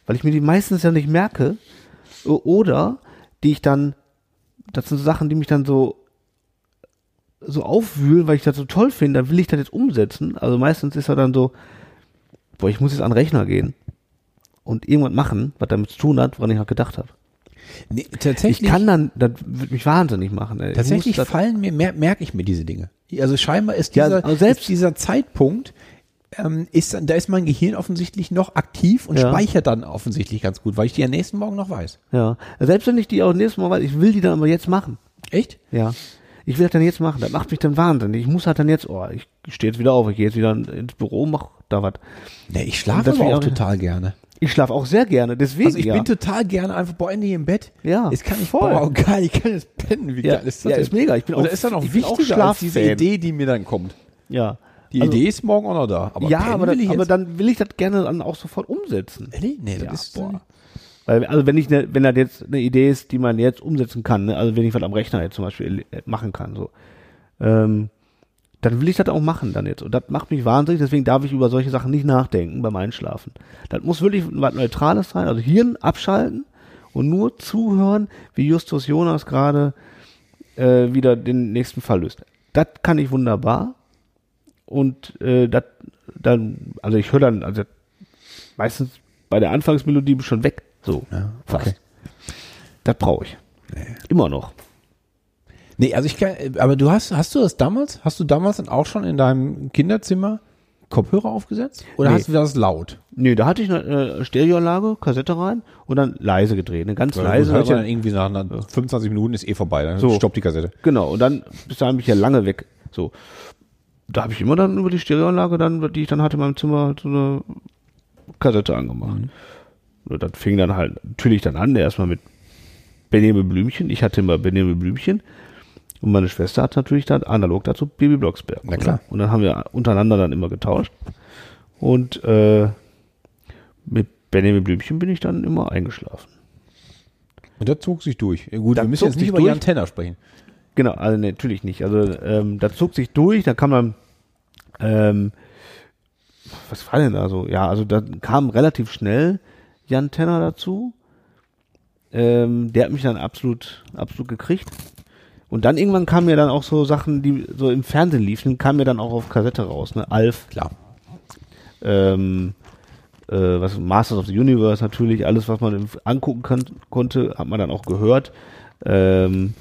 [SPEAKER 2] weil ich mir die meistens ja nicht merke. O- Oder die ich dann, das sind so Sachen, die mich dann so so aufwühlen, weil ich das so toll finde, dann will ich das jetzt umsetzen. Also meistens ist er dann so, boah, ich muss jetzt an den Rechner gehen und irgendwas machen, was damit zu tun hat, woran ich noch gedacht habe.
[SPEAKER 1] Nee,
[SPEAKER 2] Ich
[SPEAKER 1] tatsächlich
[SPEAKER 2] kann dann, das wird mich wahnsinnig machen. Ey. Ich muss
[SPEAKER 1] tatsächlich
[SPEAKER 2] das-
[SPEAKER 1] fallen mir, mer merke ich mir diese Dinge. Also scheinbar ist
[SPEAKER 2] Ja,
[SPEAKER 1] dieser,
[SPEAKER 2] aber selbst-
[SPEAKER 1] ist dieser Zeitpunkt, ähm, ist, dann- da ist mein Gehirn offensichtlich noch aktiv und
[SPEAKER 2] Ja.
[SPEAKER 1] speichert dann offensichtlich ganz gut, weil ich die am nächsten Morgen noch weiß.
[SPEAKER 2] Ja, selbst wenn ich die auch nächstes Mal weiß, ich will die dann aber jetzt machen.
[SPEAKER 1] Echt?
[SPEAKER 2] Ja. Ich will das dann jetzt machen. Das macht mich dann wahnsinnig. Ich muss halt dann jetzt, oh, ich stehe jetzt wieder auf, ich gehe jetzt wieder ins Büro, mach da was.
[SPEAKER 1] Nee, ich schlafe
[SPEAKER 2] Das
[SPEAKER 1] aber
[SPEAKER 2] will ich
[SPEAKER 1] auch
[SPEAKER 2] auch-
[SPEAKER 1] total gerne.
[SPEAKER 2] Ich schlafe auch sehr gerne, deswegen
[SPEAKER 1] Also ich
[SPEAKER 2] ja.
[SPEAKER 1] bin total gerne einfach bei Ende im Bett.
[SPEAKER 2] Ja,
[SPEAKER 1] Jetzt kann ich
[SPEAKER 2] voll.
[SPEAKER 1] Boah, geil, ich kann jetzt pennen. Wie
[SPEAKER 2] Ja,
[SPEAKER 1] geil ist das?
[SPEAKER 2] ja,
[SPEAKER 1] denn?
[SPEAKER 2] ist mega. Ich bin
[SPEAKER 1] Oder
[SPEAKER 2] auch-
[SPEAKER 1] ist da noch
[SPEAKER 2] ich bin auch
[SPEAKER 1] wichtiger als diese
[SPEAKER 2] Schlaffan.
[SPEAKER 1] Idee, die mir dann kommt?
[SPEAKER 2] ja.
[SPEAKER 1] Die
[SPEAKER 2] Also,
[SPEAKER 1] Idee ist morgen auch noch da. Aber
[SPEAKER 2] ja,
[SPEAKER 1] pennen
[SPEAKER 2] aber, das,
[SPEAKER 1] will ich
[SPEAKER 2] aber
[SPEAKER 1] jetzt-
[SPEAKER 2] dann will ich das gerne dann auch sofort umsetzen.
[SPEAKER 1] Nee, nee, das
[SPEAKER 2] Ja,
[SPEAKER 1] ist
[SPEAKER 2] boah. Weil, also wenn ich ne, wenn das jetzt eine Idee ist, die man jetzt umsetzen kann, ne, also wenn ich was am Rechner jetzt zum Beispiel äh, machen kann, so, ähm, dann will ich das auch machen dann jetzt. Und das macht mich wahnsinnig, deswegen darf ich über solche Sachen nicht nachdenken beim Einschlafen. Das muss wirklich was Neutrales sein, also Hirn abschalten und nur zuhören, wie Justus Jonas gerade äh, wieder den nächsten Fall löst. Das kann ich wunderbar. Und äh, das dann, also ich höre dann, also meistens bei der Anfangsmelodie bin ich schon weg. So. fast.
[SPEAKER 1] okay.
[SPEAKER 2] Das brauche ich. Immer noch.
[SPEAKER 1] Nee, also ich kann, aber du hast, hast du das damals? Hast du damals dann auch schon in deinem Kinderzimmer Kopfhörer aufgesetzt? Oder
[SPEAKER 2] Nee.
[SPEAKER 1] hast du das laut?
[SPEAKER 2] Nee, da hatte ich eine äh, Stereoanlage, Kassette rein und dann leise gedreht. Eine ganz leise.
[SPEAKER 1] hört ja
[SPEAKER 2] aber-
[SPEAKER 1] dann irgendwie nach, nach 25 Minuten ist eh vorbei, dann
[SPEAKER 2] So.
[SPEAKER 1] stoppt die Kassette.
[SPEAKER 2] Genau, und dann bis dahin bin ich ja lange weg. So. Da habe ich immer dann über die Stereoanlage, dann, die ich dann hatte in meinem Zimmer, so eine Kassette angemacht.
[SPEAKER 1] Mhm.
[SPEAKER 2] Und das fing dann halt natürlich dann an, erstmal mit Benjamin Blümchen. Ich hatte immer Benjamin Blümchen. Und meine Schwester hat natürlich dann analog dazu Baby Blocksberg.
[SPEAKER 1] Na klar.
[SPEAKER 2] Und dann haben wir untereinander dann immer getauscht. Und äh, mit Benjamin Blümchen bin ich dann immer eingeschlafen.
[SPEAKER 1] Und das zog sich durch. Ja, Gut,
[SPEAKER 2] Das
[SPEAKER 1] wir müssen
[SPEAKER 2] zog
[SPEAKER 1] jetzt
[SPEAKER 2] sich
[SPEAKER 1] nicht über
[SPEAKER 2] durch.
[SPEAKER 1] Jan Tenner sprechen.
[SPEAKER 2] Genau, also nee, natürlich nicht. Also ähm, das zog sich durch, da kam dann, ähm, was war denn da so? Ja, also da kam relativ schnell Jan Tenner dazu. Ähm, der hat mich dann absolut, absolut gekriegt. Und dann irgendwann kamen mir dann auch so Sachen, die so im Fernsehen liefen, kamen mir dann auch auf Kassette raus, ne? Alf,
[SPEAKER 1] Klar.
[SPEAKER 2] ähm, äh, was Masters of the Universe natürlich, alles, was man im- angucken kann, konnte, hat man dann auch gehört. Ähm,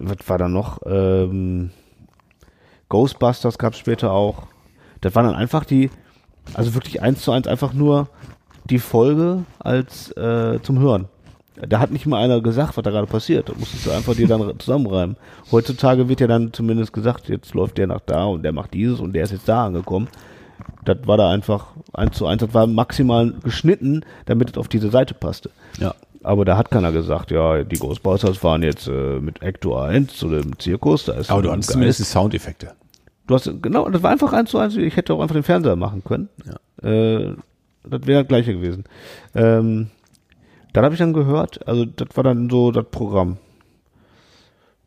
[SPEAKER 2] was war da noch? Ähm, Ghostbusters gab es später auch. Das waren dann einfach die, also wirklich eins zu eins einfach nur die Folge als äh, zum Hören. Da hat nicht mal einer gesagt, was da gerade passiert. Da musstest du einfach dir dann zusammenreimen. Heutzutage wird ja dann zumindest gesagt, jetzt läuft der nach da und der macht dieses und der ist jetzt da angekommen. Das war da einfach eins zu eins. Das war maximal geschnitten, damit es auf diese Seite passte.
[SPEAKER 1] Ja.
[SPEAKER 2] Aber da hat keiner gesagt, ja, die Ghostbusters waren jetzt äh, mit Ecto 1 zu dem Zirkus. Da ist
[SPEAKER 1] Aber du
[SPEAKER 2] ein
[SPEAKER 1] hattest
[SPEAKER 2] Geist.
[SPEAKER 1] zumindest die Soundeffekte.
[SPEAKER 2] Du hast, genau, das war einfach eins zu eins. Ich hätte auch einfach den Fernseher machen können. Äh, das wäre das gleiche gewesen. Ähm, dann habe ich dann gehört, also das war dann so das Programm.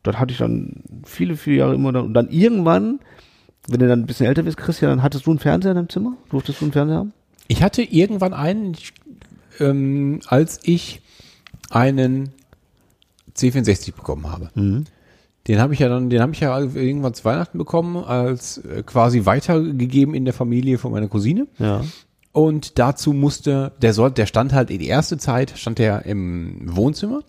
[SPEAKER 2] Das hatte ich dann viele, viele Jahre immer dann. Und dann irgendwann, wenn du dann ein bisschen älter bist, Christian, dann hattest du einen Fernseher in deinem Zimmer? Durftest du einen Fernseher haben?
[SPEAKER 1] Ich hatte irgendwann einen, ich, ähm, als ich einen C64 bekommen habe.
[SPEAKER 2] Mhm.
[SPEAKER 1] Den habe ich ja dann, den habe ich ja irgendwann zu Weihnachten bekommen, als äh, quasi weitergegeben in der Familie von meiner Cousine.
[SPEAKER 2] Ja.
[SPEAKER 1] Und dazu musste, der soll, der stand halt in die erste Zeit, stand der im Wohnzimmer.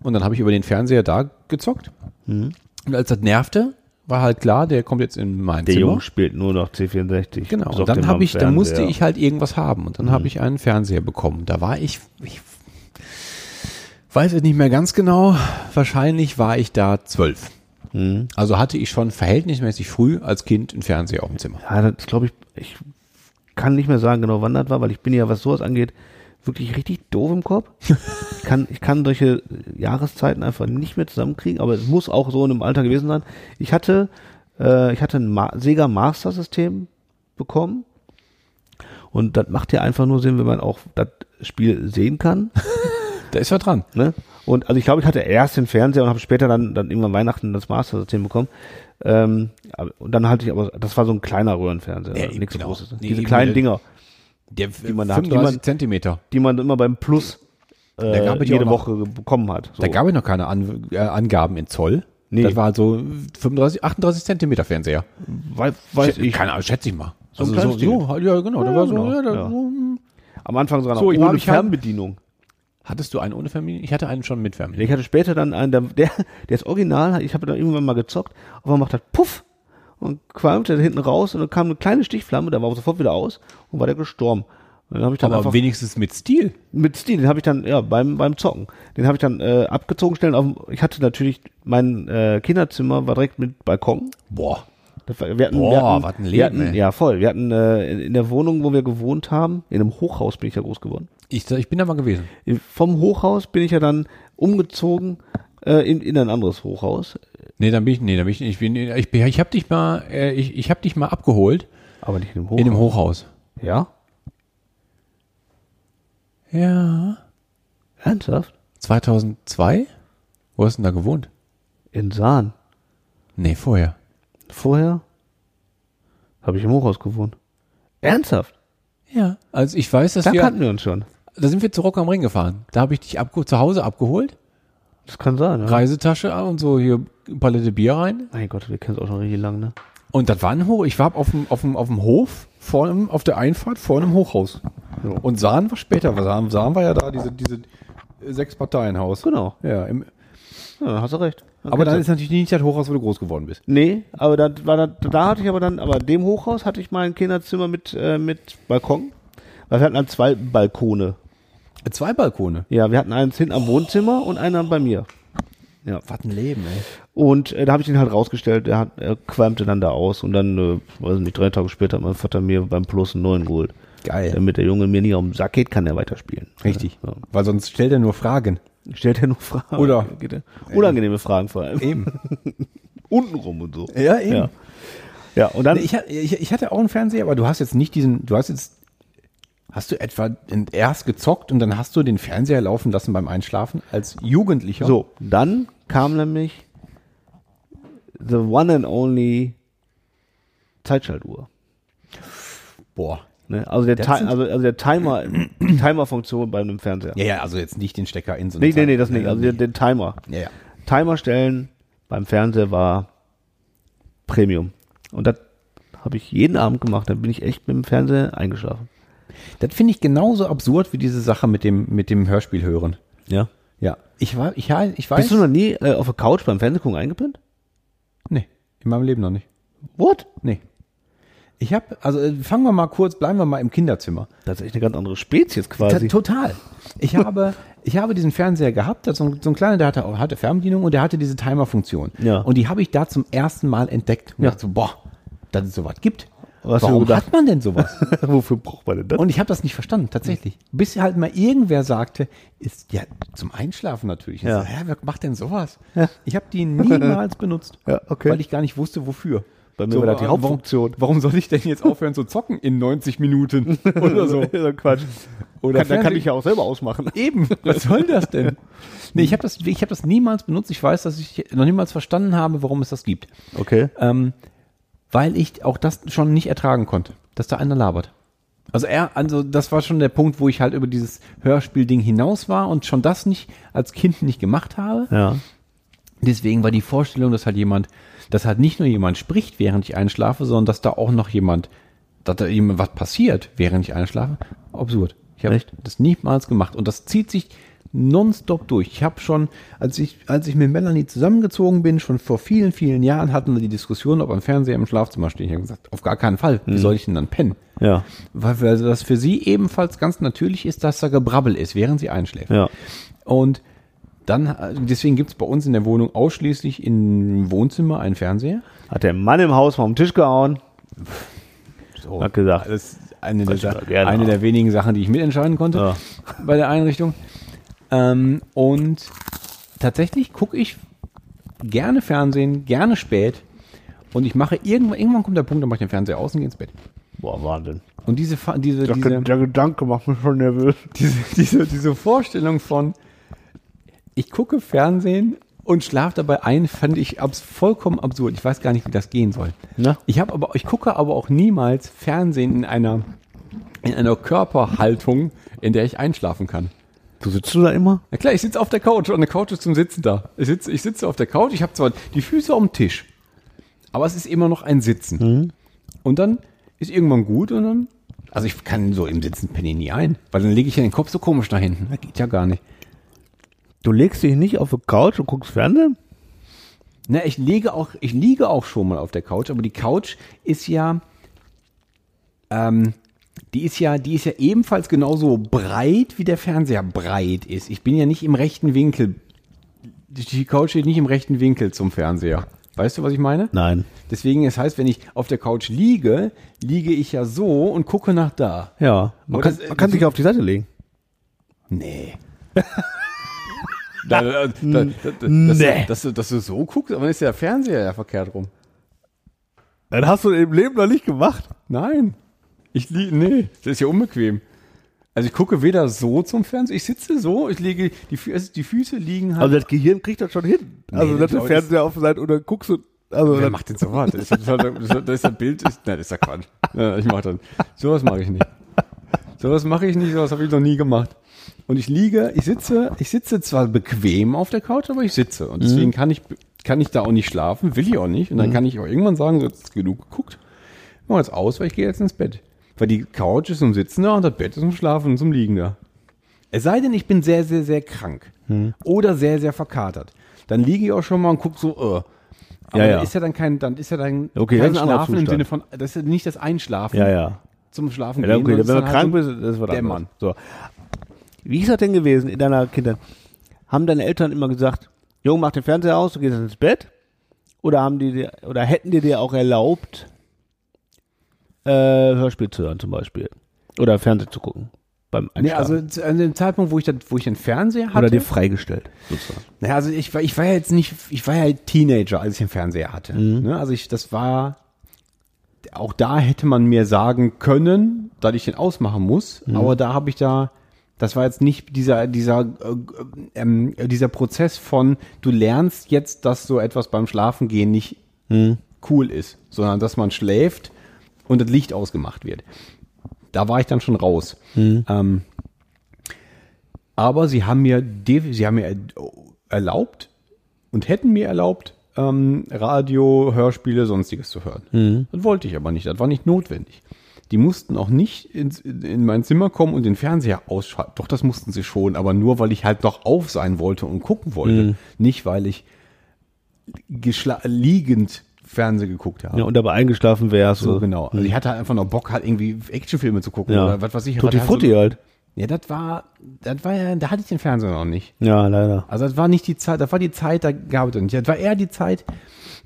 [SPEAKER 1] Und dann habe ich über den Fernseher da gezockt.
[SPEAKER 2] Mhm.
[SPEAKER 1] Und als das nervte, war halt klar, der kommt jetzt in mein
[SPEAKER 2] Der
[SPEAKER 1] Zimmer.
[SPEAKER 2] Junge spielt nur noch C64.
[SPEAKER 1] Genau, und
[SPEAKER 2] Besorg dir
[SPEAKER 1] dann
[SPEAKER 2] mal
[SPEAKER 1] habe
[SPEAKER 2] einen
[SPEAKER 1] ich, dann musste
[SPEAKER 2] Also Fernseher. Mhm.
[SPEAKER 1] ich halt irgendwas haben und dann habe ich einen Fernseher bekommen. Da war ich, ich weiß es nicht mehr ganz genau, wahrscheinlich war ich da zwölf.
[SPEAKER 2] Mhm.
[SPEAKER 1] Also hatte ich schon verhältnismäßig früh als Kind einen Fernseher auf dem Zimmer.
[SPEAKER 2] Ja, das glaube ich, ich kann nicht mehr sagen genau, wann das war, weil ich bin ja, was sowas angeht, wirklich richtig doof im Kopf. Ich kann, ich kann solche Jahreszeiten einfach nicht mehr zusammenkriegen, aber es muss auch so in einem Alter gewesen sein. Ich hatte, äh, ich hatte ein Ma Sega Master System bekommen. Und das macht ja einfach nur Sinn, wenn man auch das Spiel sehen kann.
[SPEAKER 1] Da ist er dran.
[SPEAKER 2] Ne? Und also ich glaube, ich hatte erst den Fernseher und habe später dann, dann irgendwann Weihnachten das Master-System bekommen. Ähm, aber, und dann hatte ich aber, das war so ein kleiner Röhrenfernseher,
[SPEAKER 1] Ja, eben,
[SPEAKER 2] nichts
[SPEAKER 1] genau.
[SPEAKER 2] Großes.
[SPEAKER 1] Nee,
[SPEAKER 2] Diese
[SPEAKER 1] eben,
[SPEAKER 2] kleinen
[SPEAKER 1] äh,
[SPEAKER 2] Dinger,
[SPEAKER 1] Der die
[SPEAKER 2] man da hat, die
[SPEAKER 1] 35
[SPEAKER 2] man-
[SPEAKER 1] Zentimeter.
[SPEAKER 2] die man immer beim Plus äh,
[SPEAKER 1] gab es ja
[SPEAKER 2] jede
[SPEAKER 1] auch noch-
[SPEAKER 2] Woche bekommen hat. So.
[SPEAKER 1] Da gab es noch keine An äh, Angaben in Zoll.
[SPEAKER 2] Oh. Nee.
[SPEAKER 1] Das war halt so 35, 38 Zentimeter Fernseher.
[SPEAKER 2] Wei- weiß ich.
[SPEAKER 1] Keine Ahnung, schätze ich mal.
[SPEAKER 2] So ein kleines Ding.
[SPEAKER 1] halt, ja, genau. da war so,
[SPEAKER 2] genau,
[SPEAKER 1] ja, da,
[SPEAKER 2] ja.
[SPEAKER 1] so, hm.
[SPEAKER 2] Am Anfang sogar noch
[SPEAKER 1] So, ich hab-
[SPEAKER 2] ohne
[SPEAKER 1] ich hab-
[SPEAKER 2] Fernbedienung.
[SPEAKER 1] Hattest du einen ohne Familie? Ich hatte einen schon mit Familie.
[SPEAKER 2] Ich hatte später dann einen, der, der, der ist original, ich habe da irgendwann mal gezockt, aber macht halt Puff und qualmte hinten raus und dann kam eine kleine Stichflamme, da war er sofort wieder aus und war der gestorben. Und dann habe ich dann einfach
[SPEAKER 1] Aber wenigstens mit Stil.
[SPEAKER 2] mit Stil, den habe ich dann ja beim beim Zocken, den habe ich dann äh, abgezogen schnell auf ich hatte natürlich mein äh, Kinderzimmer war direkt mit Balkon.
[SPEAKER 1] Boah.
[SPEAKER 2] Das war, wir hatten,
[SPEAKER 1] Boah,
[SPEAKER 2] wir hatten,
[SPEAKER 1] was ein
[SPEAKER 2] wir
[SPEAKER 1] Leben,
[SPEAKER 2] hatten,
[SPEAKER 1] ey.
[SPEAKER 2] ja voll, wir hatten äh, in- in der Wohnung, wo wir gewohnt haben, in einem Hochhaus bin ich ja groß geworden.
[SPEAKER 1] Ich, ich bin da mal gewesen.
[SPEAKER 2] Vom Hochhaus bin ich ja dann umgezogen äh, in, in ein anderes Hochhaus,
[SPEAKER 1] Nee, dann bin ich, nee, dann bin ich, ich bin, ich, bin- ich hab dich mal, äh, ich, ich hab dich mal abgeholt
[SPEAKER 2] aber nicht in einem
[SPEAKER 1] in
[SPEAKER 2] Hochhaus.
[SPEAKER 1] einem Hochhaus.
[SPEAKER 2] ja,
[SPEAKER 1] Ja.
[SPEAKER 2] ernsthaft?
[SPEAKER 1] 2002? Wo hast du denn da gewohnt?
[SPEAKER 2] In Saan.
[SPEAKER 1] Nee, vorher.
[SPEAKER 2] Vorher habe ich im Hochhaus gewohnt. Ernsthaft?
[SPEAKER 1] Ja. Also ich weiß, dass
[SPEAKER 2] Da
[SPEAKER 1] wir,
[SPEAKER 2] kannten wir uns schon.
[SPEAKER 1] da sind wir zu Rock am Ring gefahren. Da habe ich dich abge zu Hause abgeholt,
[SPEAKER 2] Das kann sein. Ja.
[SPEAKER 1] Reisetasche und so hier Palette Bier rein.
[SPEAKER 2] Mein Gott, wir kennen es auch schon richtig lang, ne?
[SPEAKER 1] Und das war ein Hoch. Ich war auf dem, auf dem, auf dem Hof, vor einem, auf der Einfahrt vor einem Hochhaus. Und Sahn war später. weil Sahn, Sahn war ja da, diese, diese äh, Sechs-Parteien-Haus.
[SPEAKER 2] Genau.
[SPEAKER 1] Ja, im,
[SPEAKER 2] Ja, dann hast du recht. Dann
[SPEAKER 1] aber
[SPEAKER 2] kennst
[SPEAKER 1] dann
[SPEAKER 2] du-
[SPEAKER 1] ist natürlich nicht das Hochhaus, wo du groß geworden bist.
[SPEAKER 2] Nee, aber da, war da, da hatte ich aber dann, aber dem Hochhaus hatte ich mal ein Kinderzimmer mit, äh, mit Balkon. Weil wir hatten dann zwei Balkone.
[SPEAKER 1] Zwei Balkone.
[SPEAKER 2] Ja, wir hatten eins hinten am Wohnzimmer und einen bei mir. Ja.
[SPEAKER 1] Was ein Leben, ey.
[SPEAKER 2] Und äh, da habe ich ihn halt rausgestellt, er, hat, er qualmte dann da aus und dann, äh, weiß nicht, drei Tage später hat mein Vater mir beim Plus einen neuen geholt.
[SPEAKER 1] Geil.
[SPEAKER 2] Damit der Junge mir nicht auf den Sack geht, kann er weiterspielen.
[SPEAKER 1] Ähm, Richtig.
[SPEAKER 2] Ja.
[SPEAKER 1] Weil sonst stellt er nur Fragen.
[SPEAKER 2] Stellt er nur Fragen.
[SPEAKER 1] Oder-
[SPEAKER 2] Geht er- unangenehme Fragen vor allem.
[SPEAKER 1] Eben.
[SPEAKER 2] Untenrum und so.
[SPEAKER 1] Ja, eben. Also
[SPEAKER 2] Ja, ja und dann,
[SPEAKER 1] Ich, ha- ich, ich hatte auch einen Fernseher, aber du hast jetzt nicht diesen, du hast jetzt, hast du etwa in- erst gezockt und dann hast du den Fernseher laufen lassen beim Einschlafen als Jugendlicher?
[SPEAKER 2] So, dann kam nämlich the one and only Zeitschaltuhr.
[SPEAKER 1] Boah.
[SPEAKER 2] Ne? Also, der Ti
[SPEAKER 1] sind-
[SPEAKER 2] also, also der Timer, die Timer-Funktion bei einem Fernseher.
[SPEAKER 1] Ja, ja, also jetzt nicht den Stecker in so eine
[SPEAKER 2] nee, nee,
[SPEAKER 1] Zeit-
[SPEAKER 2] nee, das nicht. Also den, den Timer.
[SPEAKER 1] Ja, ja.
[SPEAKER 2] Timer stellen beim Fernseher war Premium. Und das habe ich jeden Abend gemacht. Dann bin ich echt mit dem Fernseher eingeschlafen.
[SPEAKER 1] Das finde ich genauso absurd wie diese Sache mit dem, mit dem Hörspiel hören.
[SPEAKER 2] Ja.
[SPEAKER 1] Ja. Ich, war, ich, ha- ich weiß.
[SPEAKER 2] Bist du noch nie äh, auf der Couch beim Fernsehgucken eingepennt?
[SPEAKER 1] nee, in meinem Leben noch nicht.
[SPEAKER 2] What?
[SPEAKER 1] Nee. Ich habe, also äh, fangen wir mal kurz, bleiben wir mal im Kinderzimmer.
[SPEAKER 2] Das ist echt eine ganz andere Spezies
[SPEAKER 1] Ta-
[SPEAKER 2] quasi.
[SPEAKER 1] Total. Ich habe, ich habe diesen Fernseher gehabt, das ist so ein, so ein kleiner, der hatte, auch- hatte Fernbedienung und der hatte diese Timer-Funktion.
[SPEAKER 2] Ja.
[SPEAKER 1] Und die habe ich da zum ersten Mal entdeckt. Und
[SPEAKER 2] Ja.
[SPEAKER 1] dachte so, boah, dass es sowas gibt.
[SPEAKER 2] Was hast du
[SPEAKER 1] Warum
[SPEAKER 2] gedacht?
[SPEAKER 1] hat man denn sowas?
[SPEAKER 2] Wofür braucht man denn das?
[SPEAKER 1] Und ich habe das nicht verstanden,
[SPEAKER 2] Hm.
[SPEAKER 1] tatsächlich. Bis halt mal irgendwer sagte, ist ja zum Einschlafen natürlich. Ich
[SPEAKER 2] Ja.
[SPEAKER 1] So, Hä, wer macht denn sowas? Ich habe die niemals benutzt,
[SPEAKER 2] Ja, okay.
[SPEAKER 1] weil ich gar nicht wusste, wofür.
[SPEAKER 2] Bei mir war das die
[SPEAKER 1] warum-
[SPEAKER 2] Hauptfunktion.
[SPEAKER 1] Warum soll ich denn jetzt aufhören zu zocken in 90 Minuten oder so? Oder
[SPEAKER 2] Quatsch. kann, dann kann
[SPEAKER 1] Fernseh-
[SPEAKER 2] ich ja auch selber ausmachen.
[SPEAKER 1] Eben, was soll das denn? Nee, ich habe das, ich hab das niemals benutzt. Ich weiß, dass ich noch niemals verstanden habe, warum es das gibt.
[SPEAKER 2] Okay.
[SPEAKER 1] Ähm, weil ich auch das schon nicht ertragen konnte, dass da einer labert. Also er, also das war schon der Punkt, wo ich halt über dieses Hörspielding hinaus war und schon das nicht als Kind nicht gemacht habe.
[SPEAKER 2] Ja.
[SPEAKER 1] Deswegen war die Vorstellung, dass halt jemand, dass halt nicht nur jemand spricht, während ich einschlafe, sondern dass da auch noch jemand, dass da jemand was passiert, während ich einschlafe, absurd. Ich habe
[SPEAKER 2] Echt?
[SPEAKER 1] das niemals gemacht und das zieht sich nonstop durch. Ich habe schon, als ich, als ich mit Melanie zusammengezogen bin, schon vor vielen, vielen Jahren hatten wir die Diskussion, ob ein Fernseher im Schlafzimmer steht. Ich habe gesagt, auf gar keinen Fall. Wie soll ich denn dann pennen?
[SPEAKER 2] Ja.
[SPEAKER 1] Weil für- also das für sie ebenfalls ganz natürlich ist, dass da Gebrabbel ist, während sie einschläft.
[SPEAKER 2] Ja.
[SPEAKER 1] Und Dann, äh, deswegen gibt es bei uns in der Wohnung ausschließlich im Wohnzimmer einen Fernseher.
[SPEAKER 2] Hat der Mann im Haus mal vom Tisch gehauen.
[SPEAKER 1] So.
[SPEAKER 2] Hat gesagt.
[SPEAKER 1] Das ist eine der,
[SPEAKER 2] ich
[SPEAKER 1] Sa-
[SPEAKER 2] da gerne
[SPEAKER 1] eine
[SPEAKER 2] haben.
[SPEAKER 1] der wenigen Sachen, die ich mitentscheiden konnte
[SPEAKER 2] Ja.
[SPEAKER 1] bei der Einrichtung. Ähm, und tatsächlich gucke ich gerne Fernsehen, gerne spät. Und ich mache irgendwann, irgendwann kommt der Punkt, da mache ich den Fernseher aus und gehe ins Bett.
[SPEAKER 2] Boah, Wahnsinn.
[SPEAKER 1] Und diese, Fa- diese,
[SPEAKER 2] Der,
[SPEAKER 1] diese,
[SPEAKER 2] der Gedanke macht mich schon nervös.
[SPEAKER 1] diese, diese, diese Vorstellung von, ich gucke Fernsehen und schlafe dabei ein, fand ich abs vollkommen absurd. Ich weiß gar nicht, wie das gehen soll.
[SPEAKER 2] Na?
[SPEAKER 1] Ich habe aber, ich gucke aber auch niemals Fernsehen in einer, in einer Körperhaltung, in der ich einschlafen kann.
[SPEAKER 2] Du sitzt du da immer?
[SPEAKER 1] Na klar, ich sitze auf der Couch und eine Couch ist zum Sitzen da. Ich sitze, ich sitze auf der Couch, ich habe zwar die Füße auf dem Tisch, aber es ist immer noch ein Sitzen. Und dann ist irgendwann gut und dann, also ich kann so im Sitzen penne ich nie ein, weil dann lege ich ja den Kopf so komisch nach hinten. Das geht ja gar nicht.
[SPEAKER 2] Du legst dich nicht auf die Couch und guckst Fernsehen?
[SPEAKER 1] Na, Ne, ich liege auch, ich liege auch schon mal auf der Couch, aber die Couch ist ja, ähm, die ist ja, die ist ja ebenfalls genauso breit, wie der Fernseher breit ist. Ich bin ja nicht im rechten Winkel. Die- Die Couch steht nicht im rechten Winkel zum Fernseher. Weißt du, was ich meine?
[SPEAKER 2] Nein.
[SPEAKER 1] Deswegen, es heißt, wenn ich auf der Couch liege, liege ich ja so und gucke nach da.
[SPEAKER 2] Ja.
[SPEAKER 1] Aber
[SPEAKER 2] Man kann,
[SPEAKER 1] Oh, das-
[SPEAKER 2] man kann sich auf die Seite legen.
[SPEAKER 1] Nee. da, da, da, da, dass,
[SPEAKER 2] Nee.
[SPEAKER 1] du, dass, du, dass du so guckst, aber dann ist ja der Fernseher ja verkehrt rum.
[SPEAKER 2] Dann hast du im Leben noch nicht gemacht.
[SPEAKER 1] Nein. Ich liege, nee, das ist ja unbequem. Also ich gucke weder so zum Fernseher, ich sitze so, ich lege, die, Fü- also die Füße liegen halt.
[SPEAKER 2] Also das Gehirn kriegt das schon hin. also
[SPEAKER 1] Nee,
[SPEAKER 2] dass du
[SPEAKER 1] das-
[SPEAKER 2] Fernseher auf der Seite oder guckst und also
[SPEAKER 1] Wer
[SPEAKER 2] dann,
[SPEAKER 1] macht denn sowas? Das ist, halt- das, ist, das ist das Bild, ist, nein, das ist ja Quatsch. Ja, ich mache das. Sowas mache ich nicht. Sowas mache ich nicht, sowas habe ich noch nie gemacht. Und ich liege, ich sitze, ich sitze zwar bequem auf der Couch, aber ich sitze. Und deswegen kann ich, kann ich da auch nicht schlafen, will ich auch nicht. Und dann kann ich auch irgendwann sagen, so, jetzt ist genug geguckt. Machen wir jetzt aus, weil ich gehe jetzt ins Bett. Weil die Couch ist zum Sitzen da und das Bett ist zum Schlafen und zum Liegen da. Es sei denn, ich bin sehr, sehr, sehr krank.
[SPEAKER 2] Hm.
[SPEAKER 1] Oder sehr, sehr verkatert. Dann liege ich auch schon mal und gucke so, äh. Aber
[SPEAKER 2] Ja, ja.
[SPEAKER 1] dann ist ja dann kein, dann ist ja dann
[SPEAKER 2] Okay, das
[SPEAKER 1] kein
[SPEAKER 2] ist ein anderer
[SPEAKER 1] Schlafen im
[SPEAKER 2] Zustand.
[SPEAKER 1] Sinne von, das ist ja nicht das Einschlafen
[SPEAKER 2] Ja, ja.
[SPEAKER 1] zum Schlafen
[SPEAKER 2] Ja, okay,
[SPEAKER 1] sondern
[SPEAKER 2] wenn
[SPEAKER 1] es ist
[SPEAKER 2] du
[SPEAKER 1] dann halt
[SPEAKER 2] krank
[SPEAKER 1] so-
[SPEAKER 2] bist, das war
[SPEAKER 1] der Mann.
[SPEAKER 2] So. Wie ist das denn gewesen in deiner Kindheit? Haben deine Eltern immer gesagt, Junge, mach den Fernseher aus, du gehst ins Bett? Oder haben die dir, oder hätten die dir auch erlaubt, äh, Hörspiel zu hören zum Beispiel? Oder Fernsehen zu gucken? Beim
[SPEAKER 1] Nee,
[SPEAKER 2] Einschlafen?
[SPEAKER 1] also zu- an dem Zeitpunkt, wo ich, dann, wo ich den Fernseher hatte.
[SPEAKER 2] oder dir freigestellt, sozusagen.
[SPEAKER 1] Naja, also ich war, ich war ja jetzt nicht, ich war ja halt Teenager, als ich den Fernseher hatte. Ne? Also ich, das war, auch da hätte man mir sagen können, dass ich den ausmachen muss, aber da habe ich da, das war jetzt nicht dieser, dieser, äh, ähm, äh, dieser Prozess von, du lernst jetzt, dass so etwas beim Schlafengehen nicht cool ist, sondern dass man schläft und das Licht ausgemacht wird. Da war ich dann schon raus. Ähm, aber sie haben mir, def- sie haben mir erlaubt und hätten mir erlaubt, ähm, Radio, Hörspiele, sonstiges zu hören. Das wollte ich aber nicht. Das war nicht notwendig. Die mussten auch nicht ins, in mein Zimmer kommen und den Fernseher ausschalten. Doch, das mussten sie schon, aber nur, weil ich halt noch auf sein wollte und gucken wollte. Nicht, weil ich geschla- liegend Fernseh geguckt habe.
[SPEAKER 2] Ja, und dabei eingeschlafen wärst.
[SPEAKER 1] so, genau. Also ich hatte halt einfach noch Bock, halt irgendwie Actionfilme zu gucken
[SPEAKER 2] Hm. Ja.
[SPEAKER 1] oder was weiß ich.
[SPEAKER 2] Tutti
[SPEAKER 1] Aber da-
[SPEAKER 2] Frutti halt.
[SPEAKER 1] Ja, das war, das war ja, da hatte ich den Fernseher noch nicht.
[SPEAKER 2] Ja, leider.
[SPEAKER 1] Also das war nicht die Zeit, das war die Zeit, da gab es nicht. Das war eher die Zeit,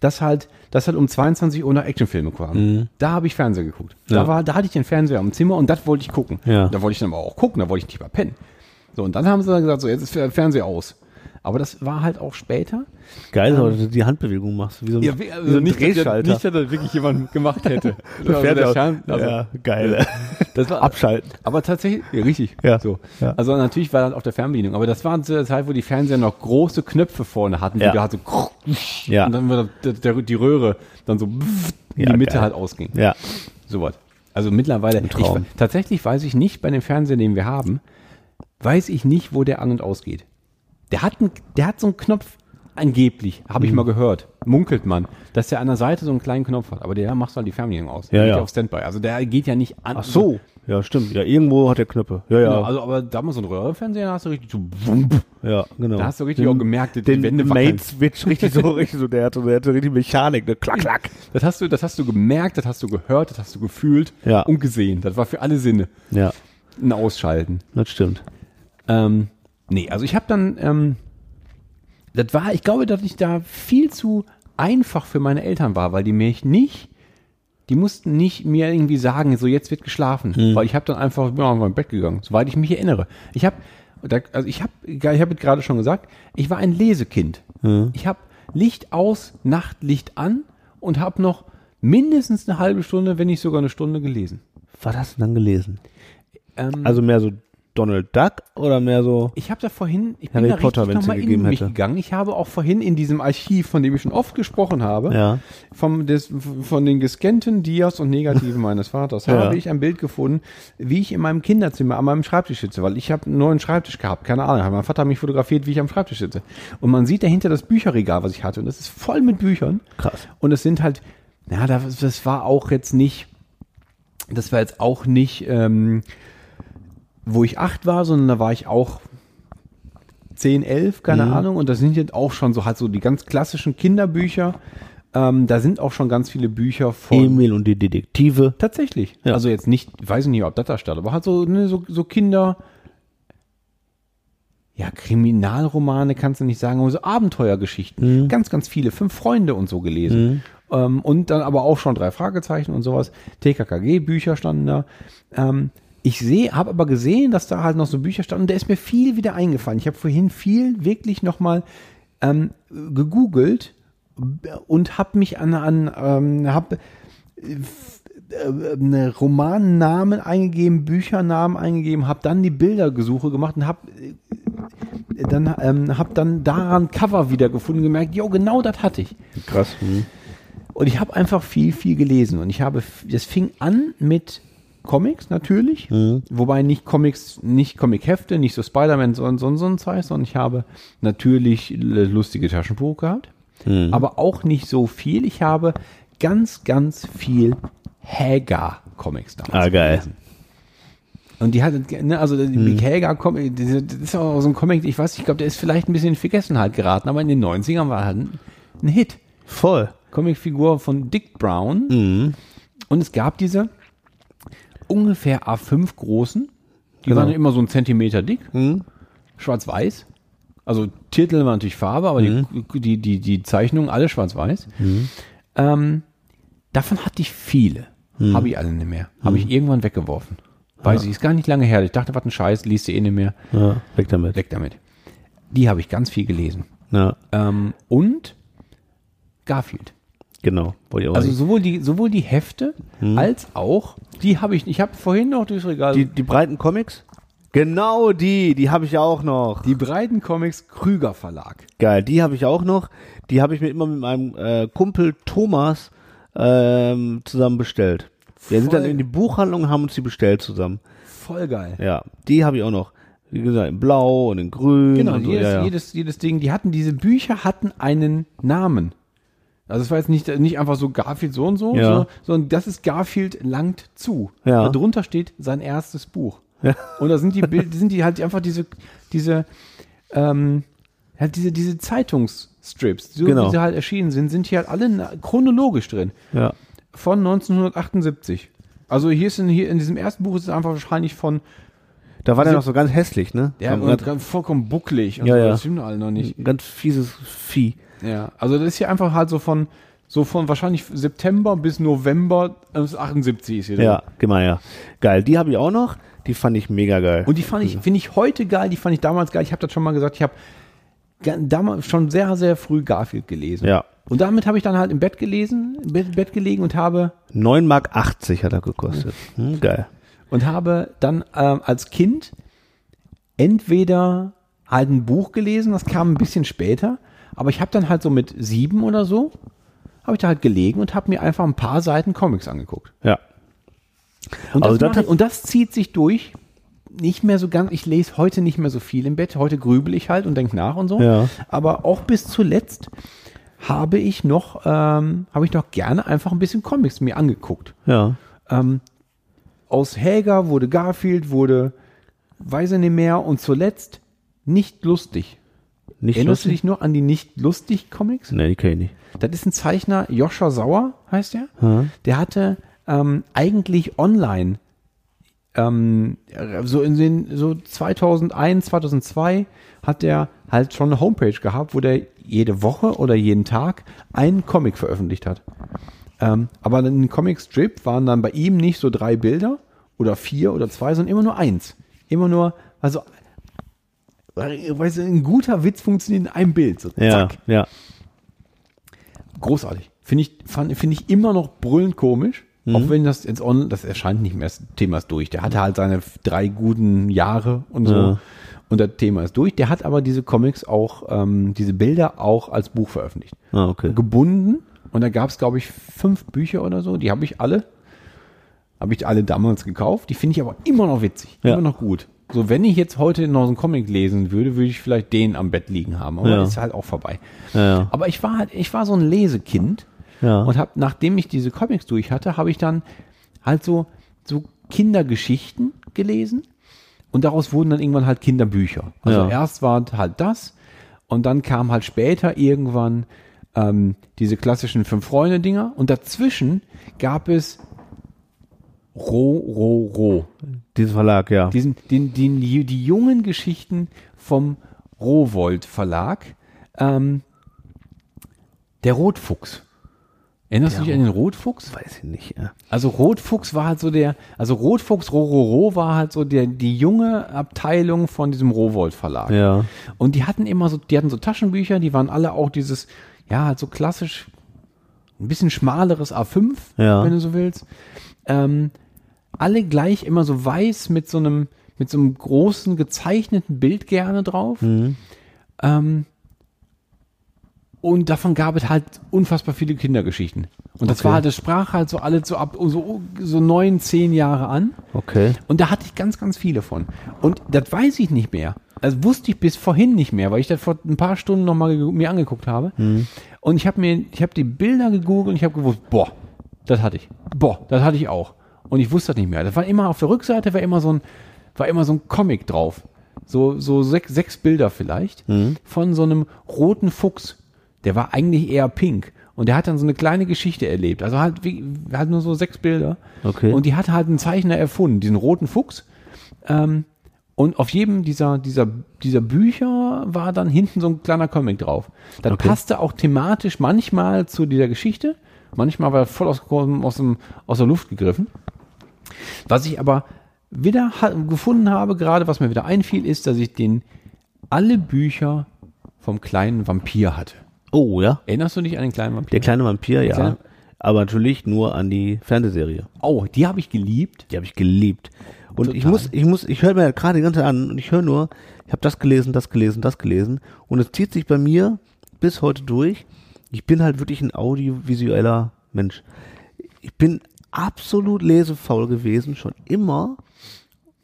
[SPEAKER 1] dass halt, dass halt um 22 Uhr noch Actionfilme kamen. Da habe ich Fernseher geguckt. Da,
[SPEAKER 2] Mhm. Ja.
[SPEAKER 1] war, da hatte ich den Fernseher im Zimmer und das wollte ich gucken.
[SPEAKER 2] Ja.
[SPEAKER 1] Da wollte ich dann aber auch gucken, da wollte ich nicht mal pennen. So, und dann haben sie dann gesagt, so, jetzt ist der Fernseher aus. Aber das war halt auch später. also
[SPEAKER 2] Geil, aber dass du die Handbewegung machst, wie so ein, wie so ein Drehschalter.
[SPEAKER 1] dass das wirklich jemand gemacht hätte.
[SPEAKER 2] Der Fernseher-
[SPEAKER 1] Fern- also,
[SPEAKER 2] ja, geil.
[SPEAKER 1] das war,
[SPEAKER 2] Abschalten.
[SPEAKER 1] aber tatsächlich, ja, richtig.
[SPEAKER 2] Ja,
[SPEAKER 1] So.
[SPEAKER 2] ja.
[SPEAKER 1] Also natürlich war das auf der Fernbedienung, aber das war zu der Zeit, wo die Fernseher noch große Knöpfe vorne hatten,
[SPEAKER 2] Ja.
[SPEAKER 1] die da halt so
[SPEAKER 2] Ja.
[SPEAKER 1] und dann war das- der, der, die Röhre dann so in
[SPEAKER 2] Ja,
[SPEAKER 1] die Mitte
[SPEAKER 2] geil.
[SPEAKER 1] halt ausging.
[SPEAKER 2] Ja.
[SPEAKER 1] Sowas. Also mittlerweile, ich,
[SPEAKER 2] Traum.
[SPEAKER 1] tatsächlich weiß ich nicht, bei dem Fernseher, den wir haben, weiß ich nicht, wo der an und ausgeht. Der hat, einen, der hat so einen Knopf, angeblich, habe
[SPEAKER 2] Mhm.
[SPEAKER 1] ich mal gehört, munkelt man, dass der an der Seite so einen kleinen Knopf hat, aber der macht halt die Fernbedienung aus.
[SPEAKER 2] Ja,
[SPEAKER 1] der geht
[SPEAKER 2] ja.
[SPEAKER 1] auf Standby. Also der geht ja nicht an.
[SPEAKER 2] Ach so. Ja, stimmt. Ja, irgendwo hat der Knöpfe. Ja, ja.
[SPEAKER 1] Ja, also, aber damals so ein Röhrenfernseher, da hast du richtig so, wump,
[SPEAKER 2] ja, genau.
[SPEAKER 1] also da hast du richtig auch gemerkt, die
[SPEAKER 2] den
[SPEAKER 1] Wände
[SPEAKER 2] Main
[SPEAKER 1] wackeln.
[SPEAKER 2] Switch richtig so, richtig so, der hatte, der hatte richtig Mechanik, ne? Klack, klack.
[SPEAKER 1] Das hast du, das hast du gemerkt, das hast du gehört, das hast du gefühlt
[SPEAKER 2] Ja.
[SPEAKER 1] und gesehen. Das war für alle Sinne
[SPEAKER 2] Ja,
[SPEAKER 1] ein Ausschalten.
[SPEAKER 2] das stimmt.
[SPEAKER 1] Ähm, nee, also ich habe dann ähm, das war, ich glaube, dass ich da viel zu einfach für meine Eltern war, weil die mich nicht, die mussten nicht mir irgendwie sagen, so jetzt wird geschlafen, weil ich habe dann einfach ja, in mein Bett gegangen, soweit ich mich erinnere. Ich habe, also ich habe, ich habe es gerade schon gesagt, ich war ein Lesekind. Ich habe Licht aus, Nachtlicht an und habe noch mindestens eine halbe Stunde, wenn nicht sogar eine Stunde gelesen.
[SPEAKER 2] Was hast du denn dann gelesen?
[SPEAKER 1] Ähm,
[SPEAKER 2] Also mehr so Donald Duck oder mehr so.
[SPEAKER 1] Ich habe da vorhin, ich
[SPEAKER 2] Harry
[SPEAKER 1] bin da
[SPEAKER 2] Potter,
[SPEAKER 1] richtig
[SPEAKER 2] wenn's
[SPEAKER 1] nochmal
[SPEAKER 2] sie
[SPEAKER 1] in
[SPEAKER 2] gegeben
[SPEAKER 1] mich
[SPEAKER 2] hätte.
[SPEAKER 1] gegangen. Ich habe auch vorhin in diesem Archiv, von dem ich schon oft gesprochen habe,
[SPEAKER 2] Ja.
[SPEAKER 1] vom, des, von den gescannten Dias und Negativen meines Vaters,
[SPEAKER 2] Ja.
[SPEAKER 1] habe ich ein Bild gefunden, wie ich in meinem Kinderzimmer an meinem Schreibtisch sitze, weil ich habe einen neuen Schreibtisch gehabt, keine Ahnung. Hat Mein Vater hat mich fotografiert, wie ich am Schreibtisch sitze. Und man sieht dahinter das Bücherregal, was ich hatte. Und das ist voll mit Büchern.
[SPEAKER 2] Krass.
[SPEAKER 1] Und es sind halt, ja, das, das war auch jetzt nicht, das war jetzt auch nicht, ähm, wo ich acht war, sondern da war ich auch 10, 11, keine Ahnung. Und das sind jetzt auch schon so halt so die ganz klassischen Kinderbücher. Ähm, da sind auch schon ganz viele Bücher von.
[SPEAKER 2] Emil und die Detektive.
[SPEAKER 1] Tatsächlich.
[SPEAKER 2] Ja.
[SPEAKER 1] Also jetzt nicht, weiß ich nicht, ob das da stand, aber halt so, ne, so, so Kinder. Ja, Kriminalromane kannst du nicht sagen, aber so Abenteuergeschichten. Ganz, ganz viele. Fünf Freunde und so gelesen. Ähm, und dann aber auch schon drei Fragezeichen und sowas. TKKG-Bücher standen da. Ähm, ich sehe, habe aber gesehen, dass da halt noch so Bücher standen. Und da ist mir viel wieder eingefallen. Ich habe vorhin viel wirklich nochmal ähm, gegoogelt und habe mich an, an ähm, habe eine ne Romannamen eingegeben, Büchernamen eingegeben, habe dann die Bildergesuche gemacht und habe dann ähm, habe dann daran Cover wieder gefunden, gemerkt, jo, genau das hatte ich.
[SPEAKER 2] Krass.
[SPEAKER 1] Mhm. Und ich habe einfach viel, viel gelesen. Und ich habe, f- das fing an mit Comics natürlich, wobei nicht Comics, nicht Comichefte, nicht so Spider-Man und so, so, so ein Scheiß, sondern ich habe natürlich l- lustige Taschenbuch gehabt, aber auch nicht so viel. Ich habe ganz, ganz viel Hagar-Comics damals
[SPEAKER 2] Ah, geil.
[SPEAKER 1] und die hat, ne, also die Mick Hager, Comic, diese- das ist auch so ein Comic, ich weiß, ich glaube, der ist vielleicht ein bisschen in Vergessenheit geraten, aber in den 90ern war halt ein, ein Hit.
[SPEAKER 2] Voll.
[SPEAKER 1] Comicfigur von Dick Brown. Und es gab diese ungefähr A5 großen, die waren immer so einen Zentimeter dick, schwarz-weiß. Also Titel war natürlich Farbe, aber die, die, die, die Zeichnungen alle schwarz-weiß. Ähm, davon hatte ich viele. Habe ich alle nicht mehr. Habe ich irgendwann weggeworfen. Weiß ich, ist gar nicht lange her. Ich dachte, was ein Scheiß, liest du eh nicht mehr.
[SPEAKER 2] Ja, weg damit.
[SPEAKER 1] Weg damit. Die habe ich ganz viel gelesen.
[SPEAKER 2] Ja,
[SPEAKER 1] Ähm, und Garfield.
[SPEAKER 2] genau. Wollte ich auch
[SPEAKER 1] Also
[SPEAKER 2] sagen.
[SPEAKER 1] sowohl die, sowohl die Hefte als auch, die habe ich, ich habe vorhin noch durchs Regal.
[SPEAKER 2] Hm. die, die breiten Comics? Genau die, die habe ich ja auch noch.
[SPEAKER 1] die breiten Comics Krüger Verlag.
[SPEAKER 2] Geil, die habe ich auch noch. Die habe ich mir immer mit meinem äh, Kumpel Thomas ähm, zusammen bestellt. Wir sind
[SPEAKER 1] Voll.
[SPEAKER 2] dann in die Buchhandlung und haben uns die bestellt zusammen.
[SPEAKER 1] Voll geil.
[SPEAKER 2] Ja, die habe ich auch noch. Wie gesagt, in blau und in grün.
[SPEAKER 1] Genau,
[SPEAKER 2] und so,
[SPEAKER 1] jedes,
[SPEAKER 2] ja, ja.
[SPEAKER 1] Jedes, jedes Ding, die hatten, diese Bücher hatten einen Namen. Also es war jetzt nicht, nicht einfach so Garfield so und so,
[SPEAKER 2] Ja.
[SPEAKER 1] sondern, sondern das ist Garfield langt zu.
[SPEAKER 2] Ja.
[SPEAKER 1] Darunter steht sein erstes Buch. Und da sind die Bild, sind die halt einfach diese, diese, ähm, halt diese, diese Zeitungsstrips, so
[SPEAKER 2] Genau.
[SPEAKER 1] wie sie halt erschienen sind, sind hier halt alle na- chronologisch drin.
[SPEAKER 2] ja.
[SPEAKER 1] Von 1978. Also hier ist in, hier in diesem ersten Buch ist es einfach wahrscheinlich von
[SPEAKER 2] Da war der noch so ganz hässlich, ne?
[SPEAKER 1] ja,
[SPEAKER 2] Ganz-
[SPEAKER 1] und ganz vollkommen bucklig und
[SPEAKER 2] Ja,
[SPEAKER 1] so,
[SPEAKER 2] ja. Mhm.
[SPEAKER 1] das stimmt alle noch nicht.
[SPEAKER 2] ganz, ganz fieses Vieh.
[SPEAKER 1] Ja, also das ist hier einfach halt so von so von wahrscheinlich September bis November äh, 78 ist hier. drin.
[SPEAKER 2] Ja, genau, ja. Geil, die habe ich auch noch. Die fand ich mega geil.
[SPEAKER 1] Und die fand
[SPEAKER 2] Mhm.
[SPEAKER 1] ich finde ich heute geil, die fand ich damals geil. Ich habe das schon mal gesagt, ich habe ga- damals schon sehr sehr früh Garfield gelesen.
[SPEAKER 2] Ja.
[SPEAKER 1] Und damit habe ich dann halt im Bett gelesen, im Bett, Bett gelegen und habe
[SPEAKER 2] 9,80 Mark hat er gekostet. Hm, geil.
[SPEAKER 1] und habe dann ähm, als Kind entweder halt ein Buch gelesen, das kam ein bisschen später, aber ich habe dann halt so mit sieben oder so, habe ich da halt gelegen und habe mir einfach ein paar Seiten Comics angeguckt.
[SPEAKER 2] Ja.
[SPEAKER 1] Und,
[SPEAKER 2] Also
[SPEAKER 1] das
[SPEAKER 2] das
[SPEAKER 1] mache
[SPEAKER 2] hat-
[SPEAKER 1] ich, und das zieht sich durch. Nicht mehr so ganz, ich lese heute nicht mehr so viel im Bett. Heute grübel ich halt und denke nach und so.
[SPEAKER 2] Ja.
[SPEAKER 1] Aber auch bis zuletzt habe ich noch, ähm, habe ich noch gerne einfach ein bisschen Comics mir angeguckt.
[SPEAKER 2] Ja.
[SPEAKER 1] Aus Hager wurde Garfield, wurde weiß ich nicht mehr und zuletzt nicht lustig.
[SPEAKER 2] Nicht
[SPEAKER 1] Erinnerst du
[SPEAKER 2] lustig?
[SPEAKER 1] dich noch an die nicht lustig Comics?
[SPEAKER 2] Nee, die kenne ich nicht.
[SPEAKER 1] Das ist ein Zeichner, Joscha Sauer heißt er. Der hatte ähm, eigentlich online ähm, so in den so 2001, 2002 hat er halt schon eine Homepage gehabt, wo der jede Woche oder jeden Tag einen Comic veröffentlicht hat. Ähm, aber in den Comicstrip waren dann bei ihm nicht so drei Bilder oder vier oder zwei, sondern immer nur eins. Immer nur, also, weißt du, ein guter Witz funktioniert in einem Bild. So,
[SPEAKER 2] Ja,
[SPEAKER 1] zack.
[SPEAKER 2] ja.
[SPEAKER 1] Großartig. Finde ich, fand- finde ich immer noch brüllend komisch.
[SPEAKER 2] Mhm.
[SPEAKER 1] Auch wenn das jetzt on, das erscheint nicht mehr, das Thema ist durch. Der hatte halt seine f- drei guten Jahre und so.
[SPEAKER 2] Ja.
[SPEAKER 1] Und das Thema ist durch. Der hat aber diese Comics auch, ähm, diese Bilder auch als Buch veröffentlicht.
[SPEAKER 2] Ah, okay.
[SPEAKER 1] Gebunden. Und da gab es, glaube ich, fünf Bücher oder so. Die habe ich alle. Habe ich alle damals gekauft. Die finde ich aber immer noch witzig.
[SPEAKER 2] Ja.
[SPEAKER 1] Immer noch gut. So, wenn ich jetzt heute noch so einen Comic lesen würde, würde ich vielleicht den am Bett liegen haben. Aber
[SPEAKER 2] Ja.
[SPEAKER 1] ist halt auch vorbei.
[SPEAKER 2] Ja, ja.
[SPEAKER 1] Aber ich war halt, ich war so ein Lesekind
[SPEAKER 2] Ja.
[SPEAKER 1] und habe, nachdem ich diese Comics durch hatte, habe ich dann halt so, so Kindergeschichten gelesen und daraus wurden dann irgendwann halt Kinderbücher. Also
[SPEAKER 2] Ja.
[SPEAKER 1] erst war halt das und dann kam halt später irgendwann ähm, diese klassischen Fünf-Freunde-Dinger und dazwischen gab es Ro, Ro, Ro
[SPEAKER 2] Diesen Verlag, ja.
[SPEAKER 1] diesen, den, den, die, die jungen Geschichten vom Rowold Verlag. Ähm, der Rotfuchs. Erinnerst du dich an den Rotfuchs?
[SPEAKER 2] Weiß ich nicht, ja.
[SPEAKER 1] Also Rotfuchs war halt so der, also Rotfuchs Rororo war halt so der, die junge Abteilung von diesem Rowold Verlag.
[SPEAKER 2] Ja.
[SPEAKER 1] Und die hatten immer so, die hatten so Taschenbücher, die waren alle auch dieses, ja, halt so klassisch, ein bisschen schmaleres A5,
[SPEAKER 2] Ja.
[SPEAKER 1] wenn du so willst. Ähm, alle gleich immer so weiß mit so einem, mit so einem großen gezeichneten Bild gerne drauf.
[SPEAKER 2] Mhm.
[SPEAKER 1] Ähm, und davon gab es halt unfassbar viele Kindergeschichten. Und das
[SPEAKER 2] Okay.
[SPEAKER 1] war halt, das sprach halt so alle so ab so, so neun, zehn Jahre an.
[SPEAKER 2] Okay.
[SPEAKER 1] Und da hatte ich ganz, ganz viele von. Und das weiß ich nicht mehr. Das wusste ich bis vorhin nicht mehr, weil ich das vor ein paar Stunden nochmal mir angeguckt habe.
[SPEAKER 2] Mhm.
[SPEAKER 1] Und ich habe mir, ich habe die Bilder gegoogelt und ich habe gewusst, boah, das hatte ich. Boah, das hatte ich auch. Und ich wusste das nicht mehr. Das war immer auf der Rückseite war immer so ein, war immer so ein Comic drauf. So, so sechs, sechs Bilder vielleicht von so einem roten Fuchs. Der war eigentlich eher pink. Und der hat dann so eine kleine Geschichte erlebt. Also halt, wie, halt nur so sechs Bilder.
[SPEAKER 2] Okay.
[SPEAKER 1] Und die hat halt einen Zeichner erfunden, diesen roten Fuchs. Ähm, und auf jedem dieser, dieser, dieser Bücher war dann hinten so ein kleiner Comic drauf. Das
[SPEAKER 2] Okay.
[SPEAKER 1] passte auch thematisch manchmal zu dieser Geschichte. Manchmal war er voll aus, aus, dem, aus der Luft gegriffen. Was ich aber wieder ha- gefunden habe, gerade was mir wieder einfiel, ist, dass ich den alle Bücher vom kleinen Vampir hatte.
[SPEAKER 2] Oh, ja.
[SPEAKER 1] Erinnerst du dich an den kleinen Vampir?
[SPEAKER 2] Der kleine Vampir, ja.
[SPEAKER 1] kleine-
[SPEAKER 2] Aber natürlich nur an die Fernsehserie.
[SPEAKER 1] oh, die habe ich geliebt.
[SPEAKER 2] Die habe ich geliebt. Und ich
[SPEAKER 1] Total.
[SPEAKER 2] muss, ich muss, ich höre mir gerade die ganze Zeit an und ich höre nur, ich habe das gelesen, das gelesen, das gelesen. Und es zieht sich bei mir bis heute durch. Ich bin halt wirklich ein audiovisueller Mensch. Ich bin absolut lesefaul gewesen, schon immer.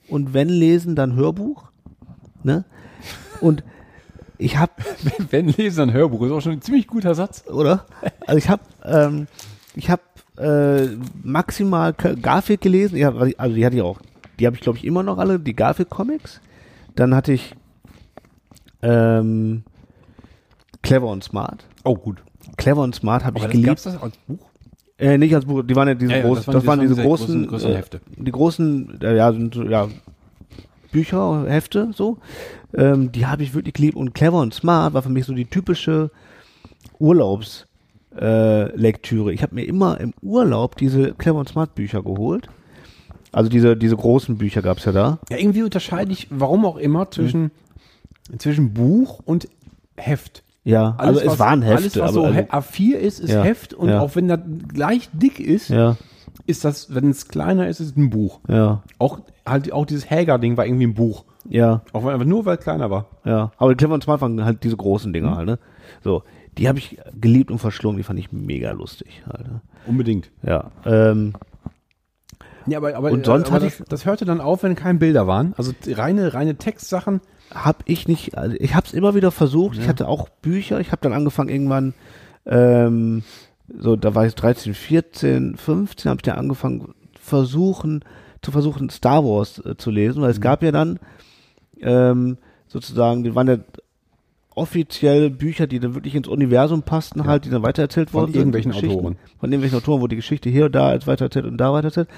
[SPEAKER 2] Und wenn lesen, dann Hörbuch. Ne? Und ich habe
[SPEAKER 1] Wenn Leser ein Hörbuch ist auch schon ein ziemlich guter Satz.
[SPEAKER 2] oder? Also ich habe ähm, ich habe äh, maximal K- Garfield gelesen. Ich hab, also die hatte ich auch. Die habe ich glaube ich immer noch alle. Die Garfield Comics. Dann hatte ich ähm, Clever und Smart.
[SPEAKER 1] Oh, gut.
[SPEAKER 2] Clever und Smart habe ich
[SPEAKER 1] Aber Oh, das
[SPEAKER 2] geliebt.
[SPEAKER 1] gab's das als Buch?
[SPEAKER 2] Äh, nicht als Buch, die waren ja diese
[SPEAKER 1] Ja, ja,
[SPEAKER 2] großen, das waren, diese großen,
[SPEAKER 1] großen- großen
[SPEAKER 2] äh,
[SPEAKER 1] Hefte.
[SPEAKER 2] die großen, äh, ja, sind, so, ja, Bücher, Hefte, so. Ähm, die habe ich wirklich lieb und clever und smart war für mich so die typische Urlaubs äh, Lektüre. Ich habe mir immer im Urlaub diese clever und smart Bücher geholt. Also diese diese großen Bücher gab es ja da.
[SPEAKER 1] Ja, irgendwie unterscheide ich, warum auch immer, zwischen, zwischen Buch und Heft.
[SPEAKER 2] Ja, also es
[SPEAKER 1] was-
[SPEAKER 2] waren Hefte,
[SPEAKER 1] Alles, was
[SPEAKER 2] aber
[SPEAKER 1] so
[SPEAKER 2] also,
[SPEAKER 1] He- A4 ist, ist
[SPEAKER 2] Ja,
[SPEAKER 1] Heft und
[SPEAKER 2] ja.
[SPEAKER 1] auch wenn das gleich dick ist,
[SPEAKER 2] ja,
[SPEAKER 1] ist das, wenn es kleiner ist, ist es ein Buch.
[SPEAKER 2] ja,
[SPEAKER 1] Auch, halt, auch dieses Häger-Ding war irgendwie ein Buch.
[SPEAKER 2] ja.
[SPEAKER 1] Auch wenn, aber nur, weil es kleiner war.
[SPEAKER 2] Ja, aber die Clever und Smart waren halt diese großen Dinger halt, ne? So, die habe ich geliebt und verschlungen, die fand ich mega lustig halt, ne?
[SPEAKER 1] Unbedingt.
[SPEAKER 2] Ja, ähm,
[SPEAKER 1] Ja, aber, aber,
[SPEAKER 2] Und sonst
[SPEAKER 1] aber
[SPEAKER 2] hatte
[SPEAKER 1] das, das hörte dann auf, wenn keine Bilder waren. Also reine, reine Textsachen.
[SPEAKER 2] hab ich nicht, also ich hab's immer wieder versucht, ich hatte auch Bücher, ich habe dann angefangen irgendwann, ähm, so, da war ich 13, 14, 15, habe ich dann angefangen versuchen, zu versuchen Star Wars äh, zu lesen, weil es
[SPEAKER 1] Mhm.
[SPEAKER 2] gab ja dann ähm, sozusagen, die waren ja offiziell Bücher, die dann wirklich ins Universum passten, halt, die dann weitererzählt
[SPEAKER 1] Von
[SPEAKER 2] wurden.
[SPEAKER 1] irgendwelchen
[SPEAKER 2] Geschichten.
[SPEAKER 1] Autoren.
[SPEAKER 2] Von irgendwelchen Autoren, wo die Geschichte hier und da als weitererzählt und da weitererzählt.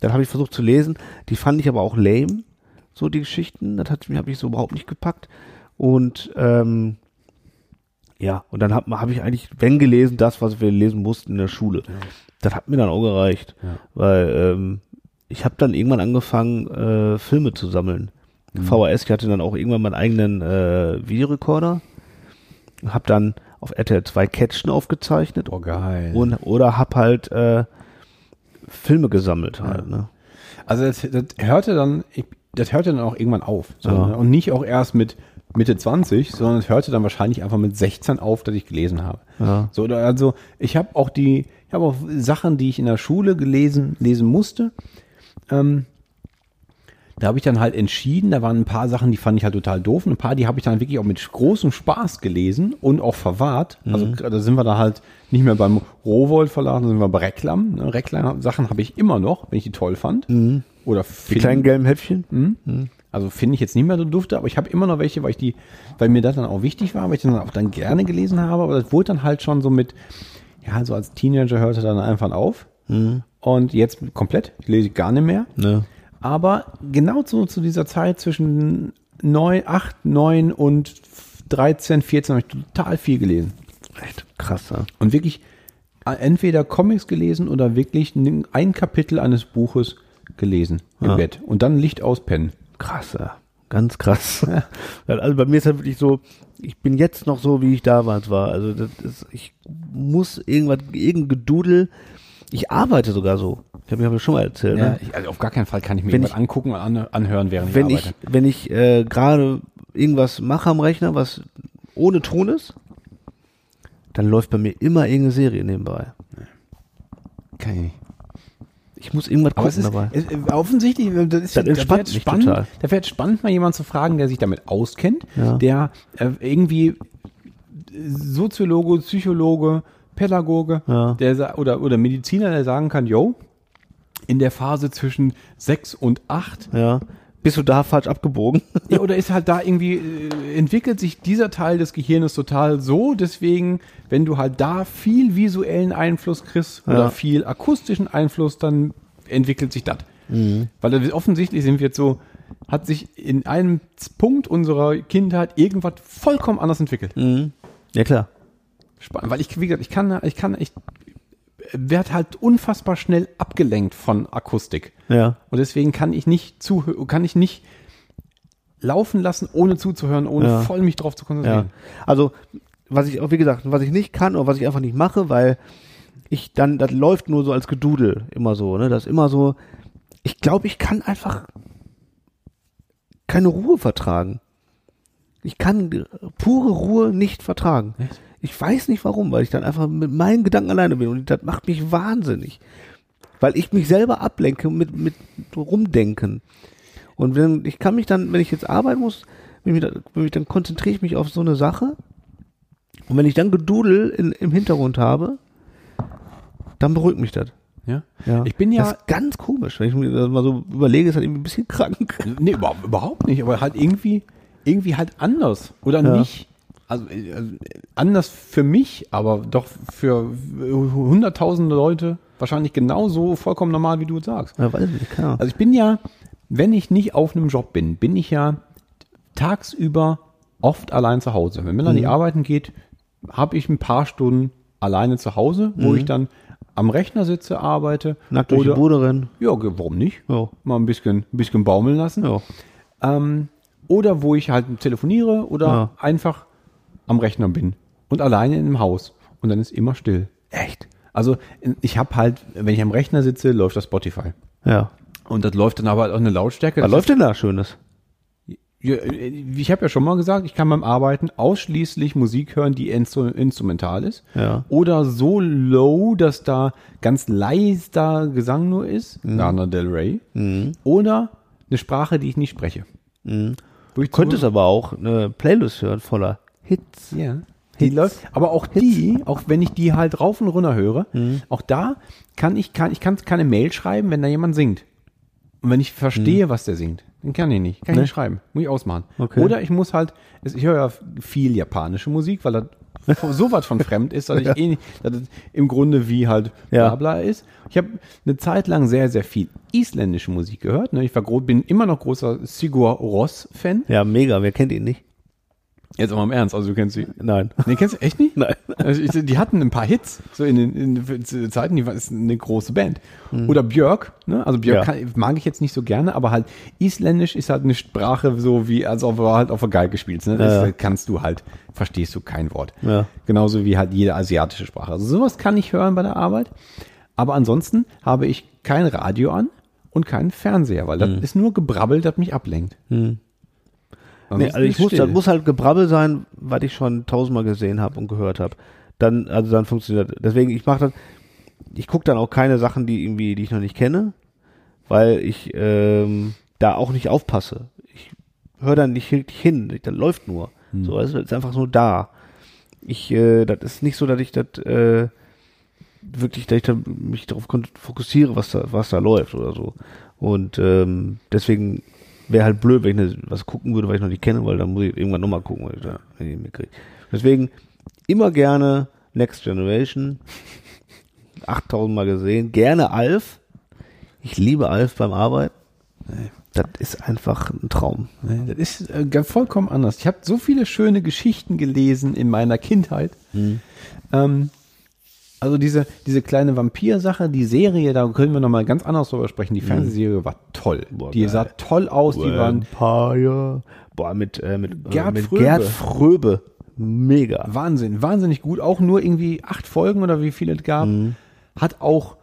[SPEAKER 2] Dann habe ich versucht zu lesen. Die fand ich aber auch lame, so die Geschichten. Das hat mich, habe ich so überhaupt nicht gepackt. Und ähm, ja, und dann habe hab ich eigentlich, wenn gelesen, das, was wir lesen mussten in der Schule. Das hat mir dann auch gereicht, weil ähm, ich habe dann irgendwann angefangen, äh, Filme zu sammeln. VHS, ich hatte dann auch irgendwann meinen eigenen äh, Videorekorder. Hab dann auf RTL 2 Catchen aufgezeichnet
[SPEAKER 1] Oh, geil.
[SPEAKER 2] und, oder hab halt äh, Filme gesammelt halt. Ne?
[SPEAKER 1] Also das, das hörte dann, ich- das hörte dann auch irgendwann auf. So,
[SPEAKER 2] Ja.
[SPEAKER 1] ne? Und nicht auch erst mit Mitte 20, sondern es hörte dann wahrscheinlich einfach mit 16 auf, dass ich gelesen habe.
[SPEAKER 2] Ja.
[SPEAKER 1] So, oder also ich habe auch die, ich habe auch Sachen, die ich in der Schule gelesen, lesen musste. Ähm, da habe ich dann halt entschieden, da waren ein paar Sachen, die fand ich halt total doof. Und ein paar, die habe ich dann wirklich auch mit großem Spaß gelesen und auch verwahrt. Also
[SPEAKER 2] Mhm.
[SPEAKER 1] da sind wir da halt nicht mehr beim Rowold Verlag, da sind wir bei Reklam. Ne? Reklam Sachen habe ich immer noch, wenn ich die toll fand. Oder
[SPEAKER 2] Mhm. Die kleinen gelben Häppchen.
[SPEAKER 1] also finde ich jetzt nicht mehr so dufte, aber ich habe immer noch welche, weil ich die, weil mir das dann auch wichtig war, weil ich dann auch dann gerne gelesen habe, aber das wurde dann halt schon so mit, ja, so als Teenager hörte dann einfach auf. Und jetzt komplett, ich lese gar nicht mehr.
[SPEAKER 2] Ne?
[SPEAKER 1] Aber genau zu, zu dieser Zeit zwischen 9, 8, 9 und 13, 14 habe ich total viel gelesen.
[SPEAKER 2] Echt krass. Ja.
[SPEAKER 1] Und wirklich äh, entweder Comics gelesen oder wirklich ein Kapitel eines Buches gelesen im Bett. Und dann Licht auspennen.
[SPEAKER 2] Krass, ja. Ganz krass. Also bei mir ist halt wirklich so, ich bin jetzt noch so, wie ich damals war. Also das ist, ich muss irgendwas, irgendein Gedudel. Ich arbeite sogar so. Ich habe mir ja schon mal erzählt.
[SPEAKER 1] Ja,
[SPEAKER 2] ne?
[SPEAKER 1] ich, also auf gar keinen Fall kann ich mir
[SPEAKER 2] Wenn
[SPEAKER 1] irgendwas angucken und an, anhören, während
[SPEAKER 2] wenn
[SPEAKER 1] ich
[SPEAKER 2] ich,
[SPEAKER 1] arbeite.
[SPEAKER 2] wenn ich äh, gerade irgendwas mache am Rechner, was ohne Ton ist, dann läuft bei mir immer irgendeine Serie nebenbei.
[SPEAKER 1] kann ich nicht.
[SPEAKER 2] Ich muss irgendwas
[SPEAKER 1] Aber
[SPEAKER 2] gucken
[SPEAKER 1] es ist,
[SPEAKER 2] dabei.
[SPEAKER 1] es, äh, offensichtlich, äh, das ist ja-
[SPEAKER 2] Das
[SPEAKER 1] da
[SPEAKER 2] entspannt
[SPEAKER 1] wär's
[SPEAKER 2] mich
[SPEAKER 1] spannend,
[SPEAKER 2] total.
[SPEAKER 1] da wär's spannend, mal jemanden zu fragen, der sich damit auskennt,
[SPEAKER 2] Ja.
[SPEAKER 1] der äh, irgendwie Soziologe, Psychologe, Pädagoge
[SPEAKER 2] Ja.
[SPEAKER 1] der, sa- oder, oder Mediziner, der sagen kann, yo, in der Phase zwischen 6 und 8
[SPEAKER 2] Ja. Bist du da falsch abgebogen?
[SPEAKER 1] Ja, oder ist halt da irgendwie, äh, entwickelt sich dieser Teil des Gehirnes total so, deswegen, wenn du halt da viel visuellen Einfluss kriegst oder
[SPEAKER 2] Ja.
[SPEAKER 1] viel akustischen Einfluss, dann entwickelt sich das. Weil das ist- offensichtlich sind wir jetzt so, hat sich in einem Z- Punkt unserer Kindheit irgendwas vollkommen anders entwickelt.
[SPEAKER 2] ja klar.
[SPEAKER 1] Spannend, weil ich, wie gesagt, ich kann, ich kann, ich werde halt unfassbar schnell abgelenkt von Akustik.
[SPEAKER 2] Ja.
[SPEAKER 1] Und deswegen kann ich nicht zuhö- kann ich nicht laufen lassen, ohne zuzuhören, ohne
[SPEAKER 2] Ja.
[SPEAKER 1] voll mich drauf zu
[SPEAKER 2] Ja.
[SPEAKER 1] konzentrieren.
[SPEAKER 2] Also, was ich auch, wie gesagt, was ich nicht kann oder was ich einfach nicht mache, weil ich dann, das läuft nur so als Gedudel immer so, ne? Das ist immer so, ich glaube, ich kann einfach keine Ruhe vertragen. Ich kann äh, pure Ruhe nicht vertragen. Ich weiß nicht warum, weil ich dann einfach mit meinen Gedanken alleine bin und das macht mich wahnsinnig. Weil ich mich selber ablenke mit, mit rumdenken. Und wenn, ich kann mich dann, wenn ich jetzt arbeiten muss, wenn ich, mich dann- wenn ich, dann konzentriere ich mich auf so eine Sache. Und wenn ich dann Gedudel in, im Hintergrund habe, dann beruhigt mich das.
[SPEAKER 1] Ja. Ich bin ja
[SPEAKER 2] Das ist ganz komisch. Wenn ich mir das mal so überlege, ist das irgendwie ein bisschen krank.
[SPEAKER 1] nee, überhaupt, überhaupt nicht, aber halt irgendwie irgendwie halt anders oder
[SPEAKER 2] Ja.
[SPEAKER 1] nicht. Also, äh, also äh, anders für mich, aber doch für äh, hunderttausende Leute wahrscheinlich genauso vollkommen normal, wie du es sagst.
[SPEAKER 2] Ja, weiß ich nicht, keine Ahnung.
[SPEAKER 1] Also ich bin ja, wenn ich nicht auf einem Job bin, bin ich ja tagsüber oft allein zu Hause. Wenn Melanie
[SPEAKER 2] Mhm.
[SPEAKER 1] arbeiten geht, habe ich ein paar Stunden alleine zu Hause, wo ich dann am Rechner sitze, arbeite.
[SPEAKER 2] Nackt durch die Mhm. Bude rennen.
[SPEAKER 1] Ja, ge- warum nicht?
[SPEAKER 2] Ja.
[SPEAKER 1] Mal ein bisschen, ein bisschen baumeln lassen.
[SPEAKER 2] Ja.
[SPEAKER 1] Ähm, oder wo ich halt telefoniere oder
[SPEAKER 2] Ja.
[SPEAKER 1] einfach am Rechner bin und alleine in einem Haus. Und dann ist immer still.
[SPEAKER 2] Echt?
[SPEAKER 1] Also ich habe halt, wenn ich am Rechner sitze, läuft das Spotify.
[SPEAKER 2] Ja.
[SPEAKER 1] Und das läuft dann aber auch eine Lautstärke.
[SPEAKER 2] Was
[SPEAKER 1] Das
[SPEAKER 2] läuft denn da Schönes?
[SPEAKER 1] ja, äh, Ich habe ja schon mal gesagt, ich kann beim Arbeiten ausschließlich Musik hören, die instru- instrumental ist.
[SPEAKER 2] Ja.
[SPEAKER 1] Oder so low, dass da ganz leister Gesang nur ist. Lana Del Rey. Oder eine Sprache, die ich nicht spreche. Wo ich
[SPEAKER 2] Du könntest aber auch eine Playlist hören voller Hits.
[SPEAKER 1] Ja. Die läuft, aber auch die, auch wenn ich die halt rauf und runter höre,
[SPEAKER 2] Mhm.
[SPEAKER 1] auch da kann ich, kann, ich kann keine Mail schreiben, wenn da jemand singt. Und wenn ich verstehe, was der singt. Den kann ich nicht. Kann ich
[SPEAKER 2] Nee.
[SPEAKER 1] nicht schreiben. Muss ich ausmachen.
[SPEAKER 2] Mhm. Ne? Okay.
[SPEAKER 1] Oder ich muss halt, es- ich höre ja viel japanische Musik, weil das so was von fremd ist, dass ich eh nicht, dass es im Grunde wie halt
[SPEAKER 2] Ja.
[SPEAKER 1] bla bla ist. Ich habe eine Zeit lang sehr, sehr viel isländische Musik gehört. Ne? Ich war gro- bin immer noch großer Sigur Ross-Fan.
[SPEAKER 2] Ja, mega. Wer kennt ihn nicht?
[SPEAKER 1] Jetzt aber im Ernst, also du kennst sie.
[SPEAKER 2] Nein.
[SPEAKER 1] Nee, kennst du echt nicht?
[SPEAKER 2] Nein.
[SPEAKER 1] Also ich, die hatten ein paar Hits, so in den in den Zeiten, die war ist eine große Band. Oder Björk, ne? Also Björk
[SPEAKER 2] Mhm. Ja.
[SPEAKER 1] kann, mag ich jetzt nicht so gerne, aber halt Isländisch ist halt eine Sprache so wie, als ob du halt auf der Geige spielst. Ne? Das
[SPEAKER 2] Ja.
[SPEAKER 1] ist- kannst du halt, verstehst du kein Wort.
[SPEAKER 2] Ja.
[SPEAKER 1] Genauso wie halt jede asiatische Sprache. Also sowas kann ich hören bei der Arbeit. Aber ansonsten habe ich kein Radio an und keinen Fernseher, weil
[SPEAKER 2] Mhm.
[SPEAKER 1] das ist nur Gebrabbel, das mich ablenkt.
[SPEAKER 2] Nee,
[SPEAKER 1] Ansonsten
[SPEAKER 2] Mhm. also ich
[SPEAKER 1] ist
[SPEAKER 2] muss,
[SPEAKER 1] still.
[SPEAKER 2] das muss halt Gebrabbel sein, was ich schon tausendmal gesehen habe und gehört habe. Dann, also dann funktioniert das. Deswegen, ich mache das, ich gucke dann auch keine Sachen, die irgendwie, die ich noch nicht kenne, weil ich ähm, da auch nicht aufpasse. Ich höre dann nicht richtig hin, ich- das läuft nur. So, weißt du, das ist einfach nur da. Ich, äh, das ist nicht so, dass ich das äh, wirklich, dass ich da mich darauf kon- fokussiere, was da, was da läuft oder so. Und ähm, deswegen wäre halt blöd, wenn ich ne, was gucken würde, was ich noch nicht kenne, weil dann muss ich irgendwann nochmal gucken, weil ich da wenn ich nicht mitkriege. Deswegen immer gerne Next Generation. 8000 Mal gesehen. Gerne Alf. Ich liebe Alf beim Arbeiten. Das ist einfach ein Traum.
[SPEAKER 1] Das ist äh, ganz vollkommen anders. Ich habe so viele schöne Geschichten gelesen in meiner Kindheit.
[SPEAKER 2] Mhm.
[SPEAKER 1] Ähm, also diese, diese kleine Vampir-Sache, die Serie, da können wir nochmal ganz anders drüber sprechen. Die Fernsehserie war toll.
[SPEAKER 2] Mhm. Boah,
[SPEAKER 1] die
[SPEAKER 2] geil.
[SPEAKER 1] sah toll aus, die waren
[SPEAKER 2] Vampire. Boah, mit, äh, mit, äh,
[SPEAKER 1] Gerd
[SPEAKER 2] mit
[SPEAKER 1] Fröbe.
[SPEAKER 2] Gerd Fröbe. Mega.
[SPEAKER 1] Wahnsinn, wahnsinnig gut. Auch nur irgendwie acht Folgen oder wie viele es gab. Hat auch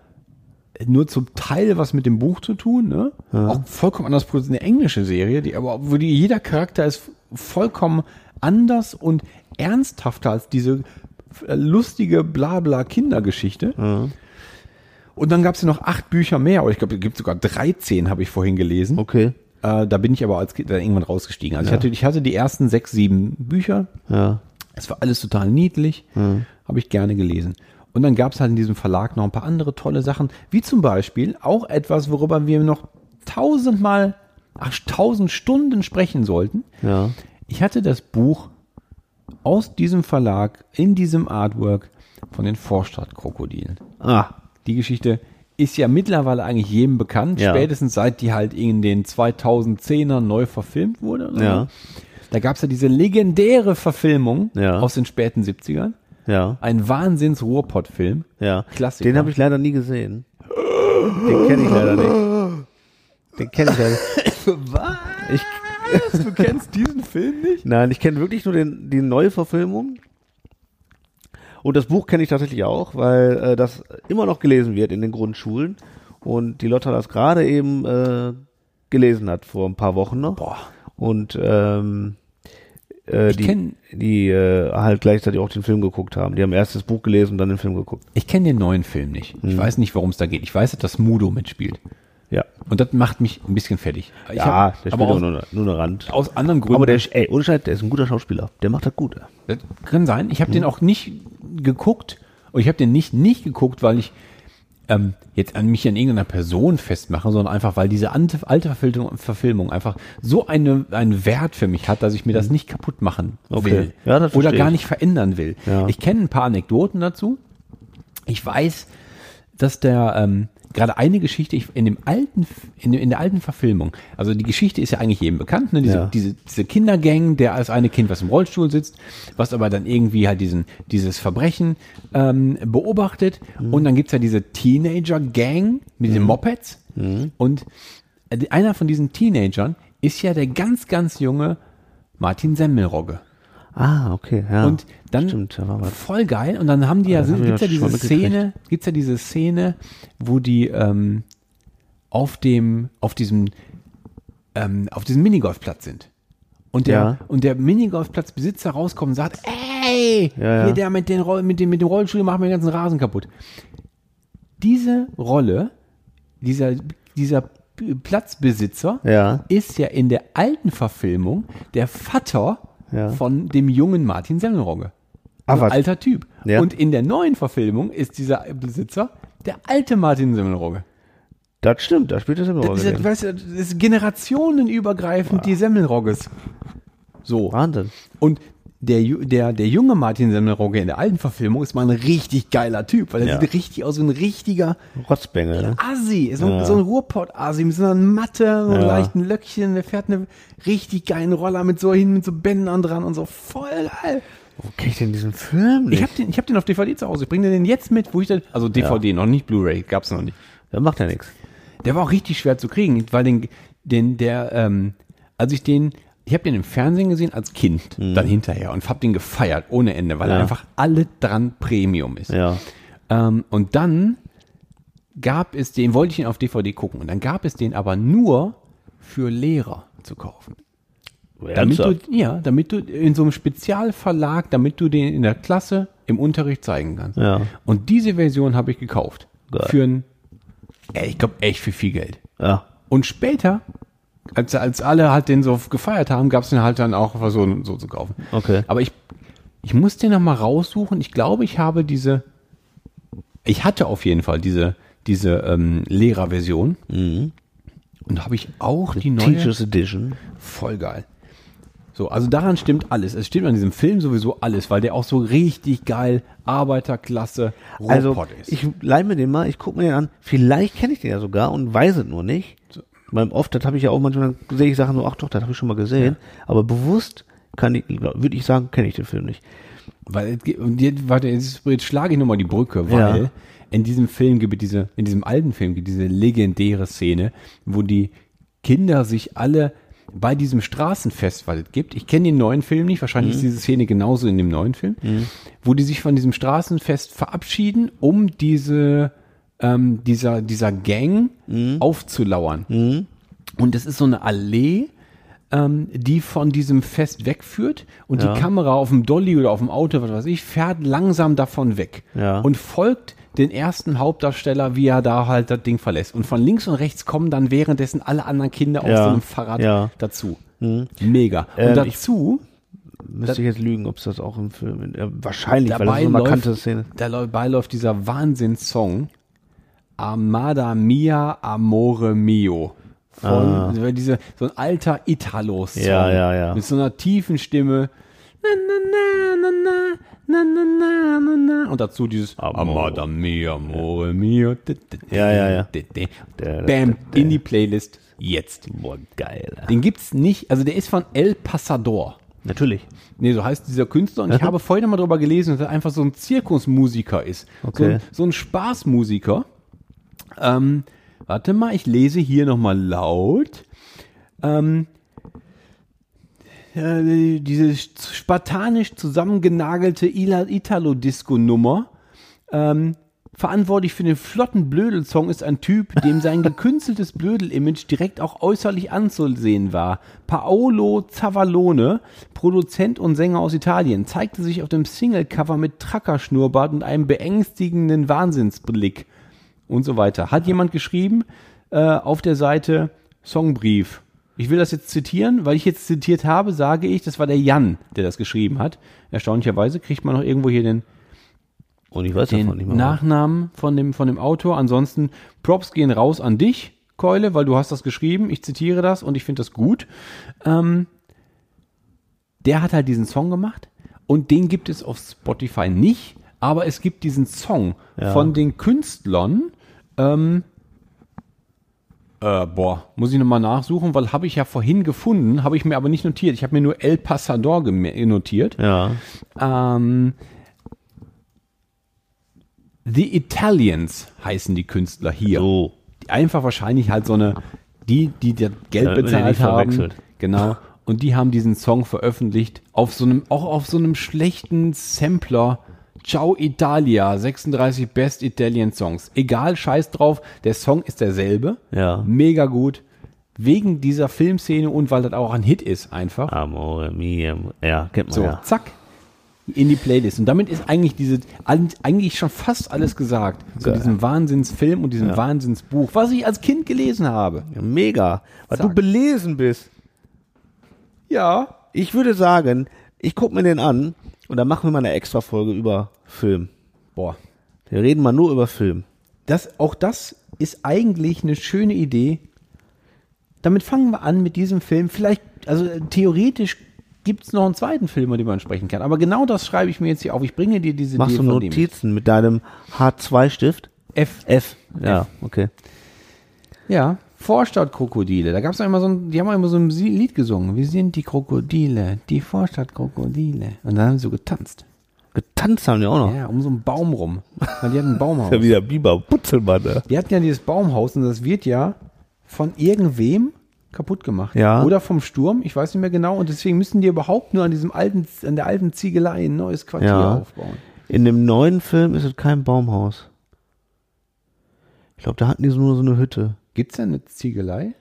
[SPEAKER 1] nur zum Teil was mit dem Buch zu tun. Ne? Auch vollkommen anders produziert. Eine englische Serie, die aber wo die, jeder Charakter ist vollkommen anders und ernsthafter als diese f- lustige Blabla-Kindergeschichte. Und dann gab es ja noch acht Bücher mehr. Oder ich glaube, es gibt sogar 13, habe ich vorhin gelesen.
[SPEAKER 2] Okay.
[SPEAKER 1] Äh, da bin ich aber als Kind dann irgendwann rausgestiegen. Also ich, hatte, ich hatte die ersten sechs, sieben Bücher.
[SPEAKER 2] Ja.
[SPEAKER 1] Es war alles total niedlich, habe ich gerne gelesen. Und dann gab es halt in diesem Verlag noch ein paar andere tolle Sachen, wie zum Beispiel auch etwas, worüber wir noch tausendmal, ach, tausend Stunden sprechen sollten.
[SPEAKER 2] Ja.
[SPEAKER 1] Ich hatte das Buch aus diesem Verlag, in diesem Artwork von den Vorstadtkrokodilen.
[SPEAKER 2] Ah.
[SPEAKER 1] Die Geschichte ist ja mittlerweile eigentlich jedem bekannt,
[SPEAKER 2] Ja.
[SPEAKER 1] spätestens seit die halt in den 2010ern neu verfilmt wurde. oder so.
[SPEAKER 2] Ja.
[SPEAKER 1] Da gab es ja diese legendäre Verfilmung
[SPEAKER 2] Ja.
[SPEAKER 1] aus den späten 70ern.
[SPEAKER 2] Ja.
[SPEAKER 1] Ein Wahnsinns-Ruhrpott-Film.
[SPEAKER 2] Ja.
[SPEAKER 1] Klassiker.
[SPEAKER 2] Den habe ich leider nie gesehen. Den kenne ich leider nicht. Den kenne ich leider nicht. Ich,
[SPEAKER 1] Du kennst diesen Film nicht?
[SPEAKER 2] nein, ich kenne wirklich nur den, die neue Verfilmung. Und das Buch kenne ich tatsächlich auch, weil äh, das immer noch gelesen wird in den Grundschulen. Und die Lotta das gerade eben äh, gelesen hat vor ein paar Wochen noch.
[SPEAKER 1] Boah.
[SPEAKER 2] Und ähm, äh,
[SPEAKER 1] Ich
[SPEAKER 2] die,
[SPEAKER 1] kenn-
[SPEAKER 2] die äh, halt gleichzeitig auch den Film geguckt haben. Die haben erst das Buch gelesen und dann den Film geguckt.
[SPEAKER 1] Ich kenne den neuen Film nicht.
[SPEAKER 2] Hm.
[SPEAKER 1] Ich weiß nicht, worum es da geht. Ich weiß, dass Mudo mitspielt.
[SPEAKER 2] Ja.
[SPEAKER 1] Und das macht mich ein bisschen fertig. Ich
[SPEAKER 2] Ja,
[SPEAKER 1] hab-
[SPEAKER 2] der spielt
[SPEAKER 1] aber
[SPEAKER 2] auch
[SPEAKER 1] aus,
[SPEAKER 2] nur, eine- nur eine Rand.
[SPEAKER 1] aus anderen Gründen.
[SPEAKER 2] Aber der, ist- ey, ohne Scheiß, der ist ein guter Schauspieler. Der macht das gut.
[SPEAKER 1] Das kann sein. Ich habe
[SPEAKER 2] Hm.
[SPEAKER 1] den auch nicht geguckt. Und ich habe den nicht nicht geguckt, weil ich ähm, jetzt an mich an irgendeiner Person festmache, sondern einfach, weil diese alte, alte Verfilmung, Verfilmung einfach so eine, einen Wert für mich hat, dass ich mir das nicht kaputt machen
[SPEAKER 2] Hm. Okay.
[SPEAKER 1] will.
[SPEAKER 2] Ja, das
[SPEAKER 1] oder
[SPEAKER 2] verstehe
[SPEAKER 1] gar
[SPEAKER 2] ich.
[SPEAKER 1] nicht verändern will.
[SPEAKER 2] Ja.
[SPEAKER 1] Ich kenne ein paar Anekdoten dazu. Ich weiß, dass der ähm, gerade eine Geschichte ich, in dem alten in, dem- in der alten Verfilmung, also die Geschichte ist ja eigentlich jedem bekannt, ne? diese,
[SPEAKER 2] Ja.
[SPEAKER 1] diese, diese Kindergang, der als eine Kind, was im Rollstuhl sitzt, was aber dann irgendwie halt diesen dieses Verbrechen ähm, beobachtet und dann gibt's ja diese Teenager Gang mit den Mopeds und äh, einer von diesen Teenagern ist ja der ganz ganz junge Martin Semmelrogge.
[SPEAKER 2] Ah, okay, ja.
[SPEAKER 1] Und dann
[SPEAKER 2] Stimmt, da war was.
[SPEAKER 1] voll geil. Und dann haben die ja,
[SPEAKER 2] das hab ich
[SPEAKER 1] gibt's ja
[SPEAKER 2] ja schon
[SPEAKER 1] diese
[SPEAKER 2] mitgekriegt.
[SPEAKER 1] Szene, gibt's ja diese Szene, wo die ähm, auf dem, auf diesem, ähm, auf diesem Minigolfplatz sind. Und der,
[SPEAKER 2] Ja.
[SPEAKER 1] und der Minigolfplatzbesitzer rauskommt und sagt, ey,
[SPEAKER 2] Ja, ja.
[SPEAKER 1] hier der mit, den Roll, mit, dem, mit dem Rollstuhl macht mir den ganzen Rasen kaputt. Diese Rolle, dieser, dieser Platzbesitzer,
[SPEAKER 2] Ja.
[SPEAKER 1] ist ja in der alten Verfilmung der Vater
[SPEAKER 2] Ja.
[SPEAKER 1] von dem jungen Martin Semmelrogge.
[SPEAKER 2] Ah,
[SPEAKER 1] So ein
[SPEAKER 2] was?
[SPEAKER 1] alter Typ.
[SPEAKER 2] Ja.
[SPEAKER 1] Und in der neuen Verfilmung ist dieser Besitzer der alte Martin Semmelrogge.
[SPEAKER 2] Das stimmt, da spielt das immer
[SPEAKER 1] Das ist,
[SPEAKER 2] Rolle.
[SPEAKER 1] weißt du, das ist generationenübergreifend die Semmelrogges. So.
[SPEAKER 2] Wahnsinn.
[SPEAKER 1] Und der, Ju- der, der junge Martin Semmelrogge in der alten Verfilmung ist mal ein richtig geiler Typ, weil er
[SPEAKER 2] Ja.
[SPEAKER 1] sieht richtig aus wie ein richtiger
[SPEAKER 2] Rotzbengel, ne?
[SPEAKER 1] Assi. So,
[SPEAKER 2] Ja.
[SPEAKER 1] so ein Ruhrpott-Assi mit so einer Matte, so einem
[SPEAKER 2] Ja.
[SPEAKER 1] leichten Löckchen. Der fährt einen richtig geilen Roller mit so hin, mit so Bändern dran und so. Voll geil.
[SPEAKER 2] Wo krieg ich denn diesen Film
[SPEAKER 1] Ich
[SPEAKER 2] nicht?
[SPEAKER 1] hab den, ich hab den auf DVD zu Hause. Ich bring dir den jetzt mit, wo ich den, also DVD, noch nicht Blu-ray, gab's noch nicht.
[SPEAKER 2] Das macht ja nichts.
[SPEAKER 1] Der war auch richtig schwer zu kriegen, weil den, den der, ähm, als ich den, ich habe den im Fernsehen gesehen als Kind, dann hinterher und hab den gefeiert ohne Ende, weil er
[SPEAKER 2] Mhm. Ja.
[SPEAKER 1] einfach alle dran Premium ist.
[SPEAKER 2] Ja.
[SPEAKER 1] Ähm, und dann gab es den, wollte ich ihn auf DVD gucken, und dann gab es den aber nur für Lehrer zu kaufen. Damit du, ja, damit du in so einem Spezialverlag, damit du den in der Klasse im Unterricht zeigen kannst.
[SPEAKER 2] Ja.
[SPEAKER 1] Und diese Version habe ich gekauft.
[SPEAKER 2] Geil.
[SPEAKER 1] Für ein, ey, ich glaube echt für viel Geld.
[SPEAKER 2] ja.
[SPEAKER 1] Und später, als, als alle halt den so gefeiert haben, gab es den halt dann auch so, so zu kaufen.
[SPEAKER 2] Okay.
[SPEAKER 1] Aber ich, ich muss den nochmal raussuchen. Ich glaube, ich habe diese, ich hatte auf jeden Fall diese, diese ähm, Lehrerversion.
[SPEAKER 2] Mhm.
[SPEAKER 1] Und habe ich auch die neue.
[SPEAKER 2] Teachers Edition.
[SPEAKER 1] Voll geil. So, also daran stimmt alles. Es stimmt an diesem Film sowieso alles, weil der auch so richtig geil Arbeiterklasse Robot
[SPEAKER 2] Also,
[SPEAKER 1] ist.
[SPEAKER 2] ich leih mir den mal, ich guck mir den an. Vielleicht kenne ich den ja sogar und weiß es nur nicht. Beim oft, das habe ich ja auch manchmal, dann sehe ich Sachen so, ach doch, das habe ich schon mal gesehen. Aber bewusst kann ich, würde ich sagen, kenne ich den Film nicht.
[SPEAKER 1] Weil, es ge- und jetzt, warte, jetzt, jetzt schlage ich nochmal die Brücke, weil
[SPEAKER 2] Ja.
[SPEAKER 1] in diesem Film gibt es diese, in diesem alten Film gibt es diese legendäre Szene, wo die Kinder sich alle bei diesem Straßenfest, weil es gibt, ich kenne den neuen Film nicht, wahrscheinlich ist diese Szene genauso in dem neuen Film, wo die sich von diesem Straßenfest verabschieden, um diese, ähm, dieser, dieser Gang aufzulauern. Und es ist so eine Allee, ähm, die von diesem Fest wegführt und die Kamera auf dem Dolly oder auf dem Auto, was weiß ich, fährt langsam davon weg
[SPEAKER 2] Ja.
[SPEAKER 1] und folgt den ersten Hauptdarsteller, wie er da halt das Ding verlässt. Und von links und rechts kommen dann währenddessen alle anderen Kinder auf
[SPEAKER 2] Ja.
[SPEAKER 1] so einem Fahrrad
[SPEAKER 2] Ja.
[SPEAKER 1] dazu. Mega. Und
[SPEAKER 2] Ähm, ich-
[SPEAKER 1] dazu,
[SPEAKER 2] Müsste ich jetzt lügen, ob es das auch im Film ist. Ja, wahrscheinlich, weil das
[SPEAKER 1] dabei
[SPEAKER 2] so eine markante
[SPEAKER 1] läuft,
[SPEAKER 2] Szene ist.
[SPEAKER 1] dabei läuft dieser Wahnsinnssong Amada Mia Amore Mio. Von, über diese, so ein alter Italo-Song.
[SPEAKER 2] Ah. Ja, ja, ja.
[SPEAKER 1] Mit so einer tiefen Stimme. Na, na, na, na, na, na, na, na, na, na. Und dazu dieses
[SPEAKER 2] Amore.
[SPEAKER 1] Amada Mia Amore Mio.
[SPEAKER 2] Ja, ja, ja.
[SPEAKER 1] Bam, in die Playlist. Jetzt.
[SPEAKER 2] Boah, geil.
[SPEAKER 1] Den gibt's nicht, also der ist von El Pasador.
[SPEAKER 2] Natürlich.
[SPEAKER 1] Nee, so heißt dieser Künstler. Und ich habe vorhin mal drüber gelesen, dass er einfach so ein Zirkusmusiker ist. So,
[SPEAKER 2] Okay.
[SPEAKER 1] ein, so ein Spaßmusiker. Ähm, warte mal, ich lese hier nochmal laut. Ähm, äh, diese spartanisch zusammengenagelte Ila- Italo-Disco-Nummer. Ähm, verantwortlich für den flotten Blödel-Song ist ein Typ, dem sein gekünsteltes Blödel-Image direkt auch äußerlich anzusehen war. Paolo Zavalone, Produzent und Sänger aus Italien, zeigte sich auf dem Single-Cover mit Trackerschnurrbart und einem beängstigenden Wahnsinnsblick und so weiter. Hat jemand geschrieben äh, auf der Seite Songbrief. Ich will das jetzt zitieren, weil ich jetzt zitiert habe, sage ich, das war der Jan, der das geschrieben hat. Erstaunlicherweise kriegt man noch irgendwo hier den
[SPEAKER 2] Und ich weiß davon nicht
[SPEAKER 1] den
[SPEAKER 2] mehr.
[SPEAKER 1] Nachnamen von dem, von dem Autor. Ansonsten Props gehen raus an dich, Keule, weil du hast das geschrieben. Ich zitiere das und ich finde das gut. Ähm, der hat halt diesen Song gemacht und den gibt es auf Spotify nicht, aber es gibt diesen Song von den Künstlern. Ähm, äh, boah, muss ich nochmal nachsuchen, weil habe ich ja vorhin gefunden, habe ich mir aber nicht notiert. Ich habe mir nur El Pasador gem- notiert.
[SPEAKER 2] ja.
[SPEAKER 1] Ähm, The Italians heißen die Künstler hier.
[SPEAKER 2] So.
[SPEAKER 1] Die Einfach wahrscheinlich halt so eine, die, die das Geld
[SPEAKER 2] Damit man die
[SPEAKER 1] bezahlt
[SPEAKER 2] nicht
[SPEAKER 1] haben.
[SPEAKER 2] verwechselt.
[SPEAKER 1] Genau. Und die haben diesen Song veröffentlicht auf so einem, auch auf so einem schlechten Sampler. Ciao Italia, 36 Best Italian Songs. Egal, scheiß drauf, der Song ist derselbe.
[SPEAKER 2] Ja.
[SPEAKER 1] Mega gut. Wegen dieser Filmszene und weil das auch ein Hit ist einfach.
[SPEAKER 2] Amore mia. Ja, kennt man
[SPEAKER 1] So,
[SPEAKER 2] ja.
[SPEAKER 1] zack, in die Playlist. Und damit ist eigentlich diese, an- eigentlich schon fast alles gesagt. Zu diesem Wahnsinnsfilm und diesem Wahnsinnsbuch, was ich als Kind gelesen habe.
[SPEAKER 2] Ja, Mega. Weil
[SPEAKER 1] Zack.
[SPEAKER 2] du belesen bist.
[SPEAKER 1] Ja.
[SPEAKER 2] Ich würde sagen, ich gucke mir den an und dann machen wir mal eine extra Folge über Film.
[SPEAKER 1] Boah.
[SPEAKER 2] Wir reden mal nur über Film.
[SPEAKER 1] Das, auch das ist eigentlich eine schöne Idee. Damit fangen wir an mit diesem Film. Vielleicht, also äh, theoretisch gibt es noch einen zweiten Film, über den man sprechen kann. Aber genau das schreibe ich mir jetzt hier auf. Ich bringe dir diese
[SPEAKER 2] Machst du
[SPEAKER 1] Idee von dem.
[SPEAKER 2] Notizen mit deinem H2-Stift?
[SPEAKER 1] F.
[SPEAKER 2] F. Ja, okay.
[SPEAKER 1] Ja, Vorstadtkrokodile. Da gab es immer so ein, die haben immer so ein Sie- Lied gesungen. Wir sind die Krokodile, die Vorstadtkrokodile. Und dann haben sie so getanzt.
[SPEAKER 2] Getanzt haben die auch noch.
[SPEAKER 1] Ja, um so einen Baum rum. Weil die hatten ein Baumhaus.
[SPEAKER 2] Ja, wieder Biber, Putzelmann. ne?
[SPEAKER 1] Die hatten ja dieses Baumhaus und das wird ja von irgendwem kaputt gemacht.
[SPEAKER 2] Ja.
[SPEAKER 1] Oder vom Sturm, ich weiß nicht mehr genau. Und deswegen müssen die überhaupt nur an diesem alten, an der alten Ziegelei ein neues Quartier
[SPEAKER 2] Ja.
[SPEAKER 1] aufbauen.
[SPEAKER 2] In dem neuen Film ist es kein Baumhaus. Ich glaube, da hatten die so nur so eine Hütte.
[SPEAKER 1] Gibt es denn eine Ziegelei?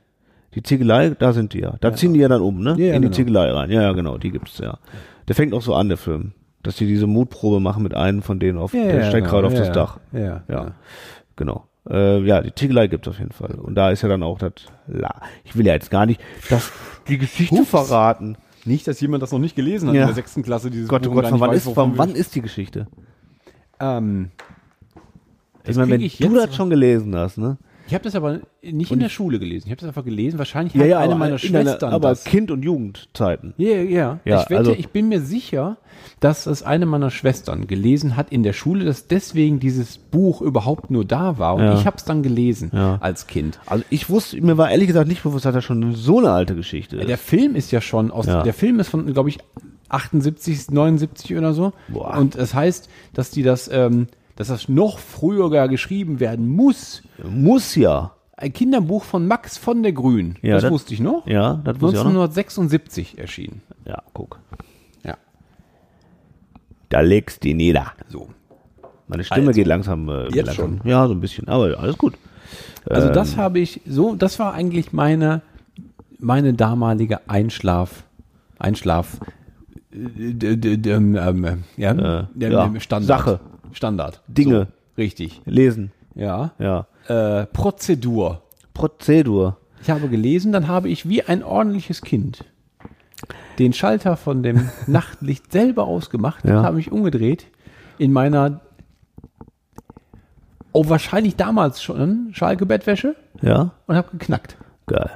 [SPEAKER 2] Die Ziegelei, da sind die ja. Da ziehen die ja dann um, ne?
[SPEAKER 1] Ja, ja,
[SPEAKER 2] In die
[SPEAKER 1] genau.
[SPEAKER 2] Ziegelei rein. Ja, ja, genau, die gibt's ja. Der fängt auch so an, der Film. Dass die diese Mutprobe machen mit einem von denen auf, der steigt gerade auf
[SPEAKER 1] ja,
[SPEAKER 2] das
[SPEAKER 1] ja.
[SPEAKER 2] Dach.
[SPEAKER 1] Ja.
[SPEAKER 2] Ja, genau. Äh, ja, die Ziegelei gibt's auf jeden Fall. Und da ist ja dann auch das La. Ich will ja jetzt gar nicht das, die Geschichte
[SPEAKER 1] Ups.
[SPEAKER 2] verraten.
[SPEAKER 1] Nicht, dass jemand das noch nicht gelesen hat
[SPEAKER 2] Ja.
[SPEAKER 1] in der sechsten Klasse, dieses
[SPEAKER 2] Gott,
[SPEAKER 1] Buch
[SPEAKER 2] oh
[SPEAKER 1] und
[SPEAKER 2] Gott,
[SPEAKER 1] gar
[SPEAKER 2] von
[SPEAKER 1] nicht
[SPEAKER 2] wann,
[SPEAKER 1] weiß,
[SPEAKER 2] ist,
[SPEAKER 1] wovon
[SPEAKER 2] von
[SPEAKER 1] wir-
[SPEAKER 2] wann ist die Geschichte?
[SPEAKER 1] Ähm,
[SPEAKER 2] Ich meine, wenn
[SPEAKER 1] krieg ich
[SPEAKER 2] du
[SPEAKER 1] jetzt-
[SPEAKER 2] das schon gelesen hast, ne?
[SPEAKER 1] ich habe das aber nicht in der Schule gelesen. Ich habe das einfach gelesen. Wahrscheinlich hat
[SPEAKER 2] aber
[SPEAKER 1] eine meiner
[SPEAKER 2] in deiner-
[SPEAKER 1] Schwestern
[SPEAKER 2] aber
[SPEAKER 1] das.
[SPEAKER 2] Kind- und Jugendzeiten.
[SPEAKER 1] Ja, ja.
[SPEAKER 2] Ja,
[SPEAKER 1] ich wette,
[SPEAKER 2] also-
[SPEAKER 1] ich bin mir sicher, dass es eine meiner Schwestern gelesen hat in der Schule, dass deswegen dieses Buch überhaupt nur da war. Und
[SPEAKER 2] Ja.
[SPEAKER 1] ich habe es dann gelesen
[SPEAKER 2] Ja.
[SPEAKER 1] als Kind.
[SPEAKER 2] Also ich wusste, mir war ehrlich gesagt nicht bewusst, dass das schon so eine alte Geschichte ist.
[SPEAKER 1] Der Film ist ja schon aus,
[SPEAKER 2] Ja.
[SPEAKER 1] der Film ist von, glaube ich, 78, 79 oder so.
[SPEAKER 2] Boah.
[SPEAKER 1] Und das heißt, dass die das, ähm, dass das noch früher gar geschrieben werden muss.
[SPEAKER 2] Muss ja.
[SPEAKER 1] Ein Kinderbuch von Max von der Grün.
[SPEAKER 2] Ja,
[SPEAKER 1] das,
[SPEAKER 2] das-
[SPEAKER 1] wusste ich noch.
[SPEAKER 2] Ja, das wusste ich auch noch.
[SPEAKER 1] 1976 erschienen.
[SPEAKER 2] Ja, guck.
[SPEAKER 1] Ja.
[SPEAKER 2] Da legst die nieder.
[SPEAKER 1] So.
[SPEAKER 2] Meine Stimme
[SPEAKER 1] Also,
[SPEAKER 2] geht langsam. Äh,
[SPEAKER 1] jetzt
[SPEAKER 2] langsam. Ja, so ein bisschen. Aber alles gut.
[SPEAKER 1] Also
[SPEAKER 2] Ähm.
[SPEAKER 1] das habe ich so, das war eigentlich meine meine damalige Einschlaf Einschlaf äh, d- d- d- ähm, ähm, ja, der-
[SPEAKER 2] Äh, ja,
[SPEAKER 1] der Standard.
[SPEAKER 2] Sache.
[SPEAKER 1] Standard.
[SPEAKER 2] Dinge.
[SPEAKER 1] So, richtig.
[SPEAKER 2] Lesen.
[SPEAKER 1] Ja.
[SPEAKER 2] Ja.
[SPEAKER 1] Äh, Prozedur.
[SPEAKER 2] Prozedur.
[SPEAKER 1] Ich habe gelesen, dann habe ich wie ein ordentliches Kind den Schalter von dem Nachtlicht selber ausgemacht,
[SPEAKER 2] Ja.
[SPEAKER 1] habe mich umgedreht in meiner oh wahrscheinlich damals schon Schalke Bettwäsche
[SPEAKER 2] Ja.
[SPEAKER 1] und habe geknackt.
[SPEAKER 2] Geil.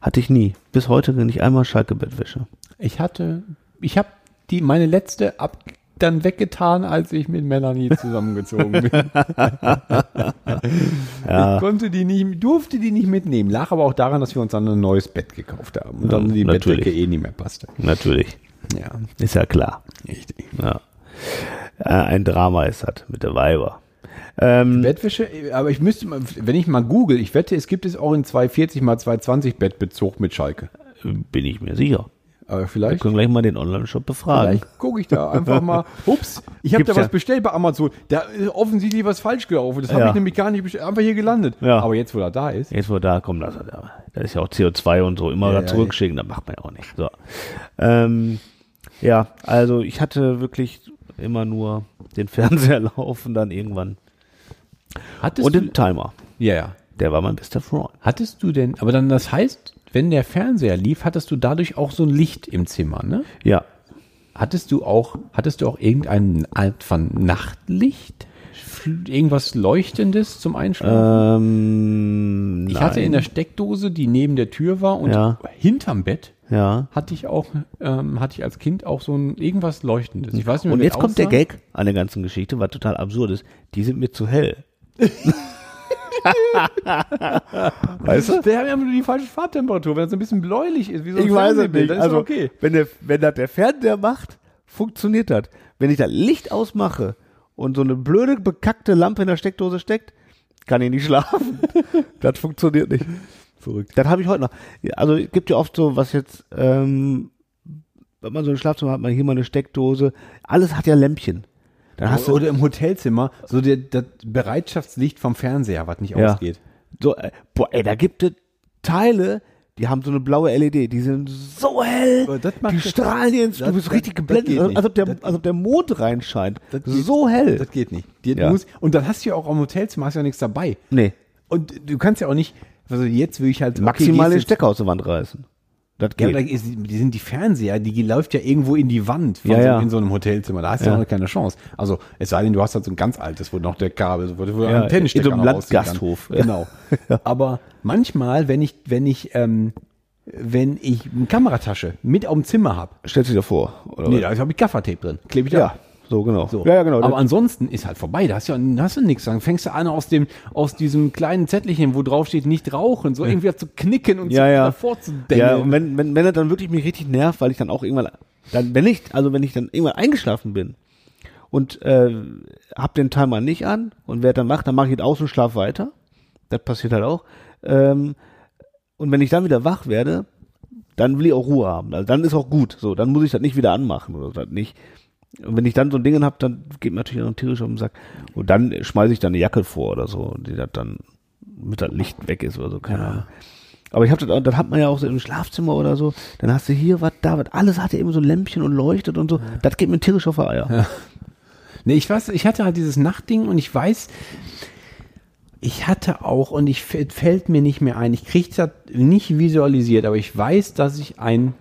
[SPEAKER 2] Hatte ich nie. Bis heute nicht einmal Schalke Bettwäsche.
[SPEAKER 1] Ich hatte, ich habe die meine letzte ab dann weggetan, als ich mit Melanie zusammengezogen bin. Ich konnte die nicht, durfte die nicht mitnehmen. Lag aber auch daran, dass wir uns dann ein neues Bett gekauft haben und dann die
[SPEAKER 2] natürlich.
[SPEAKER 1] Bettdecke eh nicht mehr passte.
[SPEAKER 2] Natürlich.
[SPEAKER 1] Ja,
[SPEAKER 2] Ist ja klar.
[SPEAKER 1] richtig.
[SPEAKER 2] Ja. Äh, ein Drama ist das mit der Weiber.
[SPEAKER 1] Hm.
[SPEAKER 2] Ähm,
[SPEAKER 1] Bettwäsche, aber ich müsste, mal- wenn ich mal google, ich wette, es gibt es auch in 240 mal 220 Bettbezug mit Schalke.
[SPEAKER 2] bin ich mir sicher.
[SPEAKER 1] Aber
[SPEAKER 2] Wir
[SPEAKER 1] vielleicht,
[SPEAKER 2] können gleich mal den Online-Shop befragen.
[SPEAKER 1] vielleicht gucke ich da einfach mal. Ups, ich habe da
[SPEAKER 2] Gibt's
[SPEAKER 1] was
[SPEAKER 2] ja.
[SPEAKER 1] bestellt bei Amazon. Da ist offensichtlich was falsch gelaufen. Das habe
[SPEAKER 2] Ja.
[SPEAKER 1] ich nämlich gar nicht bestellt. Einfach hier gelandet.
[SPEAKER 2] Ja.
[SPEAKER 1] Aber jetzt, wo er da ist.
[SPEAKER 2] Jetzt wo da, komm, lass das. aber. Das ist ja auch CO2 und so. Immer
[SPEAKER 1] Ja,
[SPEAKER 2] da
[SPEAKER 1] ja,
[SPEAKER 2] zurückschicken, das macht man ja auch nicht. So. Ähm, ja, also ich hatte wirklich immer nur den Fernseher laufen dann irgendwann.
[SPEAKER 1] Hattest
[SPEAKER 2] Und
[SPEAKER 1] du,
[SPEAKER 2] den Timer.
[SPEAKER 1] ja, ja.
[SPEAKER 2] Der war mein bester Freund.
[SPEAKER 1] Hattest du denn, aber dann das heißt, wenn der Fernseher lief, hattest du dadurch auch so ein Licht im Zimmer, ne?
[SPEAKER 2] Ja.
[SPEAKER 1] Hattest du auch, hattest du auch irgendeine Art von Nachtlicht? Fl- Irgendwas Leuchtendes zum Einschlafen?
[SPEAKER 2] Ähm,
[SPEAKER 1] ich
[SPEAKER 2] nein.
[SPEAKER 1] hatte in der Steckdose, die neben der Tür war und
[SPEAKER 2] Ja.
[SPEAKER 1] hinterm Bett,
[SPEAKER 2] ja.
[SPEAKER 1] hatte ich auch, ähm, hatte ich als Kind auch so ein irgendwas Leuchtendes. Ich weiß nicht,
[SPEAKER 2] Und
[SPEAKER 1] wie
[SPEAKER 2] jetzt
[SPEAKER 1] das
[SPEAKER 2] kommt der
[SPEAKER 1] aussah.
[SPEAKER 2] Gag an der ganzen Geschichte, was total absurd ist. Die sind mir zu hell.
[SPEAKER 1] Weißt du? Wir haben ja nur die falsche Farbtemperatur. Wenn das ein bisschen bläulich ist, wie so ein Fernsehbild, dann ist
[SPEAKER 2] Also,
[SPEAKER 1] das okay.
[SPEAKER 2] wenn, der, wenn das der Fernseher macht, funktioniert das. Wenn ich das Licht ausmache und so eine blöde, bekackte Lampe in der Steckdose steckt, kann ich nicht schlafen. das funktioniert nicht. Verrückt. Das habe ich heute noch. Ja, Also, es gibt ja oft so, was jetzt, ähm, wenn man so ein Schlafzimmer hat, man hier mal eine Steckdose. Alles hat ja Lämpchen. Dann hast du
[SPEAKER 1] oder im Hotelzimmer, so der, das Bereitschaftslicht vom Fernseher, was nicht
[SPEAKER 2] Ja.
[SPEAKER 1] ausgeht.
[SPEAKER 2] so, äh, boah, ey, da gibt es Teile, die haben so eine blaue LED, die sind so hell,
[SPEAKER 1] Aber Oh, das macht-
[SPEAKER 2] die strahlen dir ins,
[SPEAKER 1] das-
[SPEAKER 2] du bist
[SPEAKER 1] das-
[SPEAKER 2] richtig
[SPEAKER 1] das
[SPEAKER 2] geblendet,
[SPEAKER 1] geht
[SPEAKER 2] als,
[SPEAKER 1] nicht.
[SPEAKER 2] als, ob der,
[SPEAKER 1] Das-
[SPEAKER 2] als ob der Mond reinscheint.
[SPEAKER 1] Das geht-
[SPEAKER 2] So hell.
[SPEAKER 1] Das geht nicht. Die
[SPEAKER 2] Ja.
[SPEAKER 1] muss, und dann hast du ja auch am Hotelzimmer hast du ja nichts dabei.
[SPEAKER 2] nee,
[SPEAKER 1] Und du kannst ja auch nicht, also jetzt will ich halt okay,
[SPEAKER 2] maximal
[SPEAKER 1] gehst
[SPEAKER 2] den
[SPEAKER 1] jetzt-
[SPEAKER 2] Stecker aus der Wand reißen. Das
[SPEAKER 1] Ja,
[SPEAKER 2] geht.
[SPEAKER 1] aber da ist, die sind die Fernseher, die läuft ja irgendwo in die Wand von
[SPEAKER 2] Ja,
[SPEAKER 1] so,
[SPEAKER 2] ja.
[SPEAKER 1] in so einem Hotelzimmer. Da hast du ja
[SPEAKER 2] Ja.
[SPEAKER 1] auch keine Chance. Also es sei denn, du hast halt so ein ganz altes, wo noch der Kabel, wo du ja, einen
[SPEAKER 2] in so
[SPEAKER 1] Tennisstecker
[SPEAKER 2] einem
[SPEAKER 1] noch rausziehen kannst.
[SPEAKER 2] Landgasthof.
[SPEAKER 1] Genau. Aber manchmal, wenn ich, wenn ich, ähm, wenn ich eine Kameratasche mit auf dem Zimmer habe,
[SPEAKER 2] Stellst du dir vor. Oder
[SPEAKER 1] nee,
[SPEAKER 2] was?
[SPEAKER 1] da habe ich Gaffertape drin, klebe ich
[SPEAKER 2] ja.
[SPEAKER 1] ab.
[SPEAKER 2] so genau.
[SPEAKER 1] So.
[SPEAKER 2] Ja, ja, genau.
[SPEAKER 1] Aber ansonsten ist halt vorbei. Da hast du ja hast du nichts. Dann fängst du an, aus, dem, aus diesem kleinen Zettelchen, wo drauf steht, nicht rauchen, so irgendwie zu knicken und
[SPEAKER 2] ja,
[SPEAKER 1] zu,
[SPEAKER 2] ja.
[SPEAKER 1] davor zu
[SPEAKER 2] Ja,
[SPEAKER 1] denken.
[SPEAKER 2] und wenn, wenn, wenn er dann wirklich mich richtig nervt, weil ich dann auch irgendwann, dann, wenn ich, also wenn ich dann irgendwann eingeschlafen bin und äh, hab den Timer nicht an und werde dann wach, dann mache ich ihn aus und schlaf weiter. Das passiert halt auch. Ähm, und wenn ich dann wieder wach werde, dann will ich auch Ruhe haben. Also dann ist auch gut. So, dann muss ich das nicht wieder anmachen oder das nicht. Und wenn ich dann so ein Ding habe, dann geht mir natürlich auch tierisch auf den Sack. Und dann schmeiße ich dann eine Jacke vor oder so, die das dann mit das Licht weg ist oder so, keine Ahnung. Aber ich habe das, auch- das hat man ja auch so im Schlafzimmer oder so. Dann hast du hier was, da was. Alles hatte eben so Lämpchen und leuchtet und so. Das geht mir tierisch auf die Eier.
[SPEAKER 1] Nee, ich weiß, ich hatte halt dieses Nachtding und ich weiß, ich hatte auch und ich f- fällt mir nicht mehr ein. Ich kriege das nicht visualisiert, aber ich weiß, dass ich ein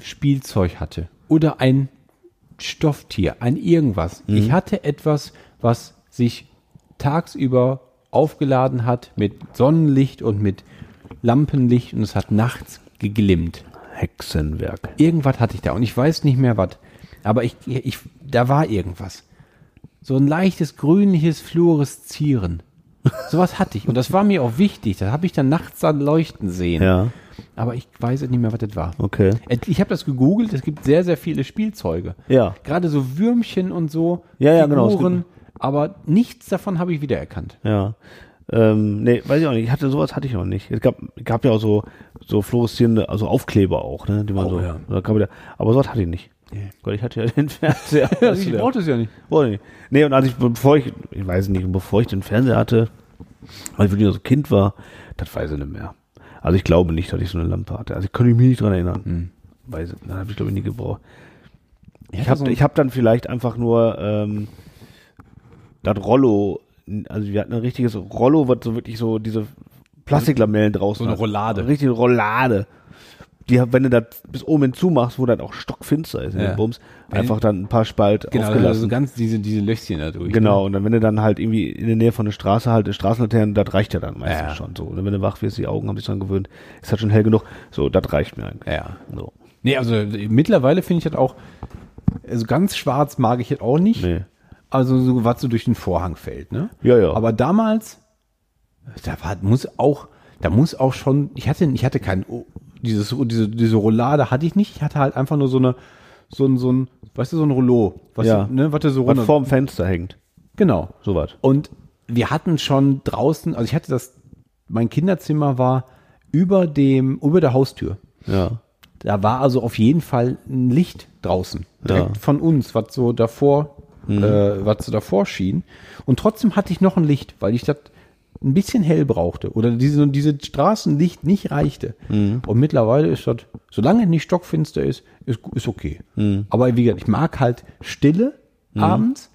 [SPEAKER 1] Spielzeug hatte oder ein Stofftier, ein irgendwas. Ich hatte etwas, was sich tagsüber aufgeladen hat mit Sonnenlicht und mit Lampenlicht und es hat nachts geglimmt
[SPEAKER 2] Hexenwerk.
[SPEAKER 1] irgendwas hatte ich da und ich weiß nicht mehr was. Aber ich, ich, da war irgendwas. So ein leichtes grünliches Fluoreszieren. Sowas hatte ich. Und das war mir auch wichtig. Das habe ich dann nachts dann leuchten sehen.
[SPEAKER 2] Ja,
[SPEAKER 1] Aber ich weiß nicht mehr, was das war.
[SPEAKER 2] okay.
[SPEAKER 1] Et- Ich habe das gegoogelt. Es gibt sehr, sehr viele Spielzeuge.
[SPEAKER 2] Ja.
[SPEAKER 1] Gerade so Würmchen und so.
[SPEAKER 2] Ja, ja, genau. Es
[SPEAKER 1] Figuren. Aber nichts davon habe ich wiedererkannt.
[SPEAKER 2] Ja. Ähm, nee, weiß ich auch nicht. Ich hatte sowas hatte ich noch nicht. Es gab, gab ja auch so, so fluoreszierende, also Aufkleber auch, ne? Die man so.
[SPEAKER 1] Oh, ja.
[SPEAKER 2] Da kann man da, aber sowas hatte ich nicht. Gott, ich hatte ja den Fernseher.
[SPEAKER 1] Also ich brauchte es ja nicht.
[SPEAKER 2] Wollte nicht. Nee, und als ich, bevor ich, ich weiß nicht, bevor ich den Fernseher hatte, als ich wirklich noch so Kind war, das weiß ich nicht mehr. Also ich glaube nicht, dass ich so eine Lampe hatte. Also ich kann mich nicht dran erinnern.
[SPEAKER 1] Hm.
[SPEAKER 2] Weiß ich, dann habe ich glaube ich nie gebraucht. Ich habe ich hab dann vielleicht einfach nur ähm, das Rollo, also wir hatten ein richtiges Rollo, was so wirklich so diese Plastiklamellen draußen
[SPEAKER 1] So eine
[SPEAKER 2] hat.
[SPEAKER 1] Rollade.
[SPEAKER 2] Eine richtige Rollade. Die, hab- wenn du das bis oben hin zumachst, wo das auch stockfinster ist, in
[SPEAKER 1] Ja.
[SPEAKER 2] den Bums, einfach dann ein paar Spalt
[SPEAKER 1] genau,
[SPEAKER 2] aufgelassen.
[SPEAKER 1] also ganz diese, diese Löchchen da durch.
[SPEAKER 2] Genau, und dann, wenn du dann halt irgendwie in der Nähe von der Straße halt, Straßenlaternen, das reicht ja dann meistens
[SPEAKER 1] Ja.
[SPEAKER 2] schon so. Und wenn du wach wirst, die Augen haben sich dran gewöhnt, ist halt schon hell genug. So, das reicht mir eigentlich.
[SPEAKER 1] Ja.
[SPEAKER 2] So.
[SPEAKER 1] Nee, also äh, mittlerweile finde ich das auch, also ganz schwarz mag ich das auch nicht.
[SPEAKER 2] Nee.
[SPEAKER 1] Also so, was so durch den Vorhang fällt, ne?
[SPEAKER 2] Ja, ja.
[SPEAKER 1] Aber damals, da war, muss auch, da muss auch schon, ich hatte, ich hatte kein, oh, dieses, oh, diese, diese Roulade hatte ich nicht, ich hatte halt einfach nur so eine, so ein, so ein, weißt du, so ein Rollo, was,
[SPEAKER 2] Ja.
[SPEAKER 1] du, ne, was du so
[SPEAKER 2] Was
[SPEAKER 1] runter,
[SPEAKER 2] vorm Fenster hängt.
[SPEAKER 1] genau.
[SPEAKER 2] Sowas.
[SPEAKER 1] Und wir hatten schon draußen, also ich hatte das, mein Kinderzimmer war über dem, über der Haustür.
[SPEAKER 2] Ja.
[SPEAKER 1] Da war also auf jeden Fall ein Licht draußen, direkt
[SPEAKER 2] Ja.
[SPEAKER 1] von uns, was so davor, äh, was so davor schien. Und trotzdem hatte ich noch ein Licht, weil ich das ein bisschen hell brauchte oder diese, diese Straßenlicht nicht reichte. Und mittlerweile ist das, solange es nicht stockfinster ist, ist, gu- ist okay. Aber wie gesagt, ich mag halt Stille abends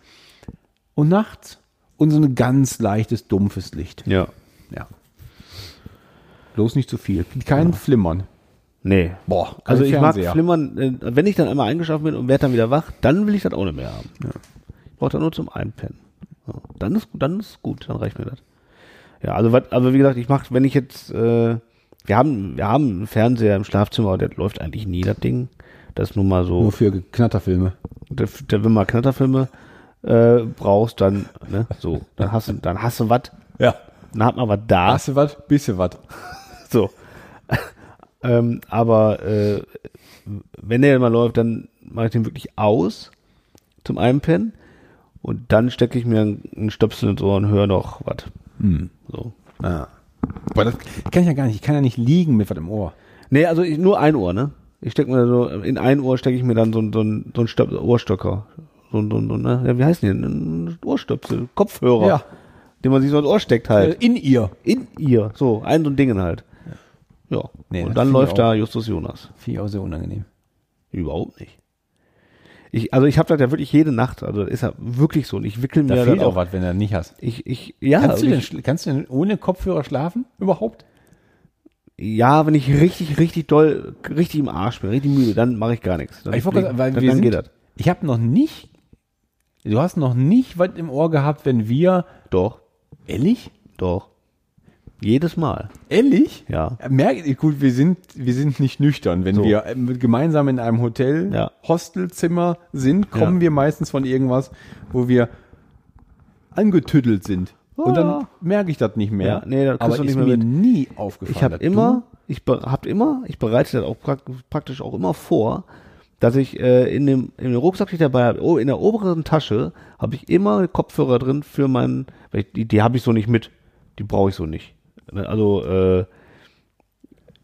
[SPEAKER 1] und nachts und so ein ganz leichtes, dumpfes Licht.
[SPEAKER 2] Ja.
[SPEAKER 1] Ja. Bloß nicht zu viel. Kein Flimmern.
[SPEAKER 2] Nee.
[SPEAKER 1] Boah, kein
[SPEAKER 2] Also ich mag
[SPEAKER 1] Fernseher.
[SPEAKER 2] flimmern, äh, wenn ich dann einmal eingeschlafen bin und werde dann wieder wach, dann will ich das auch nicht mehr haben. Ich brauche das nur zum Einpennen. So. Dann ist dann ist gut, dann reicht mir das. Ja, also was, aber wie gesagt, ich mache, wenn ich jetzt, äh, wir haben, wir haben einen Fernseher im Schlafzimmer, aber der läuft eigentlich nie, das Ding. Das ist nur mal so,
[SPEAKER 1] Nur für Knatterfilme.
[SPEAKER 2] der, der, wenn mal Knatterfilme äh, brauchst, dann, ne, so, dann hast du, dann hast du was,
[SPEAKER 1] Ja.
[SPEAKER 2] dann hat man was da.
[SPEAKER 1] Hast du was? Bisschen was.
[SPEAKER 2] So. ähm, aber äh, wenn der mal läuft, dann mache ich den wirklich aus zum Einpennen und dann stecke ich mir einen einen Stöpsel ins Ohr und höre noch was.
[SPEAKER 1] Hm.
[SPEAKER 2] So.
[SPEAKER 1] Boah, das kann ich ja gar nicht. Ich kann ja nicht liegen mit was im Ohr.
[SPEAKER 2] Nee, also ich, nur ein Ohr, ne? Ich stecke mir so, in ein Ohr stecke ich mir dann so, ein- so, ein- so einen Stöp Ohrstöcker. So, ein- so, ein- so, ein- ne? Ja, wie heißen die denn? Ein Ohrstöpsel, Kopfhörer.
[SPEAKER 1] Ja. äh,
[SPEAKER 2] Den man sich so ins Ohr steckt halt.
[SPEAKER 1] In ihr.
[SPEAKER 2] In ihr. So, ein so ein Dingen halt. Ja.
[SPEAKER 1] Nee, das
[SPEAKER 2] und
[SPEAKER 1] finde
[SPEAKER 2] dann
[SPEAKER 1] ich
[SPEAKER 2] läuft da Justus Jonas.
[SPEAKER 1] Finde ich auch sehr unangenehm.
[SPEAKER 2] Überhaupt nicht. Ich, also ich habe das ja wirklich jede Nacht, also das ist ja wirklich so. Und ich wickel mir
[SPEAKER 1] Da
[SPEAKER 2] ja
[SPEAKER 1] fehlt
[SPEAKER 2] dann
[SPEAKER 1] auch also was, wenn du das nicht hast.
[SPEAKER 2] Ich, ich, ja,
[SPEAKER 1] kannst, du
[SPEAKER 2] und
[SPEAKER 1] denn,
[SPEAKER 2] ich,
[SPEAKER 1] schla- kannst du denn ohne Kopfhörer schlafen? Überhaupt?
[SPEAKER 2] Ja, wenn ich richtig, richtig doll, richtig im Arsch bin, richtig müde, dann mache ich gar nichts. Dann,
[SPEAKER 1] Ich wollte gerade sagen, weil
[SPEAKER 2] dann,
[SPEAKER 1] wir
[SPEAKER 2] dann
[SPEAKER 1] sind,
[SPEAKER 2] geht das.
[SPEAKER 1] Ich habe noch nicht, du hast noch nicht was im Ohr gehabt, wenn wir,
[SPEAKER 2] Doch,
[SPEAKER 1] ehrlich?
[SPEAKER 2] doch. Jedes Mal.
[SPEAKER 1] Ehrlich?
[SPEAKER 2] Ja.
[SPEAKER 1] Merkt ihr, gut, wir sind, wir sind nicht nüchtern. Wenn wir ähm, gemeinsam in einem Hotel,
[SPEAKER 2] Ja.
[SPEAKER 1] Hostelzimmer sind, kommen
[SPEAKER 2] Ja.
[SPEAKER 1] wir meistens von irgendwas, wo wir angetüttelt sind. Und dann merke ich das nicht mehr.
[SPEAKER 2] Ah. Ja, nee, das kriegst
[SPEAKER 1] Aber
[SPEAKER 2] du
[SPEAKER 1] ist
[SPEAKER 2] nicht
[SPEAKER 1] mir
[SPEAKER 2] mehr mit.
[SPEAKER 1] nie aufgefallen.
[SPEAKER 2] Ich habe
[SPEAKER 1] dass du-
[SPEAKER 2] immer, ich be- hab immer, ich bereite das auch prak praktisch auch immer vor, dass ich äh, in dem in dem Rucksack, den ich dabei habe, in der oberen Tasche, habe ich immer Kopfhörer drin für meinen, weil ich, die, die habe ich so nicht mit, die brauche ich so nicht. Also äh,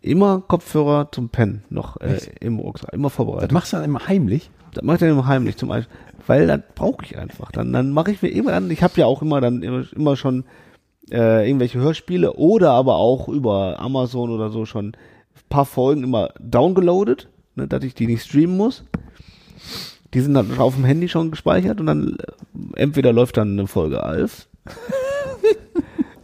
[SPEAKER 2] immer Kopfhörer zum Pennen noch äh, im Rucksack, immer
[SPEAKER 1] Das
[SPEAKER 2] vorbereitet.
[SPEAKER 1] machst du dann immer heimlich.
[SPEAKER 2] Das mache ich dann immer heimlich zum Beispiel, weil dann brauche ich einfach. Dann, dann mache ich mir immer an. Ich habe ja auch immer dann immer, immer schon äh, irgendwelche Hörspiele oder aber auch über Amazon oder so schon ein paar Folgen immer downgeloadet, ne, dass ich die nicht streamen muss. Die sind dann auf dem Handy schon gespeichert und dann äh, entweder läuft dann eine Folge Alf.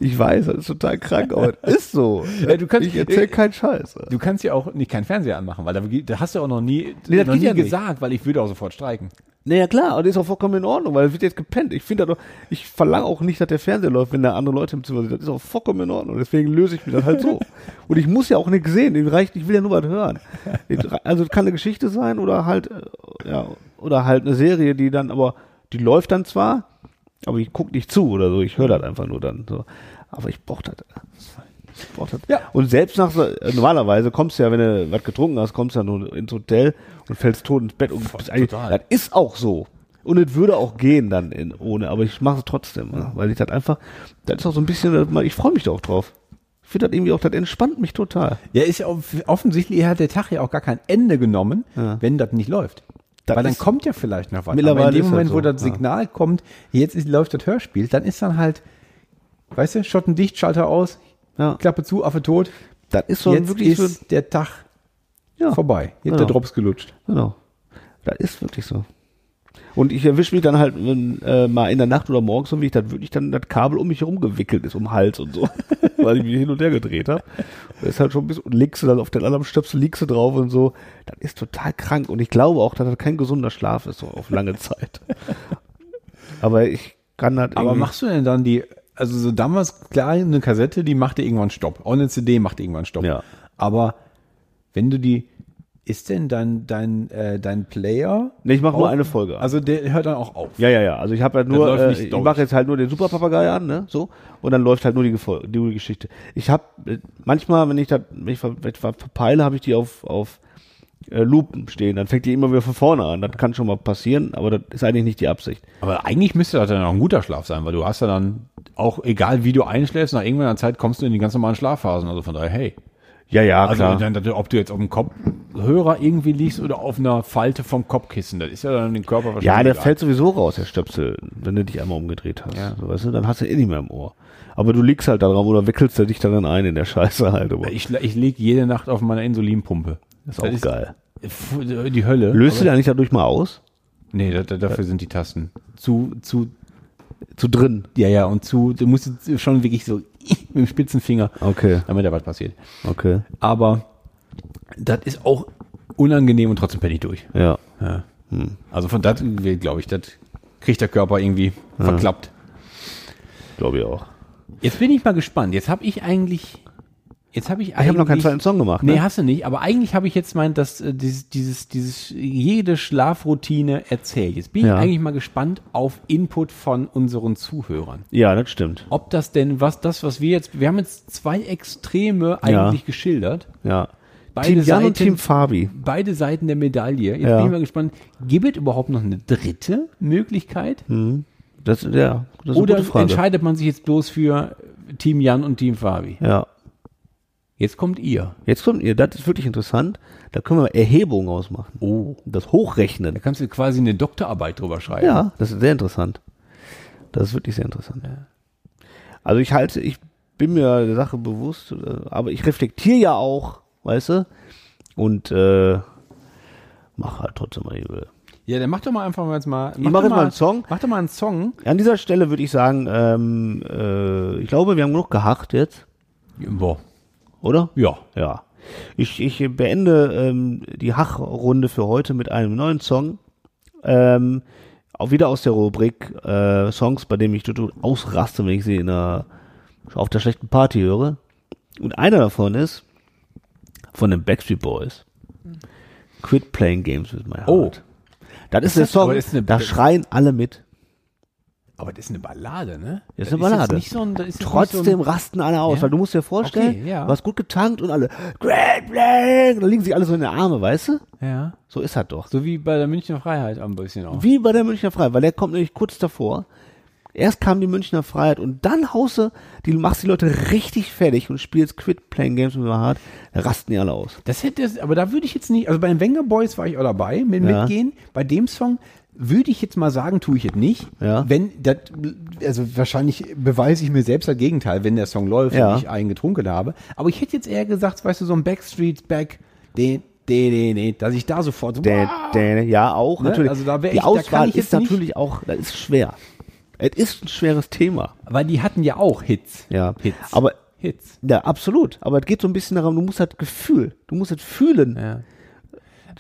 [SPEAKER 2] ich weiß, das ist total krank, aber es ist so.
[SPEAKER 1] Ja, du kannst-
[SPEAKER 2] ich erzähle keinen Scheiß.
[SPEAKER 1] Du kannst ja auch nicht keinen Fernseher anmachen, weil da, da hast du auch noch nie,
[SPEAKER 2] Nee, das
[SPEAKER 1] noch
[SPEAKER 2] geht
[SPEAKER 1] nie
[SPEAKER 2] ja nicht.
[SPEAKER 1] gesagt, weil ich würde auch sofort streiken.
[SPEAKER 2] Naja, klar, aber das ist auch vollkommen in Ordnung, weil es wird jetzt gepennt. Ich finde das doch, ich verlange auch nicht, dass der Fernseher läuft, wenn da andere Leute im Zimmer sind. Das ist auch vollkommen in Ordnung. Deswegen löse ich mir das halt so. Und ich muss ja auch nichts sehen. Ich, reicht, ich will ja nur was hören. Es rei- Also, es kann eine Geschichte sein oder halt, äh, ja, oder halt eine Serie, die dann aber, die läuft dann zwar, aber ich gucke nicht zu oder so. Ich höre das einfach nur dann. So. Aber ich brauche das. Ich brauch das.
[SPEAKER 1] Ja.
[SPEAKER 2] Und selbst nach, so- äh, normalerweise kommst du ja, wenn du was getrunken hast, kommst du ja nur ins Hotel und fällst tot ins Bett und bist eigentlich,
[SPEAKER 1] total.
[SPEAKER 2] das ist auch so. Und es würde auch gehen dann in, ohne, aber ich mache es trotzdem, ne? weil ich das einfach, das ist auch so ein bisschen, ich freue mich da auch drauf. Ich finde das irgendwie auch, das entspannt mich total.
[SPEAKER 1] Ja, ist ja off- offensichtlich hat der Tag ja auch gar kein Ende genommen, wenn das nicht läuft.
[SPEAKER 2] Das
[SPEAKER 1] Weil dann
[SPEAKER 2] ist-
[SPEAKER 1] kommt ja vielleicht noch was.
[SPEAKER 2] Mittlerweile
[SPEAKER 1] Aber in dem
[SPEAKER 2] ist das
[SPEAKER 1] Moment, wo
[SPEAKER 2] so,
[SPEAKER 1] das
[SPEAKER 2] ja.
[SPEAKER 1] Signal kommt, jetzt ist, läuft das Hörspiel, dann ist dann halt, weißt du, Schotten dicht, Schalter aus,
[SPEAKER 2] Ja.
[SPEAKER 1] Klappe zu, Affe tot.
[SPEAKER 2] Das ist so
[SPEAKER 1] jetzt
[SPEAKER 2] wirklich
[SPEAKER 1] ist
[SPEAKER 2] so,
[SPEAKER 1] der Tag
[SPEAKER 2] ja,
[SPEAKER 1] vorbei. Jetzt
[SPEAKER 2] Genau.
[SPEAKER 1] der Drops gelutscht.
[SPEAKER 2] Genau. Das ist wirklich so. Und ich erwische mich dann halt wenn, äh, mal in der Nacht oder morgens, so wie ich dann wirklich dann das Kabel um mich herum gewickelt ist, um den Hals und so, weil ich mich hin und her gedreht habe. Das ist halt schon ein bisschen, und liegst du dann auf den anderen Stöpsel, liegst du drauf und so. Das ist total krank und ich glaube auch, dass das kein gesunder Schlaf ist, so auf lange Zeit. Aber ich kann das
[SPEAKER 1] Aber
[SPEAKER 2] irgendwie-
[SPEAKER 1] machst du denn dann die, also so damals, klar, eine Kassette, die machte irgendwann Stopp. Auch eine CD macht irgendwann Stopp.
[SPEAKER 2] Ja.
[SPEAKER 1] Aber wenn du die, ist denn dein, dein, äh, dein Player?
[SPEAKER 2] Nee, ich mache nur eine Folge.
[SPEAKER 1] Also der hört dann auch auf.
[SPEAKER 2] Ja, ja, ja. Also ich habe halt nur,
[SPEAKER 1] läuft
[SPEAKER 2] äh,
[SPEAKER 1] nicht
[SPEAKER 2] ich
[SPEAKER 1] durch.
[SPEAKER 2] mache jetzt halt nur den Superpapagei an, ne? So. Und dann läuft halt nur die, Gefol die, die Geschichte. Ich habe äh, manchmal, wenn ich das wenn ich ver ver ver verpeile, habe ich die auf, auf äh, Lupen stehen. Dann fängt die immer wieder von vorne an. Das kann schon mal passieren, aber das ist eigentlich nicht die Absicht.
[SPEAKER 1] Aber eigentlich müsste das dann auch ein guter Schlaf sein, weil du hast ja dann auch, egal wie du einschläfst, nach irgendeiner Zeit kommst du in die ganz normalen Schlafphasen. Also von daher, hey.
[SPEAKER 2] Ja, ja,
[SPEAKER 1] Also
[SPEAKER 2] klar.
[SPEAKER 1] dann, ob du jetzt auf dem Kopfhörer irgendwie liegst oder auf einer Falte vom Kopfkissen, das ist ja dann den Körper wahrscheinlich.
[SPEAKER 2] ja, der
[SPEAKER 1] egal.
[SPEAKER 2] fällt sowieso raus, der Stöpsel, wenn du dich einmal umgedreht hast. So, weißt du, dann hast du eh nicht mehr im Ohr. Aber du liegst halt da drauf oder wickelst du dich da dann ein in der Scheiße halt. Aber
[SPEAKER 1] Ich, ich liege jede Nacht auf meiner Insulinpumpe.
[SPEAKER 2] das ist auch geil.
[SPEAKER 1] geil. Die Hölle.
[SPEAKER 2] Löst du dir eigentlich dadurch mal aus?
[SPEAKER 1] Nee, da, da, dafür sind die Tasten. Zu, zu,
[SPEAKER 2] Zu drin.
[SPEAKER 1] ja, ja, und zu, du musst schon wirklich so mit dem spitzen Finger,
[SPEAKER 2] Okay,
[SPEAKER 1] damit da was passiert.
[SPEAKER 2] okay.
[SPEAKER 1] Aber das ist auch unangenehm und trotzdem penne ich durch.
[SPEAKER 2] Ja.
[SPEAKER 1] Also von das, glaube ich, das kriegt der Körper irgendwie verklappt.
[SPEAKER 2] Glaube ich auch.
[SPEAKER 1] Jetzt bin ich mal gespannt. Jetzt habe ich eigentlich, jetzt habe ich eigentlich.
[SPEAKER 2] Ich habe noch keinen zweiten Song gemacht.
[SPEAKER 1] Nee,
[SPEAKER 2] Ne?
[SPEAKER 1] hast du nicht. Aber eigentlich habe ich jetzt meint, dass äh, dieses, dieses, dieses, jede Schlafroutine erzählt. Jetzt bin
[SPEAKER 2] Ja.
[SPEAKER 1] ich eigentlich mal gespannt auf Input von unseren Zuhörern.
[SPEAKER 2] Ja, das stimmt.
[SPEAKER 1] Ob das denn, was das, was wir jetzt, wir haben jetzt zwei Extreme eigentlich geschildert.
[SPEAKER 2] Ja.
[SPEAKER 1] Beide
[SPEAKER 2] Team Jan und
[SPEAKER 1] Seiten-
[SPEAKER 2] Team Fabi.
[SPEAKER 1] beide Seiten der Medaille. Jetzt
[SPEAKER 2] Ja.
[SPEAKER 1] bin ich mal gespannt, gibt es überhaupt noch eine dritte Möglichkeit?
[SPEAKER 2] Das, ja, das ist
[SPEAKER 1] Oder
[SPEAKER 2] eine gute Frage.
[SPEAKER 1] entscheidet man sich jetzt bloß für Team Jan und Team Fabi?
[SPEAKER 2] Ja.
[SPEAKER 1] Jetzt kommt ihr.
[SPEAKER 2] Jetzt kommt ihr, das ist wirklich interessant. Da können wir Erhebungen ausmachen. Oh. Das Hochrechnen.
[SPEAKER 1] Da kannst du quasi eine Doktorarbeit drüber schreiben.
[SPEAKER 2] Ja, das ist sehr interessant. Das ist wirklich sehr interessant. Also ich halte, ich bin mir der Sache bewusst, äh, aber ich reflektiere ja auch, weißt du? Und äh, mach halt trotzdem mal Übel.
[SPEAKER 1] Ja, dann mach doch mal einfach mal jetzt mal.
[SPEAKER 2] mach
[SPEAKER 1] doch
[SPEAKER 2] jetzt mal einen Song.
[SPEAKER 1] Mach doch mal einen Song.
[SPEAKER 2] An dieser Stelle würde ich sagen, ähm, äh, ich glaube, wir haben genug gehacht jetzt.
[SPEAKER 1] Boah.
[SPEAKER 2] oder?
[SPEAKER 1] Ja.
[SPEAKER 2] Ja. Ich, ich beende ähm, die Hach-Runde für heute mit einem neuen Song. Ähm, auch wieder aus der Rubrik äh, Songs, bei denen ich total ausraste, wenn ich sie in einer, auf der schlechten Party höre. Und einer davon ist von den Backstreet Boys. Quit playing games with my heart.
[SPEAKER 1] Mhm. Oh.
[SPEAKER 2] das ist,
[SPEAKER 1] das-
[SPEAKER 2] der Song,
[SPEAKER 1] aber ist eine-
[SPEAKER 2] da schreien alle mit.
[SPEAKER 1] Aber das ist eine Ballade, ne?
[SPEAKER 2] Das ist eine Ballade.
[SPEAKER 1] nicht so ein, das ist jetzt
[SPEAKER 2] Trotzdem
[SPEAKER 1] Nicht so ein,
[SPEAKER 2] rasten alle aus,
[SPEAKER 1] Ja.
[SPEAKER 2] weil du musst dir vorstellen,
[SPEAKER 1] Okay, ja.
[SPEAKER 2] du hast gut getankt und alle Great Blank, da liegen sie alle so in den Arme, weißt du?
[SPEAKER 1] ja.
[SPEAKER 2] So ist das doch.
[SPEAKER 1] So wie bei der Münchner Freiheit ein bisschen auch.
[SPEAKER 2] Wie bei der Münchner Freiheit, weil der kommt nämlich kurz davor. Erst kam die Münchner Freiheit und dann haust du, die, machst die Leute richtig fertig und spielst Quit Playing Games mit Hard, da rasten die alle aus.
[SPEAKER 1] Das hätte, es- aber da würde ich jetzt nicht, also bei den Wenger Boys war ich auch dabei, mit,
[SPEAKER 2] Ja.
[SPEAKER 1] mitgehen. Bei dem Song würde ich jetzt mal sagen, tue ich jetzt nicht.
[SPEAKER 2] Ja.
[SPEAKER 1] Wenn das, also wahrscheinlich beweise ich mir selbst das Gegenteil, wenn der Song läuft
[SPEAKER 2] Ja.
[SPEAKER 1] und ich einen getrunken habe. Aber ich hätte jetzt eher gesagt, weißt du, so ein Backstreets Back, de, de, de, de, dass ich da sofort so,
[SPEAKER 2] Dä, dä, ja, auch
[SPEAKER 1] Ne?
[SPEAKER 2] natürlich.
[SPEAKER 1] Also da wär
[SPEAKER 2] die
[SPEAKER 1] ich- da kann
[SPEAKER 2] Auswahl
[SPEAKER 1] ich
[SPEAKER 2] ist
[SPEAKER 1] jetzt nicht-
[SPEAKER 2] natürlich auch, das ist schwer. Es ist ein schweres Thema.
[SPEAKER 1] weil die hatten ja auch Hits.
[SPEAKER 2] Ja.
[SPEAKER 1] Hits.
[SPEAKER 2] Aber
[SPEAKER 1] Hits.
[SPEAKER 2] Ja, absolut. Aber es geht so ein bisschen darum, du musst das Gefühl, du musst das fühlen.
[SPEAKER 1] Aber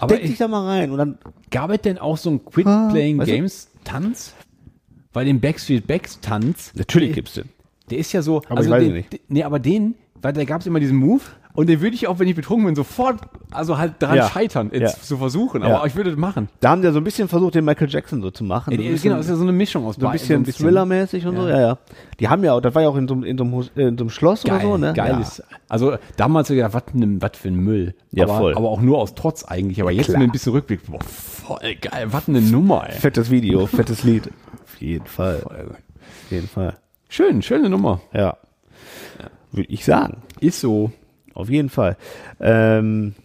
[SPEAKER 2] Denk Ah,
[SPEAKER 1] ich,
[SPEAKER 2] dich da mal rein und dann
[SPEAKER 1] Gab es denn auch so einen Quit Playing Games Tanz? Bei dem Backstreet Backs Tanz.
[SPEAKER 2] Natürlich gibt's den.
[SPEAKER 1] Der ist ja so. also
[SPEAKER 2] Aber ich weiß
[SPEAKER 1] den,
[SPEAKER 2] ihn nicht.
[SPEAKER 1] den- Nee, aber den, weil da gab es immer diesen Move. Und den würde ich auch, wenn ich betrunken bin, sofort, also halt dran
[SPEAKER 2] Ja.
[SPEAKER 1] scheitern,
[SPEAKER 2] Ja.
[SPEAKER 1] jetzt zu versuchen.
[SPEAKER 2] Ja.
[SPEAKER 1] Aber ich würde das machen.
[SPEAKER 2] da haben die ja so ein bisschen versucht, den Michael Jackson so zu machen. so ein bisschen,
[SPEAKER 1] genau, das ist ja so eine Mischung aus
[SPEAKER 2] so ein
[SPEAKER 1] beiden,
[SPEAKER 2] bisschen Thriller-mäßig und so. Ja, ja. Die haben ja auch, das war ja auch in so, einem- in so, einem, Hus- äh, in so einem Schloss
[SPEAKER 1] Geil,
[SPEAKER 2] oder so, ne? ja.
[SPEAKER 1] geiles. Also damals sogar, was ne- was für ein Müll.
[SPEAKER 2] Ja,
[SPEAKER 1] aber,
[SPEAKER 2] voll.
[SPEAKER 1] aber auch nur aus Trotz eigentlich. Aber jetzt
[SPEAKER 2] Klar.
[SPEAKER 1] mit ein bisschen Rückblick. Boah, voll geil. Was eine Nummer, ey.
[SPEAKER 2] Fettes Video, fettes Lied. Auf jeden Fall. Auf jeden Fall.
[SPEAKER 1] Schön, schöne Nummer.
[SPEAKER 2] Ja. Würde ich sagen.
[SPEAKER 1] Ist so.
[SPEAKER 2] Auf jeden Fall. Ähm,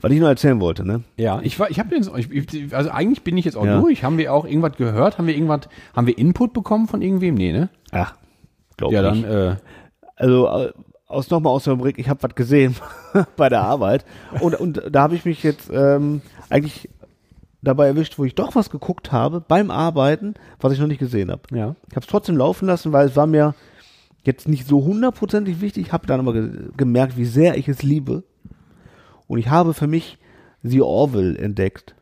[SPEAKER 2] was ich noch erzählen wollte, ne?
[SPEAKER 1] Ja, ich war, ich habe jetzt, ich- ich, also eigentlich bin ich jetzt auch
[SPEAKER 2] Ja.
[SPEAKER 1] durch. Haben wir auch irgendwas gehört? Haben wir irgendwas, haben wir Input bekommen von irgendwem? Nee, ne?
[SPEAKER 2] Ach, glaub
[SPEAKER 1] Ja,
[SPEAKER 2] nicht.
[SPEAKER 1] dann, äh,
[SPEAKER 2] also äh, aus nochmal aus der Rubrik, ich habe was gesehen bei der Arbeit und, und da habe ich mich jetzt ähm, eigentlich dabei erwischt, wo ich doch was geguckt habe beim Arbeiten, was ich noch nicht gesehen habe.
[SPEAKER 1] Ja.
[SPEAKER 2] Ich habe es trotzdem laufen lassen, weil es war mir jetzt nicht so hundertprozentig wichtig. Ich habe dann aber ge gemerkt, wie sehr ich es liebe und ich habe für mich The Orville entdeckt.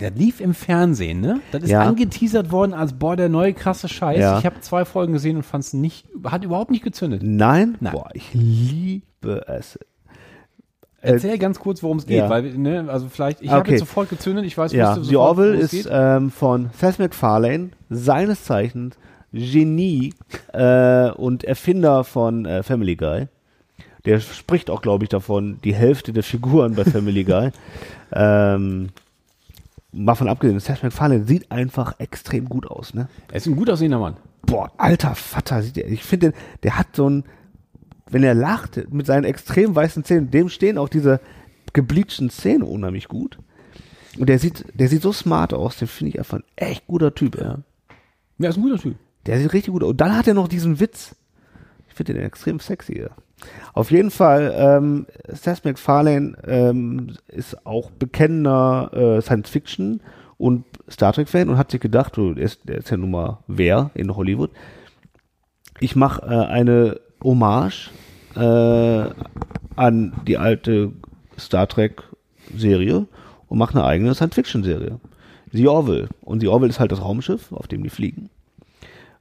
[SPEAKER 1] der lief im Fernsehen, ne? Das ist
[SPEAKER 2] Ja.
[SPEAKER 1] angeteasert worden als, boah, der neue krasse Scheiß.
[SPEAKER 2] Ja. Äh,
[SPEAKER 1] Ich habe zwei Folgen gesehen und fand es nicht, hat überhaupt nicht gezündet.
[SPEAKER 2] Nein,
[SPEAKER 1] Nein.
[SPEAKER 2] Boah, ich liebe es.
[SPEAKER 1] Erzähl ganz kurz, worum es geht,
[SPEAKER 2] ja. Ah,
[SPEAKER 1] weil, wir- ne, also vielleicht, ich hab habe
[SPEAKER 2] Okay.
[SPEAKER 1] jetzt sofort gezündet, ich weiß,
[SPEAKER 2] Ja,
[SPEAKER 1] wusste
[SPEAKER 2] The
[SPEAKER 1] sofort,
[SPEAKER 2] Orville
[SPEAKER 1] worum es
[SPEAKER 2] ist ähm, von Seth MacFarlane, seines Zeichens Genie äh, und Erfinder von äh, Family Guy. Der spricht auch, glaube ich, davon, die Hälfte der Figuren bei Family Guy. Ähm, mal von abgesehen, Seth MacFarlane sieht einfach extrem gut aus, ne?
[SPEAKER 1] Er ist ein gut aussehender Mann.
[SPEAKER 2] Boah, alter Vater, sieht der, ich finde, den- der hat so ein, wenn er lacht, mit seinen extrem weißen Zähnen, dem stehen auch diese gebleachten Zähne unheimlich gut. Und der sieht, der sieht so smart aus, den finde ich einfach ein echt guter Typ. Ja.
[SPEAKER 1] Ja, ist ein guter Typ.
[SPEAKER 2] Der sieht richtig gut aus. Und dann hat er noch diesen Witz. Ich finde den extrem sexy. Ja. Auf jeden Fall, ähm, Seth MacFarlane ähm, ist auch bekennender äh, Science-Fiction und Star Trek-Fan und hat sich gedacht, du, der ist, der ist ja nun mal wer in Hollywood. Ich mache äh, eine Hommage äh, an die alte Star Trek-Serie und mache eine eigene Science-Fiction-Serie. The Orville. Und The Orville ist halt das Raumschiff, auf dem die fliegen.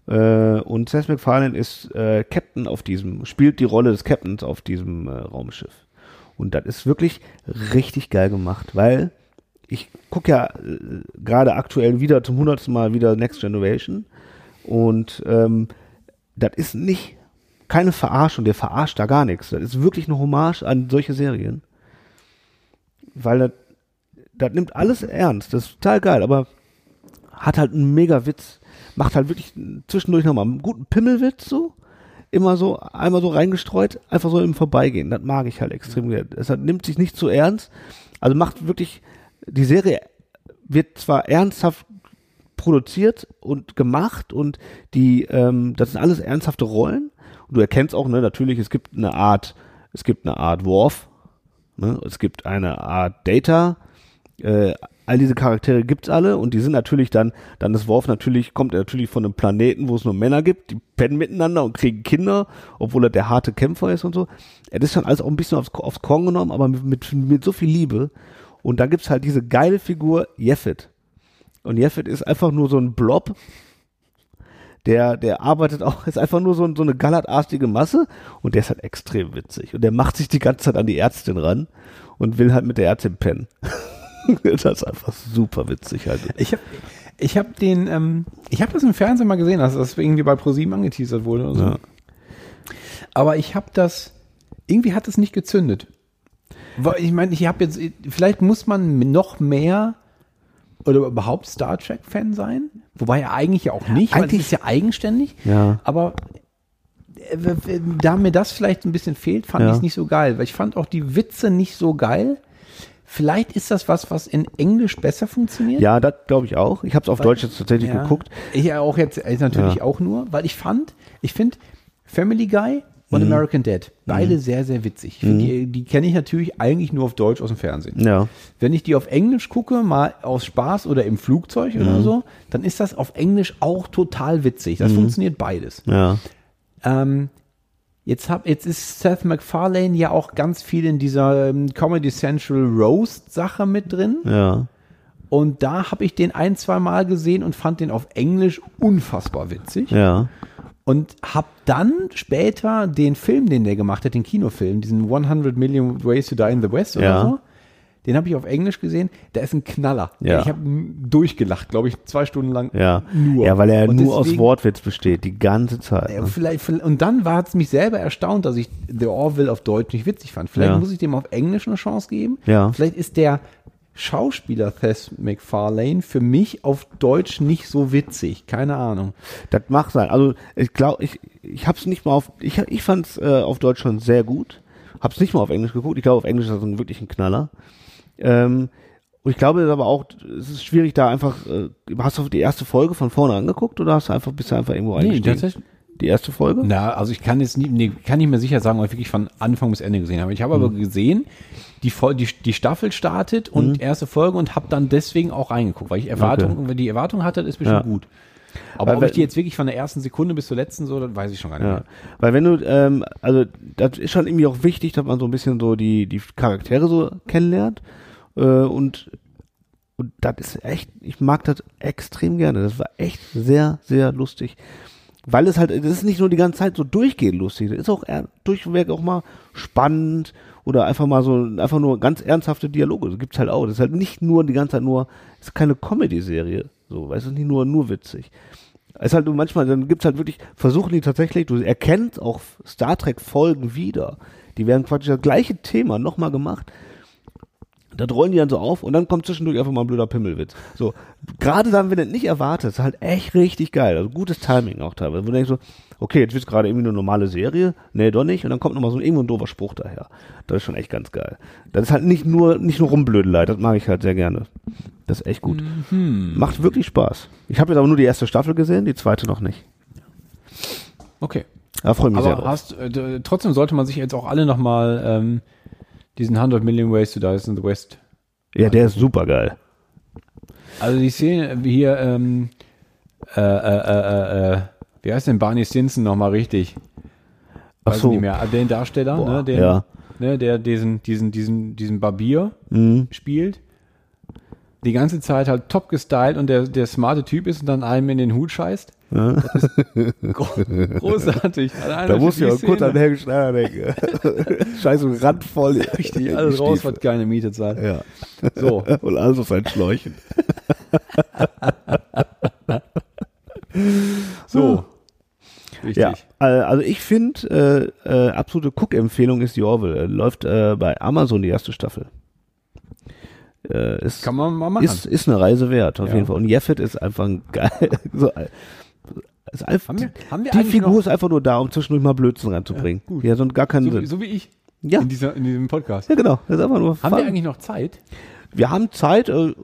[SPEAKER 2] Äh, und Seth MacFarlane ist äh, Captain auf diesem, spielt die Rolle des Captains auf diesem äh, Raumschiff. Und das ist wirklich richtig geil gemacht, weil ich gucke ja äh, gerade aktuell wieder zum hundertsten Mal wieder Next Generation und ähm, das ist nicht keine Verarschung, der verarscht da gar nichts. Das ist wirklich eine Hommage an solche Serien. Weil das, das nimmt alles ernst. Das ist total geil, aber hat halt einen mega Witz. Macht halt wirklich zwischendurch nochmal einen guten Pimmelwitz so. Immer so, einmal so reingestreut, einfach so im Vorbeigehen. Das mag ich halt extrem. gerne. Es hat, nimmt sich nicht zu ernst. Also macht wirklich, die Serie wird zwar ernsthaft produziert und gemacht und die, ähm, das sind alles ernsthafte Rollen. Und du erkennst auch, ne, natürlich, es gibt eine Art, es gibt eine Art Worf, ne, es gibt eine Art Data, äh, all diese Charaktere gibt's alle und die sind natürlich dann, dann ist Worf natürlich, kommt er natürlich von einem Planeten, wo es nur Männer gibt, die pennen miteinander und kriegen Kinder, obwohl er der harte Kämpfer ist und so. Er ist dann alles auch ein bisschen aufs, aufs Korn genommen, aber mit, mit, mit so viel Liebe. Und dann gibt's halt diese geile Figur Jeffet. Und Jeffet ist einfach nur so ein Blob, der, der arbeitet auch, ist einfach nur so, ein- so eine gallertarstige Masse und der ist halt extrem witzig. Und der macht sich die ganze Zeit an die Ärztin ran und will halt mit der Ärztin pennen. das ist einfach super witzig halt.
[SPEAKER 1] Ich habe ich hab den, ähm, ich habe das im Fernsehen mal gesehen, dass das irgendwie bei ProSieben angeteasert wurde. Oder so.
[SPEAKER 2] Ja.
[SPEAKER 1] Aber ich habe das, irgendwie hat es nicht gezündet. Weil Ich meine, ich habe jetzt, vielleicht muss man noch mehr oder überhaupt Star Trek-Fan sein. Wobei ja eigentlich ja auch nicht, weil
[SPEAKER 2] Eigentlich-
[SPEAKER 1] es ist ja eigenständig.
[SPEAKER 2] Ja.
[SPEAKER 1] Aber äh, w- w- da mir das vielleicht ein bisschen fehlt, fand
[SPEAKER 2] Ja.
[SPEAKER 1] ich es nicht so geil. Weil ich fand auch die Witze nicht so geil. Vielleicht ist das was, was in Englisch besser funktioniert.
[SPEAKER 2] Ja, das glaube ich auch. Ich habe es auf Deutsch jetzt tatsächlich
[SPEAKER 1] Ja.
[SPEAKER 2] geguckt.
[SPEAKER 1] Ich ja auch jetzt äh, natürlich
[SPEAKER 2] Ja.
[SPEAKER 1] auch nur, weil ich fand, ich finde Family Guy und
[SPEAKER 2] Mhm.
[SPEAKER 1] American Dad beide sehr, sehr witzig. Ich find, Die, die kenne ich natürlich eigentlich nur auf Deutsch aus dem Fernsehen.
[SPEAKER 2] Ja.
[SPEAKER 1] Wenn ich die auf Englisch gucke, mal aus Spaß oder im Flugzeug
[SPEAKER 2] Mhm.
[SPEAKER 1] oder so, dann ist das auf Englisch auch total witzig. Das funktioniert beides.
[SPEAKER 2] Ja.
[SPEAKER 1] Ähm, jetzt, hab, jetzt ist Seth MacFarlane ja auch ganz viel in dieser ähm, Comedy Central Roast-Sache mit drin.
[SPEAKER 2] Ja.
[SPEAKER 1] Und da habe ich den ein, zwei Mal gesehen und fand den auf Englisch unfassbar witzig.
[SPEAKER 2] Ja.
[SPEAKER 1] Und habe dann später den Film, den der gemacht hat, den Kinofilm, diesen 100 Million Ways to Die in the West oder
[SPEAKER 2] Ja.
[SPEAKER 1] so, den habe ich auf Englisch gesehen. Da ist ein Knaller.
[SPEAKER 2] Ja.
[SPEAKER 1] Ich habe durchgelacht, glaube ich, zwei Stunden lang.
[SPEAKER 2] Ja.
[SPEAKER 1] Nur.
[SPEAKER 2] Ja, weil er
[SPEAKER 1] Und
[SPEAKER 2] nur aus
[SPEAKER 1] deswegen-
[SPEAKER 2] Wortwitz besteht, die ganze Zeit.
[SPEAKER 1] Ja,
[SPEAKER 2] ne?
[SPEAKER 1] Vielleicht, vielleicht- und dann war es mich selber erstaunt, dass ich The Orville auf Deutsch nicht witzig fand. Vielleicht
[SPEAKER 2] Ja.
[SPEAKER 1] muss ich dem auf Englisch eine Chance geben.
[SPEAKER 2] Ja.
[SPEAKER 1] Vielleicht ist der Schauspieler Seth MacFarlane für mich auf Deutsch nicht so witzig. Keine Ahnung.
[SPEAKER 2] Das mag sein. Also ich glaube, ich, ich habe es nicht mal auf, ich, ich fand es äh, auf Deutsch schon sehr gut. Habe es nicht mal auf Englisch geguckt. Ich glaube, auf Englisch ist das ein wirklich ein Knaller. Ähm, und ich glaube es ist aber auch, es ist schwierig da einfach, äh, hast du die erste Folge von vorne angeguckt oder hast du einfach, bist du einfach irgendwo eingestiegen?
[SPEAKER 1] tatsächlich-
[SPEAKER 2] die erste Folge?
[SPEAKER 1] Na, also ich kann jetzt nie, nee, kann nicht mehr sicher sagen, ob ich wirklich von Anfang bis Ende gesehen habe. Ich habe
[SPEAKER 2] Mhm.
[SPEAKER 1] aber gesehen, die, Fol- die, die Staffel startet und
[SPEAKER 2] Mhm.
[SPEAKER 1] erste Folge und habe dann deswegen auch reingeguckt, weil ich Erwartung, wenn die Erwartung hatte, ist bestimmt
[SPEAKER 2] Ja.
[SPEAKER 1] gut. Aber
[SPEAKER 2] Weil
[SPEAKER 1] ob
[SPEAKER 2] wir-
[SPEAKER 1] ich die jetzt wirklich von der ersten Sekunde bis zur letzten so, das weiß ich schon gar nicht
[SPEAKER 2] Ja,
[SPEAKER 1] mehr.
[SPEAKER 2] weil wenn du, ähm, also das ist schon irgendwie auch wichtig, dass man so ein bisschen so die, die Charaktere so kennenlernt äh, und, und das ist echt, ich mag das extrem gerne, das war echt sehr, sehr lustig, weil es halt, es ist nicht nur die ganze Zeit so durchgehend lustig, es ist auch eher durchweg auch mal spannend oder einfach mal so, einfach nur ganz ernsthafte Dialoge, das gibt's halt auch, das ist halt nicht nur die ganze Zeit nur, es ist keine Comedy-Serie, so, weißt du, nicht nur, nur witzig. Es ist halt nur manchmal, dann gibt's halt wirklich, versuchen die tatsächlich, du erkennst auch Star Trek-Folgen wieder. Die werden praktisch das gleiche Thema nochmal gemacht. Das rollen die dann so auf und dann kommt zwischendurch einfach mal ein blöder Pimmelwitz. So, gerade dann, wenn du das nicht erwartet, ist halt echt richtig geil. Also gutes Timing auch teilweise. Wo du denkst so, okay, jetzt wird's gerade irgendwie eine normale Serie. Nee, doch nicht. Und dann kommt nochmal so ein irgendwo ein doofer Spruch daher. Das ist schon echt ganz geil. Das ist halt nicht nur, nicht nur rumblödelei. Das mag ich halt sehr gerne. Das ist echt gut. Macht wirklich Spaß. Ich habe jetzt aber nur die erste Staffel gesehen, die zweite noch nicht.
[SPEAKER 1] Okay.
[SPEAKER 2] Da freue ich mich sehr
[SPEAKER 1] Aber
[SPEAKER 2] drauf.
[SPEAKER 1] hast, äh, d- trotzdem sollte man sich jetzt auch alle nochmal ähm, diesen 100 Million Ways to Die in the West.
[SPEAKER 2] Ja, der ist super geil.
[SPEAKER 1] Also die Szene wie hier, ähm, äh, äh, äh, äh, wie heißt denn Barney Stinson nochmal richtig?
[SPEAKER 2] Ach
[SPEAKER 1] Weiß
[SPEAKER 2] so.
[SPEAKER 1] nicht mehr. Ah, Den Darsteller,
[SPEAKER 2] Boah,
[SPEAKER 1] ne, den,
[SPEAKER 2] ja.
[SPEAKER 1] ne, der diesen, diesen, diesen, diesen Barbier
[SPEAKER 2] Mhm.
[SPEAKER 1] spielt. Die ganze Zeit halt top gestylt und der, der smarte Typ ist und dann einem in den Hut scheißt. Das ist gro großartig.
[SPEAKER 2] Da muss ich auch kurz an Helge Schneider denken. Scheiße, randvoll.
[SPEAKER 1] Richtig, alles raus, was keine Miete zahlt.
[SPEAKER 2] Ja.
[SPEAKER 1] So,
[SPEAKER 2] Und alles auf seinen Schläuchen.
[SPEAKER 1] so. Richtig.
[SPEAKER 2] Ja, al- also ich finde, äh, äh, absolute Cook-Empfehlung ist die Orville. Läuft äh, bei Amazon die erste Staffel. Äh, ist,
[SPEAKER 1] Kann man mal machen.
[SPEAKER 2] ist, ist eine Reise wert, auf
[SPEAKER 1] Ja.
[SPEAKER 2] jeden Fall. Und Jeffet ist einfach ein geil. So, ein- ist einfach,
[SPEAKER 1] Haben wir- haben wir
[SPEAKER 2] die
[SPEAKER 1] eigentlich
[SPEAKER 2] Figur
[SPEAKER 1] noch-
[SPEAKER 2] ist einfach nur da, um zwischendurch mal Blödsinn reinzubringen.
[SPEAKER 1] gut.
[SPEAKER 2] Ja, sonst gar keinen
[SPEAKER 1] so,
[SPEAKER 2] Sinn.
[SPEAKER 1] so wie ich
[SPEAKER 2] ja.
[SPEAKER 1] in, dieser, in diesem Podcast.
[SPEAKER 2] ja, genau. Das ist einfach nur
[SPEAKER 1] Haben wir
[SPEAKER 2] Fun.
[SPEAKER 1] eigentlich noch Zeit?
[SPEAKER 2] wir haben Zeit, äh,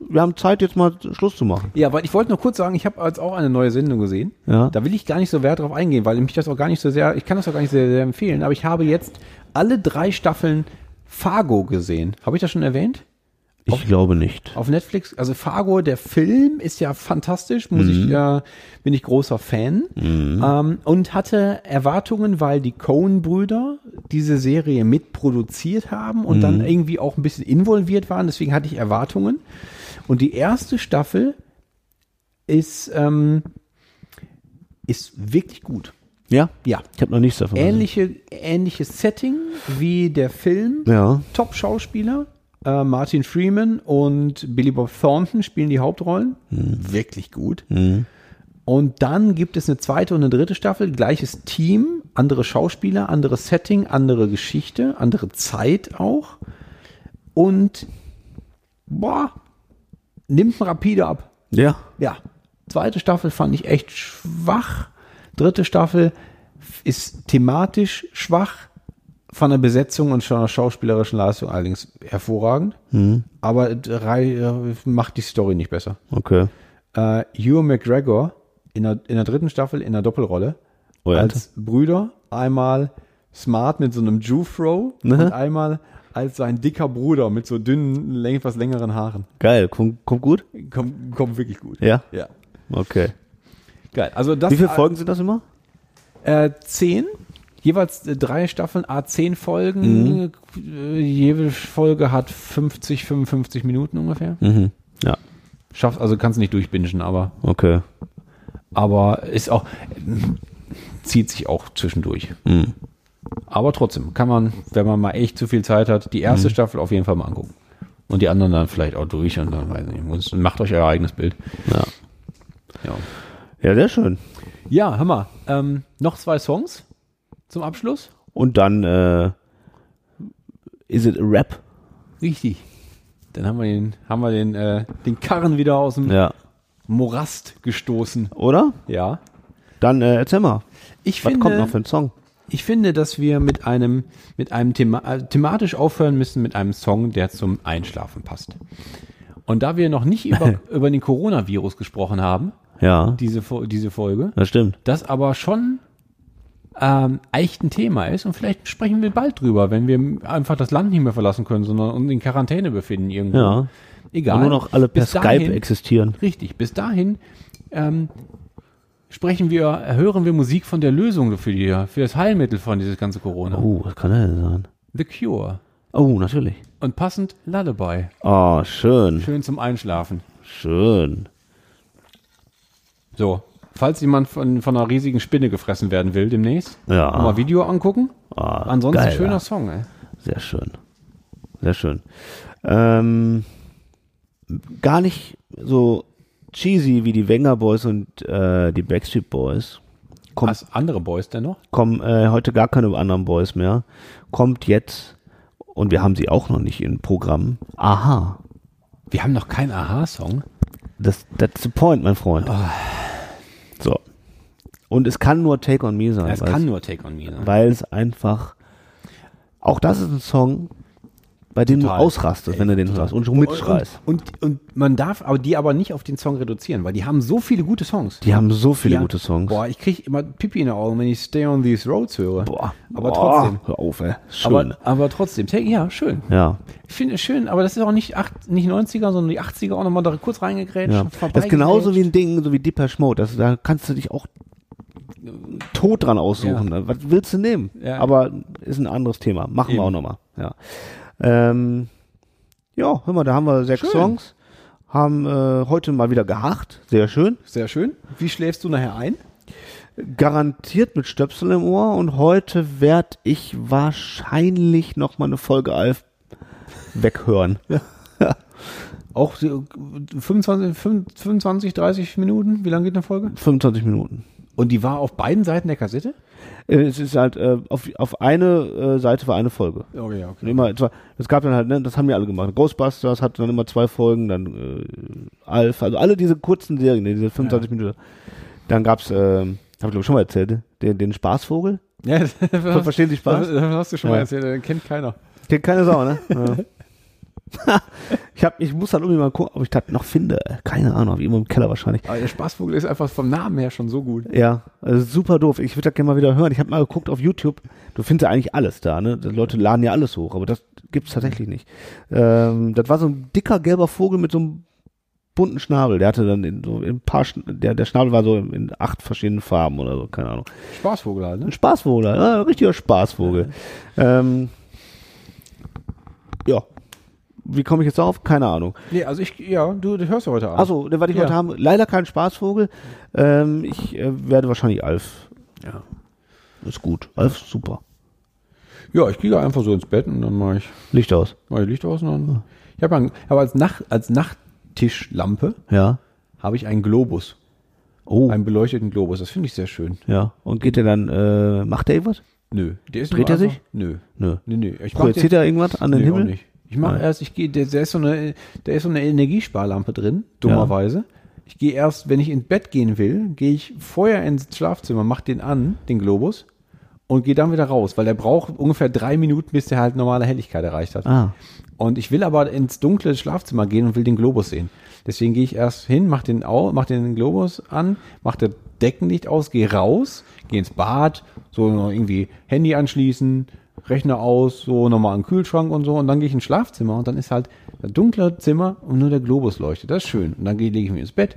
[SPEAKER 2] wir haben Zeit, jetzt mal Schluss zu machen.
[SPEAKER 1] Ja, weil ich wollte nur kurz sagen, ich habe jetzt auch eine neue Sendung gesehen.
[SPEAKER 2] Ja.
[SPEAKER 1] Da will ich gar nicht so wert drauf eingehen, weil mich das auch gar nicht so sehr, ich kann das auch gar nicht sehr, sehr empfehlen, aber ich habe jetzt alle drei Staffeln Fargo gesehen. Habe ich das schon erwähnt?
[SPEAKER 2] Ich glaube nicht.
[SPEAKER 1] Auf Netflix, also Fargo, der Film ist ja fantastisch, muss ich, äh, bin ich großer Fan. Ähm, und hatte Erwartungen, weil die Cohen-Brüder diese Serie mitproduziert haben und dann irgendwie auch ein bisschen involviert waren. Deswegen hatte ich Erwartungen. Und die erste Staffel ist, ähm, ist wirklich gut.
[SPEAKER 2] Ja?
[SPEAKER 1] Ja.
[SPEAKER 2] Ich habe noch nichts davon.
[SPEAKER 1] Ähnliche, ähnliches Setting wie der Film.
[SPEAKER 2] gesehen. Ja.
[SPEAKER 1] Top-Schauspieler. Äh, Martin Freeman und Billy Bob Thornton spielen die Hauptrollen. Wirklich gut. Und dann gibt es eine zweite und eine dritte Staffel, gleiches Team, andere Schauspieler, anderes Setting, andere Geschichte, andere Zeit auch. Und boah, nimmt rapide ab.
[SPEAKER 2] Ja.
[SPEAKER 1] Ja, zweite Staffel fand ich echt schwach. Dritte Staffel ist thematisch schwach, von der Besetzung und von der schauspielerischen Leistung allerdings hervorragend.
[SPEAKER 2] Mhm.
[SPEAKER 1] Aber drei, äh, macht die Story nicht besser.
[SPEAKER 2] Okay.
[SPEAKER 1] Äh, Hugh McGregor in der, in der dritten Staffel in der Doppelrolle
[SPEAKER 2] Oh, ja.
[SPEAKER 1] als Brüder einmal smart mit so einem Jufro und einmal als sein dicker Bruder mit so dünnen, läng- etwas längeren Haaren.
[SPEAKER 2] Geil. Kommt, kommt gut?
[SPEAKER 1] Kommt, kommt wirklich gut.
[SPEAKER 2] Ja.
[SPEAKER 1] Ja.
[SPEAKER 2] Okay.
[SPEAKER 1] Geil. Also das
[SPEAKER 2] Wie viele Folgen sind das immer?
[SPEAKER 1] Äh, zehn. Jeweils äh, drei Staffeln, a zehn
[SPEAKER 2] Mhm.
[SPEAKER 1] Folgen. Äh, jede Folge hat 50, 55 Minuten ungefähr.
[SPEAKER 2] Mhm. Ja.
[SPEAKER 1] Schafft, also kannst du nicht durchbingen, aber,
[SPEAKER 2] Okay.
[SPEAKER 1] aber ist auch, zieht sich auch zwischendurch.
[SPEAKER 2] Mhm.
[SPEAKER 1] Aber trotzdem kann man, wenn man mal echt zu viel Zeit hat, die
[SPEAKER 2] Mhm.
[SPEAKER 1] erste Staffel auf jeden Fall mal angucken. Und die anderen dann vielleicht auch durch und dann weiß ich nicht. muss- Macht euch euer eigenes Bild.
[SPEAKER 2] Ja.
[SPEAKER 1] Ja,
[SPEAKER 2] Ja, sehr schön.
[SPEAKER 1] ja hör mal. Ähm, noch zwei Songs zum Abschluss.
[SPEAKER 2] Und dann, äh, is it a rap?
[SPEAKER 1] Richtig. Dann haben wir den, haben wir den, äh, den Karren wieder aus dem
[SPEAKER 2] Ja.
[SPEAKER 1] Morast gestoßen.
[SPEAKER 2] Oder?
[SPEAKER 1] Ja.
[SPEAKER 2] Dann äh, erzähl mal.
[SPEAKER 1] Ich
[SPEAKER 2] Was
[SPEAKER 1] finde,
[SPEAKER 2] kommt noch für ein Song?
[SPEAKER 1] ich finde, dass wir mit einem, mit einem Thema, äh, thematisch aufhören müssen mit einem Song, der zum Einschlafen passt. Und da wir noch nicht über, über den Coronavirus gesprochen haben,
[SPEAKER 2] Ja.
[SPEAKER 1] diese, Fo- diese Folge,
[SPEAKER 2] Das stimmt.
[SPEAKER 1] das aber schon ähm, echt ein Thema ist und vielleicht sprechen wir bald drüber, wenn wir einfach das Land nicht mehr verlassen können, sondern uns in Quarantäne befinden irgendwo.
[SPEAKER 2] Ja.
[SPEAKER 1] Egal.
[SPEAKER 2] Und nur noch alle per
[SPEAKER 1] Bis
[SPEAKER 2] Skype
[SPEAKER 1] dahin-
[SPEAKER 2] existieren.
[SPEAKER 1] Richtig. Bis dahin ähm, sprechen wir, hören wir Musik von der Lösung für, die, für das Heilmittel von dieses ganze Corona.
[SPEAKER 2] Oh, was kann das denn sein?
[SPEAKER 1] The Cure.
[SPEAKER 2] Oh, natürlich.
[SPEAKER 1] Und passend Lullaby.
[SPEAKER 2] Oh, schön.
[SPEAKER 1] Schön zum Einschlafen.
[SPEAKER 2] Schön.
[SPEAKER 1] So. Falls jemand von, von einer riesigen Spinne gefressen werden will demnächst,
[SPEAKER 2] Ja.
[SPEAKER 1] mal Video angucken.
[SPEAKER 2] Ah,
[SPEAKER 1] Ansonsten
[SPEAKER 2] geil,
[SPEAKER 1] schöner
[SPEAKER 2] ja.
[SPEAKER 1] Song, ey.
[SPEAKER 2] Sehr schön. Sehr schön. Ähm, gar nicht so cheesy wie die Wenger Boys und äh, die Backstreet Boys. Kommt,
[SPEAKER 1] Was andere Boys denn noch?
[SPEAKER 2] kommen äh, heute gar keine anderen Boys mehr. Kommt jetzt, und wir haben sie auch noch nicht im Programm. Aha.
[SPEAKER 1] Wir haben noch keinen Aha-Song.
[SPEAKER 2] Das, that's the point, mein Freund.
[SPEAKER 1] Ah.
[SPEAKER 2] So. Und es kann nur Take on Me sein.
[SPEAKER 1] Es
[SPEAKER 2] weil
[SPEAKER 1] kann nur Take on Me sein.
[SPEAKER 2] weil es einfach auch das ist ein Song, bei dem
[SPEAKER 1] Total.
[SPEAKER 2] du ausrastest, wenn du den hörst und schon mitschreist.
[SPEAKER 1] Und, und, und man darf aber die aber nicht auf den Song reduzieren, weil die haben so viele gute Songs.
[SPEAKER 2] Die haben so viele
[SPEAKER 1] Ja.
[SPEAKER 2] gute Songs.
[SPEAKER 1] Boah, ich kriege immer Pipi in den Augen, wenn ich Stay on These Roads höre.
[SPEAKER 2] Boah.
[SPEAKER 1] Aber
[SPEAKER 2] Boah.
[SPEAKER 1] trotzdem.
[SPEAKER 2] Hör auf, ey. Schön.
[SPEAKER 1] Aber, aber trotzdem. Take, ja, schön.
[SPEAKER 2] ja.
[SPEAKER 1] Ich finde es schön, aber das ist auch nicht, acht, nicht 90er, sondern die 80er auch nochmal da kurz reingegrätscht.
[SPEAKER 2] ja.
[SPEAKER 1] vorbeigegrätscht.
[SPEAKER 2] Das ist genauso wie ein Ding, so wie Deeper Mode. Das, da kannst du dich auch tot dran aussuchen. Was willst du nehmen?
[SPEAKER 1] Ja.
[SPEAKER 2] Aber ist ein anderes Thema. Machen
[SPEAKER 1] Eben.
[SPEAKER 2] wir auch nochmal. Ja. Ähm, ja, hör mal, da haben wir sechs Songs. Haben äh, heute mal wieder gehakt. Sehr schön.
[SPEAKER 1] Sehr schön. Wie schläfst du nachher ein?
[SPEAKER 2] garantiert mit Stöpsel im Ohr und heute werde ich wahrscheinlich noch mal eine Folge Alf weghören.
[SPEAKER 1] Auch so 25, 25, 30 Minuten? Wie lange geht eine Folge?
[SPEAKER 2] 25 Minuten.
[SPEAKER 1] Und die war auf beiden Seiten der Kassette?
[SPEAKER 2] Äh, Es ist halt äh, auf, auf eine äh, Seite war eine Folge.
[SPEAKER 1] Oh ja, okay.
[SPEAKER 2] Und immer etwa, das gab dann halt, ne, das haben ja alle gemacht. Ghostbusters hat dann immer zwei Folgen, dann äh, Alf, also alle diese kurzen Serien, ne, diese 25 Minuten. Dann gab's, äh, habe ich glaube ich schon mal erzählt, den, den Spaßvogel.
[SPEAKER 1] Ja, das,
[SPEAKER 2] Verstehen Sie Spaß?
[SPEAKER 1] Das, das hast du schon
[SPEAKER 2] Ja.
[SPEAKER 1] mal erzählt, den kennt keiner.
[SPEAKER 2] Kennt keine Sau, ne? Ja. ich, hab, ich muss dann irgendwie mal gucken, ob ich das noch finde. Keine Ahnung, irgendwo im Keller wahrscheinlich.
[SPEAKER 1] Aber der Spaßvogel ist einfach vom Namen her schon so gut.
[SPEAKER 2] Ja, also super doof. Ich würde das gerne mal wieder hören. Ich habe mal geguckt auf YouTube. Du findest ja eigentlich alles da, ne? Die Leute laden ja alles hoch, aber das gibt's tatsächlich nicht. Ähm, das war so ein dicker gelber Vogel mit so einem bunten Schnabel. Der hatte dann in so in ein paar, Schn der, der Schnabel war so in, in acht verschiedenen Farben oder so, keine Ahnung.
[SPEAKER 1] Spaßvogel halt, ne?
[SPEAKER 2] Ein Spaßvogel, ja, ein richtiger Spaßvogel. Ähm, ja. Wie komme ich jetzt darauf? Keine Ahnung.
[SPEAKER 1] Nee, also ich, ja, du, du hörst ja heute Abend.
[SPEAKER 2] Achso, ne, was ich
[SPEAKER 1] Ja.
[SPEAKER 2] heute haben, leider kein Spaßvogel. Ähm, ich äh, werde wahrscheinlich Alf.
[SPEAKER 1] Ja.
[SPEAKER 2] Ist gut. Alf ist super.
[SPEAKER 1] Ja, ich gehe einfach so ins Bett und dann mache ich,
[SPEAKER 2] Licht aus.
[SPEAKER 1] mach ich Licht aus und dann. Ich habe ein- aber als, Nacht, als Nachttischlampe
[SPEAKER 2] Ja.
[SPEAKER 1] habe ich einen Globus.
[SPEAKER 2] Oh.
[SPEAKER 1] Einen beleuchteten Globus. Das finde ich sehr schön.
[SPEAKER 2] ja. Und geht der dann, äh, macht der irgendwas?
[SPEAKER 1] Nö. Der ist
[SPEAKER 2] Dreht
[SPEAKER 1] nur
[SPEAKER 2] er sich?
[SPEAKER 1] einfach- Nö.
[SPEAKER 2] Nö.
[SPEAKER 1] Nee, nee. Ich mach
[SPEAKER 2] Projiziert
[SPEAKER 1] den-
[SPEAKER 2] er irgendwas an den
[SPEAKER 1] nee,
[SPEAKER 2] Himmel?
[SPEAKER 1] Auch nicht. Ich mache
[SPEAKER 2] Nein.
[SPEAKER 1] erst, ich gehe, der, der ist so eine, da ist so eine Energiesparlampe drin, dummerweise. Ich gehe erst, wenn ich ins Bett gehen will, gehe ich vorher ins Schlafzimmer, mach den an, den Globus, und gehe dann wieder raus, weil der braucht ungefähr drei Minuten, bis der halt normale Helligkeit erreicht hat.
[SPEAKER 2] Ah.
[SPEAKER 1] Und ich will aber ins dunkle Schlafzimmer gehen und will den Globus sehen. Deswegen gehe ich erst hin, mach den, au, mach den Globus an, mach das Deckenlicht aus, gehe raus, gehe ins Bad, so noch irgendwie Handy anschließen, Rechner aus, so nochmal an den Kühlschrank und so. Und dann gehe ich ins Schlafzimmer und dann ist halt das dunkle Zimmer und nur der Globus leuchtet. Das ist schön. Und dann gehe- lege ich mich ins Bett.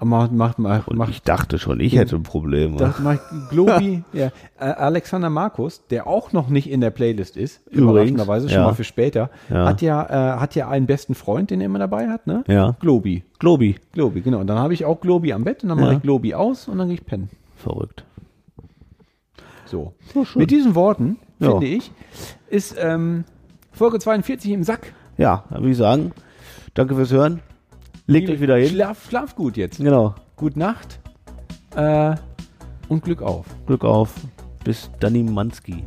[SPEAKER 1] Und mach, mach, mach, mach,
[SPEAKER 2] Ich dachte schon, ich hätte ein Problem.
[SPEAKER 1] das macht Globi, ja. Äh, Alexander Markus, der auch noch nicht in der Playlist ist,
[SPEAKER 2] Übrigens,
[SPEAKER 1] überraschenderweise, schon
[SPEAKER 2] ja.
[SPEAKER 1] mal für später,
[SPEAKER 2] Ja.
[SPEAKER 1] hat ja, äh, hat ja einen besten Freund, den er immer dabei hat, ne?
[SPEAKER 2] Ja.
[SPEAKER 1] Globi.
[SPEAKER 2] Globi.
[SPEAKER 1] Globi, genau. Und dann habe ich auch Globi am Bett und dann mache
[SPEAKER 2] Ja.
[SPEAKER 1] ich Globi aus und dann gehe ich pennen.
[SPEAKER 2] Verrückt.
[SPEAKER 1] So.
[SPEAKER 2] Ja, Oh, schön.
[SPEAKER 1] Mit diesen Worten,
[SPEAKER 2] Ja.
[SPEAKER 1] finde ich, ist ähm, Folge 42 im Sack.
[SPEAKER 2] Ja, dann würde ich sagen, danke fürs Hören. Legt euch wieder hin.
[SPEAKER 1] Schlaf, schlaf gut jetzt.
[SPEAKER 2] Genau.
[SPEAKER 1] Gute Nacht äh, und Glück auf.
[SPEAKER 2] Glück auf. Bis Danny Manski.